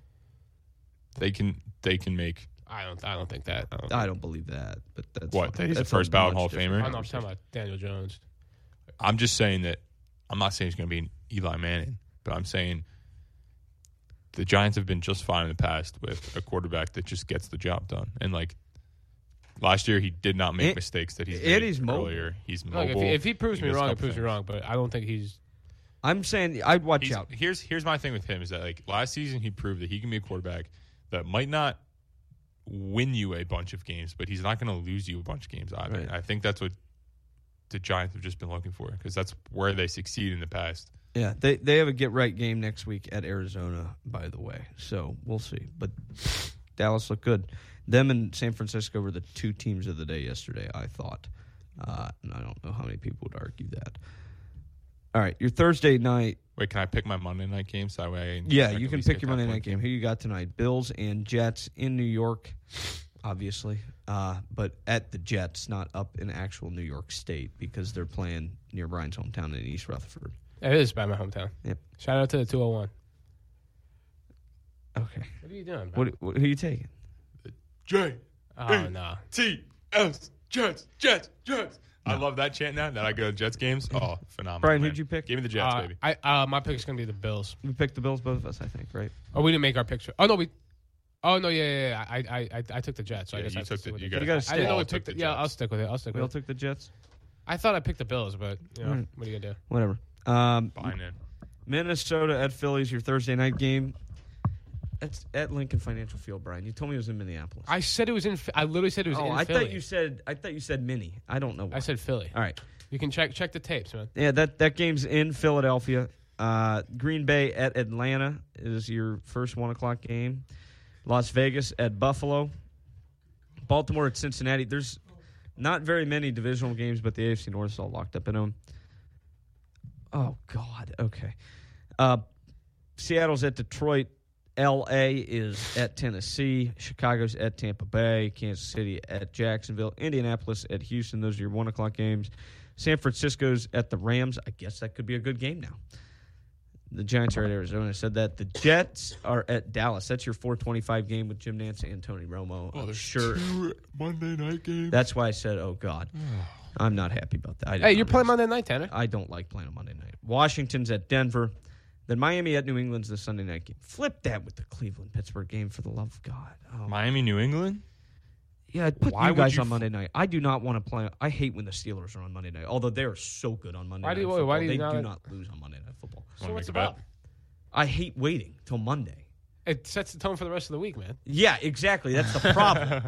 They can they can make
I don't. I don't think that. I don't,
I don't believe that, but that's
What? That he's the
that's
first ballot
much
Hall of
different
Famer?
I'm not talking about Daniel Jones.
I'm just saying that I'm not saying he's going to be an Eli Manning, but I'm saying the Giants have been just fine in the past with a quarterback that just gets the job done. And like last year, he did not make
And-
mistakes that he's
and
made
he's mobile.
earlier. He's mobile.
Look, if, he, if he proves me
does a
wrong, he
couple
proves me
things.
wrong. But I don't think he's.
I'm saying I'd watch
He's-
out.
Here's here's my thing with him is that like last season he proved that he can be a quarterback that might not win you a bunch of games, but he's not going to lose you a bunch of games either.
Right.
And I think that's what the Giants have just been looking for because that's where they succeed in the past.
Yeah, they they have a get right game next week at Arizona, by the way. So we'll see. But Dallas looked good. Them and San Francisco were the two teams of the day yesterday. I thought, uh, and I don't know how many people would argue that. All right, your Thursday night.
Wait, can I pick my Monday night game? So that way I
Yeah,
I
you
at
can
least
pick
get
your
that
Monday
point.
night game. Who you got tonight? Bills and Jets in New York, obviously, uh, but at the Jets, not up in actual New York State because they're playing near Brian's hometown in East Rutherford.
It is by my hometown.
Yep.
Shout out to the 201.
Okay.
What are you doing?
What, what who are you taking?
J.
Oh no.
T. S. Jets. Jets. Jets. I love that chant now that I go to Jets games. Oh, phenomenal.
Brian,
man.
who'd you pick?
Give me the Jets,
Uh,
baby.
I uh, my pick's gonna be the Bills.
We picked the Bills, both of us, I think, right?
Oh, we didn't make our picture. Oh no, we. Oh no, yeah, yeah, yeah. I, I, I, I took the Jets. So
Yeah,
I guess
you
I have
took
to stick
the-
with
you
Jets.
gotta
I didn't
stick-
know
all
we took
took
the.
the
Yeah,
Jets.
I'll stick with it. I'll stick
We
with
all
it.
took the Jets.
I thought I picked the Bills, but you know,
All right.
what do you do?
Whatever. Um,
Fine, then.
Minnesota at Philly's your Thursday night game. It's at Lincoln Financial Field, Brian. You told me it was in Minneapolis.
I said it was in. Ph- I literally said it was
oh,
in
I
Philly.
thought you said I thought you said mini. I don't know. Why.
I said Philly.
All right.
You can check check the tapes, man.
Yeah, that that game's in Philadelphia. Uh, Green Bay at Atlanta is your first one o'clock game. Las Vegas at Buffalo. Baltimore at Cincinnati. There's not very many divisional games, but the AFC North is all locked up in them. Oh God. Okay. Uh, Seattle's at Detroit. L.A. is at Tennessee. Chicago's at Tampa Bay. Kansas City at Jacksonville. Indianapolis at Houston. Those are your one o'clock games. San Francisco's at the Rams. I guess that could be a good game now. The Giants are at Arizona. I said that. The Jets are at Dallas. That's your 425 game with Jim Nance and Tony Romo.
Oh,
I'm
there's
sure.
two Monday night games.
That's why I said, oh, God. I'm not happy about that. I did
Hey,
not
you're playing
like-
Monday night, Tanner.
I don't like playing on Monday night. Washington's at Denver. Then Miami at New England's the Sunday night game. Flip that with the Cleveland Pittsburgh game for the love of God. Oh,
Miami, New England.
Yeah, I'd put
Why
you
would
guys
you
on
f-
Monday night. I do not want to play. I hate when the Steelers are on Monday night, although they are so good on Monday
Why do
night.
you- wait, why
football.
do you
they
not-
do not lose on Monday night football.
So what's about?
I hate waiting till Monday.
It sets the tone for the rest of the week, man.
Yeah, exactly. That's the problem.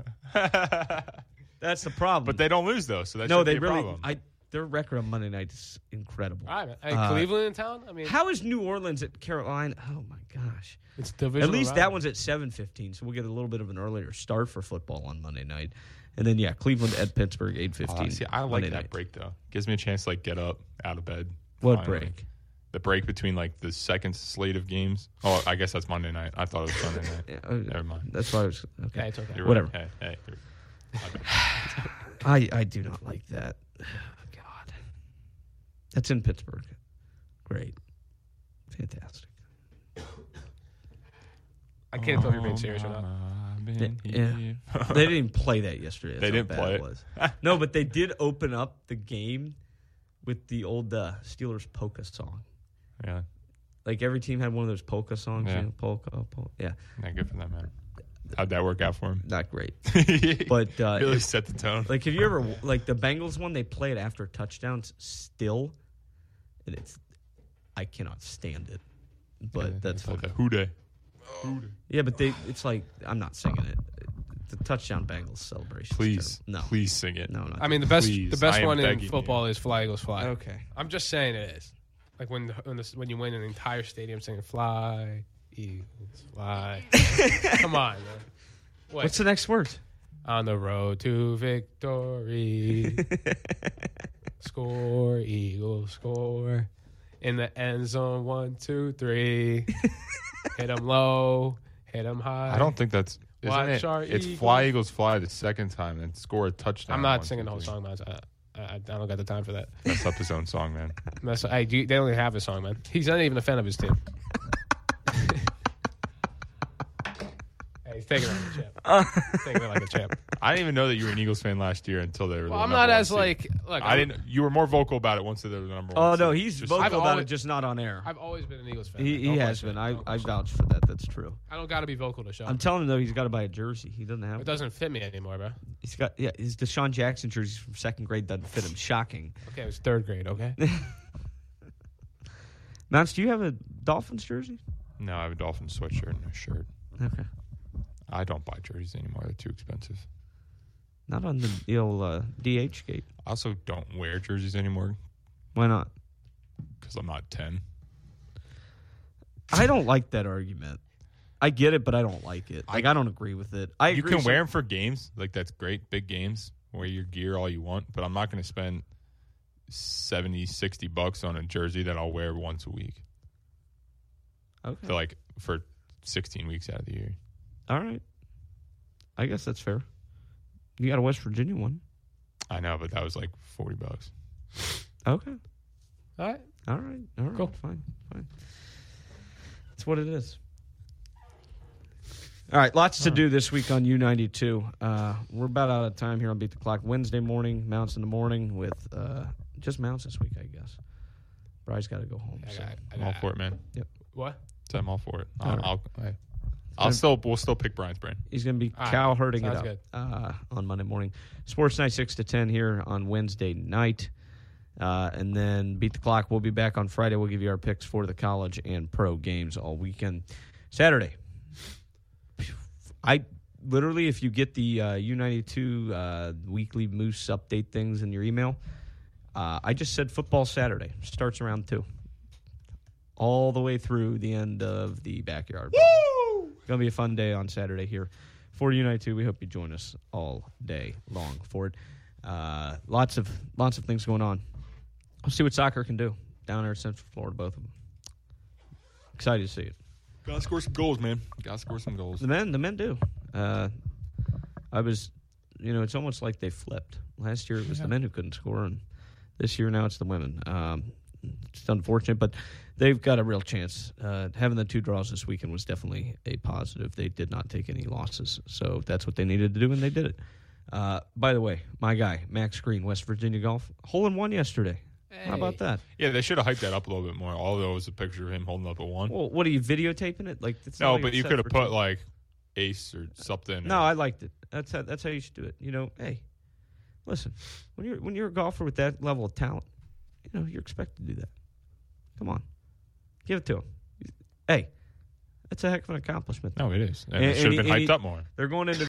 That's the problem.
But they don't lose though, so that
no,
shouldn't
they
be a
really.
problem.
I their record on Monday night is incredible.
All right, man. Hey,
Uh,
Cleveland in town. I mean,
How is New Orleans at Carolina? Oh my gosh!
It's divisional
At least
rival.
that one's at seven fifteen, so we'll get a little bit of an earlier start for football on Monday night, and then yeah, Cleveland at Pittsburgh eight fifteen.
Uh, see, I like
Monday
that
night.
break though. Gives me a chance to like get up out of bed.
What
break? The break between like the second slate of games. Oh, I guess that's Monday night. I thought it was Sunday night. Never mind.
That's why I was okay.
Yeah, it's okay. You're right.
Whatever.
Hey, hey, you're-
I I do not like that. Oh, God, that's in Pittsburgh. Great, fantastic.
I can't tell if you're
Oh,
Oh,
being serious or not.
They, yeah. they didn't play that yesterday. That's
They
how
didn't
bad
play it.
was. No, but they did open up the game with the old uh, Steelers polka song.
Yeah.
Like every team had one of those polka songs.
Yeah.
You know, polka, polka. Yeah.
Not good for that man. How'd that work out for him?
Not great.
but
uh,
really
if-
set the tone.
Like, have you ever like the Bengals one? They play it after touchdowns still, and it's I cannot stand it. But that's fine.
the who day.
Yeah, but they it's like I'm not singing it. The touchdown Bengals celebration.
Please,
no,
please sing it.
No, I'm not
I mean, the best
Please,
the best
I am
one in
begging you.
football is "Fly Eagles Fly."
Okay.
I'm just saying it is. Like when when, this, when you win an entire stadium singing "Fly Eagles Fly." Come on, man. What?
What's the next word?
On the road to victory. score, Eagles, score. In the end zone, one, two, three. hit 'em low, hit 'em high.
I don't think that's. Isn't
Watch
it?
our
It's fly
Eagles.
Eagles fly the second time and score a touchdown.
I'm not
once.
singing the whole song, man. I, I, I don't got the time for that.
Messed up his own song, man.
That's, hey, do you, they only have a song, man. He's not even a fan of his team. hey, he's taking it like a
Uh,
champ. He's taking it like a champ.
I didn't even know that you were an Eagles fan last year until they were. the
Well, I'm
number
not
one
as
seed.
like. Look,
I didn't. You were more vocal about it once they were the number one.
Oh no,
seed.
he's
Just-
vocal
I've
about
always-
it, just not on air.
I've always been an Eagles fan.
He,
man.
he has been. I, I vouch for that. That's true.
I don't got to be vocal to show.
I'm telling him though, he's got to buy a jersey. He doesn't have.
it doesn't fit me anymore, bro.
He's got yeah. His Deshaun Jackson jersey from second grade doesn't fit him. Shocking.
Okay, it was third grade. Okay,
Mounts, do you have a Dolphins jersey?
No, I have a Dolphin sweatshirt and a shirt.
Okay.
I don't buy jerseys anymore. They're too expensive.
Not on the, the old uh, DH gate.
I also don't wear jerseys anymore
Why not?
because I'm not ten.
I don't like that argument. I get it, but I don't like it. Like I, don't agree with it. I
you
agree
can
some-
wear them for games, like that's great, big games. Wear your gear all you want, but I'm not going to spend 70, 60 bucks on a jersey that I'll wear once a week
Okay.
for like for 16 weeks out of the year.
All right. I guess that's fair. You got a West Virginia one.
I know, but that was like 40 bucks.
Okay.
all right.
All right. All right.
Cool.
Fine. Fine. That's what it is. All right. Lots to do this week on U92. Uh, we're about out of time here on Beat the Clock. Wednesday morning, Mounts in the morning with uh, just Mounts this week, I guess. Bry's got to go home.
I
so.
got- I
I'm all
got-
for it, man.
What?
So I'm all for it. I'll,
All right.
I'll, I'll still, we'll still pick Brian's brain.
He's going to be
All right.
cow herding it
Sounds
up
good.
uh, on Monday morning. Sports night six to ten here on Wednesday night, uh, and then beat the clock. We'll be back on Friday. We'll give you our picks for the college and pro games all weekend. Saturday, I literally, if you get the uh, U ninety two uh, weekly Moose update things in your email, uh, I just said football Saturday starts around two, all the way through the end of the backyard. Woo! Gonna be a fun day on Saturday here for Unite Two. We hope you join us all day long for it. Uh, lots of lots of things going on. We'll see what soccer can do down there in Central Florida. Both of them. Excited to see it.
Gotta score some goals, man. Gotta score some goals.
The men, the men do. Uh, I was, you know, it's almost like they flipped. Last year it was the men who couldn't score, and this year now it's the women. Um, it's unfortunate, but they've got a real chance. Uh, having the two draws this weekend was definitely a positive. They did not take any losses, so that's what they needed to do, and they did it. Uh, by the way, my guy Max Green, West Virginia Golf, hole in one yesterday. How about that?
Yeah, they should have hyped that up a little bit more. Although it was a picture of him holding up a one.
Well, what are you videotaping it? Like that's
no,
not
but you
set
could have
for
put
two-
like ace or something.
No,
or-
I liked it. That's how, that's how you should do it. You know, hey, listen, when you're when you're a golfer with that level of talent, you know you're expected to do that. Come on, give it to him. Hey, that's a heck of an accomplishment.
No, it is. And it should have been hyped up more.
They're going into